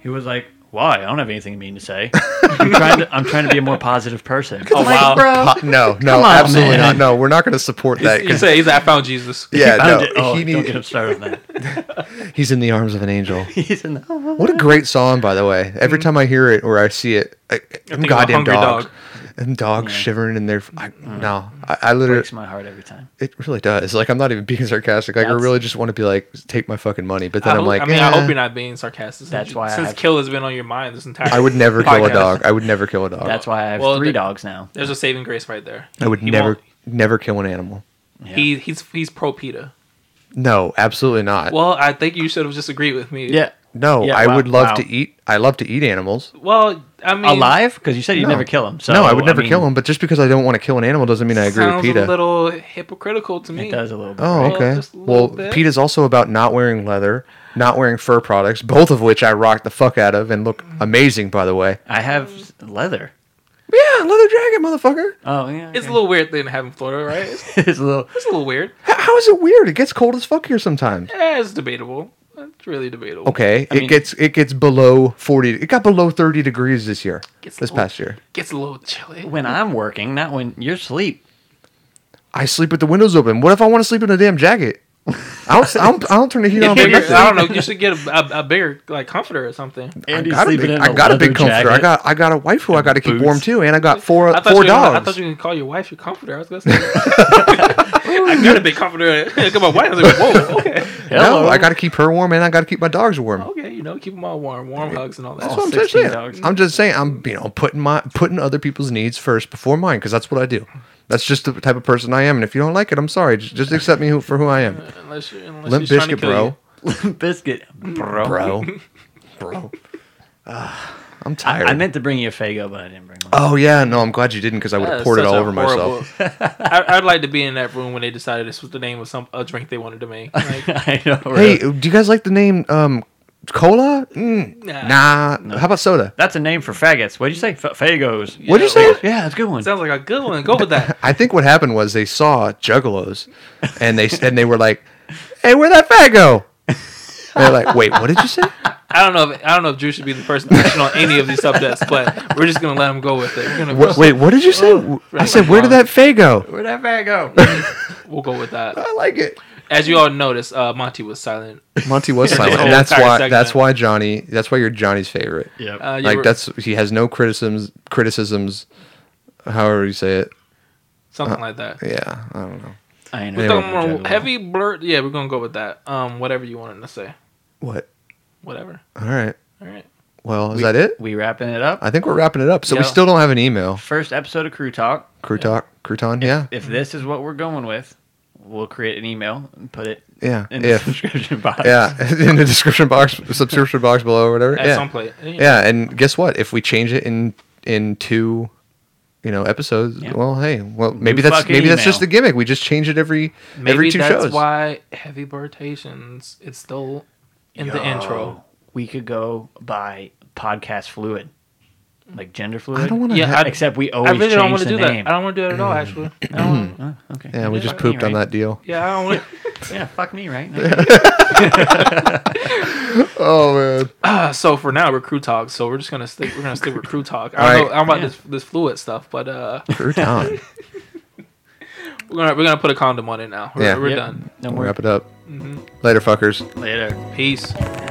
Speaker 4: he was like. Why? I don't have anything mean to say. I'm trying to, I'm trying to be a more positive person. Oh,
Speaker 2: wow.
Speaker 3: Po- no, no,
Speaker 4: Come on,
Speaker 3: absolutely
Speaker 4: man.
Speaker 3: not. No, we're not going to support that.
Speaker 2: He
Speaker 3: 'cause-
Speaker 2: said, he said, I found Jesus.
Speaker 3: yeah,
Speaker 4: Found
Speaker 3: no,
Speaker 4: it. Oh,
Speaker 3: he
Speaker 4: don't get him
Speaker 3: need,
Speaker 4: started on that.
Speaker 3: he's in the arms of an angel.
Speaker 4: He's in the,
Speaker 3: What a great song, by the way. Every time I hear it or I see it, I, them
Speaker 2: Mm-hmm. about
Speaker 3: goddamn
Speaker 2: Hungry
Speaker 3: dogs,
Speaker 2: Dog. Mm.
Speaker 3: them dogs shivering in their. I, No, I, I literally,
Speaker 4: breaks my heart every time.
Speaker 3: it really does. Like I'm not even being sarcastic. Like I
Speaker 4: That's-
Speaker 3: really just want to be like, take my fucking money. But
Speaker 2: I,
Speaker 3: then
Speaker 2: hope,
Speaker 3: I'm like,
Speaker 2: I mean, I
Speaker 3: eh,
Speaker 2: hope you're not being sarcastic. Since
Speaker 4: That's
Speaker 2: you-
Speaker 4: why I
Speaker 2: since
Speaker 4: have-
Speaker 2: kill has been on your mind this entire.
Speaker 3: I would never kill a
Speaker 2: podcast.
Speaker 3: dog. I would never kill a dog.
Speaker 4: That's why I have
Speaker 2: Well,
Speaker 4: three
Speaker 2: the-
Speaker 4: dogs now.
Speaker 2: There's a saving grace right there.
Speaker 3: I would
Speaker 2: He
Speaker 3: never,
Speaker 2: won't-
Speaker 3: never kill an animal.
Speaker 2: He he's he's pro PETA.
Speaker 3: No, absolutely not.
Speaker 2: Well, I think you should have just agreed with me.
Speaker 4: Yeah.
Speaker 3: no,
Speaker 4: yeah,
Speaker 3: I
Speaker 4: wow,
Speaker 3: would love
Speaker 4: wow.
Speaker 3: to eat. I love to eat animals.
Speaker 2: Well, I mean,
Speaker 4: Alive? Because you said you'd
Speaker 3: No.
Speaker 4: never kill him. So
Speaker 3: no, I would never
Speaker 4: mean,
Speaker 3: kill them. But just because I don't want to kill an animal doesn't mean I agree with
Speaker 2: sounds
Speaker 3: PETA.
Speaker 2: a little hypocritical to me.
Speaker 4: It does a little bit.
Speaker 3: Oh,
Speaker 2: Well,
Speaker 3: okay.
Speaker 2: just a little
Speaker 3: Well,
Speaker 2: bit.
Speaker 3: PETA's also about not wearing leather, not wearing fur products, both of which I rock the fuck out of and look amazing, by the way.
Speaker 4: I have s- leather.
Speaker 3: Yeah, leather jacket, motherfucker.
Speaker 4: Oh yeah.
Speaker 2: It's a
Speaker 4: okay.
Speaker 2: little weird thing to have in Florida, right? It's,
Speaker 4: it's a little.
Speaker 2: it's a little weird.
Speaker 3: H- how is it weird? It gets cold as fuck here sometimes.
Speaker 2: Yeah, it's debatable. It's really debatable.
Speaker 3: Okay, it
Speaker 4: mean-
Speaker 3: gets it gets below forty. It got below thirty degrees this year.
Speaker 2: Gets
Speaker 3: This
Speaker 2: a little-
Speaker 3: past year,
Speaker 2: Gets a little chilly.
Speaker 4: When I'm working, not when you're asleep.
Speaker 3: I sleep with the windows open. What if I want to sleep in a damn jacket? I don't, I don't, I don't turn the heat
Speaker 2: I
Speaker 3: on for nothing.
Speaker 2: don't know. You should get a, a, a bigger like comforter or something.
Speaker 3: I
Speaker 9: Andy's
Speaker 3: got a
Speaker 9: sleeping
Speaker 3: big,
Speaker 9: in
Speaker 3: I got a
Speaker 9: leather
Speaker 3: big comforter.
Speaker 9: jacket.
Speaker 3: I got I got a wife who I got to keep
Speaker 9: boots.
Speaker 3: warm too, and I got four
Speaker 2: I thought
Speaker 3: four
Speaker 2: you were gonna- I
Speaker 3: dogs.
Speaker 2: thought you were gonna call your wife your comforter. I was gonna say. I got a big comforter. Look at my wife. I was like, whoa, okay,
Speaker 3: no, I got to keep her warm, and I got to keep my dogs warm.
Speaker 2: okay. You know, keep them all warm, warm hugs and all that.
Speaker 3: That's
Speaker 2: stuff.
Speaker 3: what I'm
Speaker 4: 16
Speaker 3: saying.
Speaker 4: dogs.
Speaker 3: I'm just saying I'm you know putting my putting other people's needs first before mine because that's what I do. That's just the type of person I am, and if you don't like it, I'm sorry. Just, just accept me who, for who I am.
Speaker 2: Unless you're, unless
Speaker 3: Limp
Speaker 2: she's trying to
Speaker 3: Biscuit,
Speaker 2: kill
Speaker 3: bro,
Speaker 2: you.
Speaker 4: biscuit, bro.
Speaker 3: bro, bro. Ah, I'm tired.
Speaker 4: I meant to bring you a Fago, but I didn't bring one.
Speaker 3: oh yeah, no, I'm glad you didn't because I would
Speaker 2: That
Speaker 3: have
Speaker 2: is
Speaker 3: poured it
Speaker 2: such
Speaker 3: all
Speaker 2: a
Speaker 3: over myself.
Speaker 2: horrible- I, I'd like to be in that room when they decided this was the name of some a drink they wanted to make. Like,
Speaker 4: I know.
Speaker 3: Hey,
Speaker 4: right?
Speaker 3: do you guys like the name um, cola? Mm, nah. How about soda?
Speaker 4: that's a name for faggots. What'd you say? F- Fagos.
Speaker 3: What'd you say?
Speaker 4: Yeah, that's a good one.
Speaker 2: sounds like a good one. Go with that.
Speaker 3: I think what happened was they saw Juggalos, and they and they were like, "Hey, where'd that fat go?" And They're like, "Wait, what did you say?"
Speaker 2: I don't know. If, I don't know if Drew should be the person action on any of these subjects, but we're just gonna let him go with it. We're gonna,
Speaker 3: Wha- Wait, what did you say? I said, "Where did that fat go?"
Speaker 4: Where'd that Fago?
Speaker 2: we'll go with that.
Speaker 3: I like it.
Speaker 2: As you all noticed, uh, Monty was silent.
Speaker 3: Monty was silent, and
Speaker 2: whole
Speaker 3: that's
Speaker 2: entire
Speaker 3: why
Speaker 2: segment.
Speaker 3: that's why Johnny. That's why you're Johnny's favorite.
Speaker 9: Yep.
Speaker 2: Uh, you
Speaker 3: Like
Speaker 2: were-
Speaker 3: that's he has no criticisms. Criticisms, however you say it.
Speaker 2: something like that.
Speaker 3: Yeah, I don't know
Speaker 4: I
Speaker 3: uh,
Speaker 4: ain't
Speaker 3: We're
Speaker 4: a
Speaker 2: Talking
Speaker 4: Fago
Speaker 2: more
Speaker 4: juggalo.
Speaker 2: heavy blurt. Yeah, we're gonna go with that. Um, whatever you wanted to say,
Speaker 3: what.
Speaker 2: whatever.
Speaker 3: All right.
Speaker 2: All right.
Speaker 3: Well, is that it?
Speaker 4: We wrapping it up.
Speaker 3: I think we're wrapping it up. So we
Speaker 2: Yeah.
Speaker 3: still don't have an email.
Speaker 4: First episode of Crew Talk.
Speaker 3: Crew talk, crouton. Yeah,
Speaker 4: If this is what we're going with, we'll create an email and put it
Speaker 3: yeah.
Speaker 4: in the
Speaker 3: If
Speaker 4: subscription box.
Speaker 3: yeah, in the description box, subscription box below, or whatever.
Speaker 2: At
Speaker 3: yeah.
Speaker 2: some point. Yeah.
Speaker 3: Yeah, and guess what? If we change it in in two, you know, episodes,
Speaker 4: Yeah.
Speaker 3: well, hey, well, maybe
Speaker 4: New
Speaker 3: that's
Speaker 4: fucking
Speaker 3: maybe that's
Speaker 4: email.
Speaker 3: just the gimmick. We just change it every
Speaker 2: Maybe
Speaker 3: every two
Speaker 2: that's
Speaker 3: shows.
Speaker 2: why heavy birtations. It's still in the intro.
Speaker 4: We could go by podcast fluid, like gender fluid.
Speaker 3: I don't want to.
Speaker 2: Yeah,
Speaker 3: Yeah,
Speaker 2: I-
Speaker 4: Except we
Speaker 2: I
Speaker 4: always
Speaker 2: really don't
Speaker 4: change
Speaker 2: want
Speaker 4: the
Speaker 2: to do
Speaker 4: name.
Speaker 2: that. I don't want to do that at all. Actually, I don't wanna-
Speaker 4: Oh, okay.
Speaker 3: we just
Speaker 4: fuck
Speaker 3: pooped
Speaker 4: me,
Speaker 3: on
Speaker 4: right?
Speaker 3: that deal.
Speaker 2: yeah, I don't want.
Speaker 4: Yeah, fuck me, right?
Speaker 3: Oh man,
Speaker 2: Uh, so for now, we're crew talk. So we're just gonna stick. We're gonna stick with crew talk. I
Speaker 3: All
Speaker 2: don't
Speaker 3: right.
Speaker 2: know, I don't know about
Speaker 4: Yeah.
Speaker 2: this this fluid stuff, but uh,
Speaker 3: crouton.
Speaker 2: we're gonna we're gonna put a condom on it now. We're,
Speaker 3: Yeah.
Speaker 2: we're
Speaker 4: Yep.
Speaker 2: done.
Speaker 3: We'll
Speaker 4: No
Speaker 2: Mm-hmm.
Speaker 4: more.
Speaker 3: wrap it up. Later, fuckers.
Speaker 4: Later.
Speaker 2: Peace.
Speaker 4: Yeah.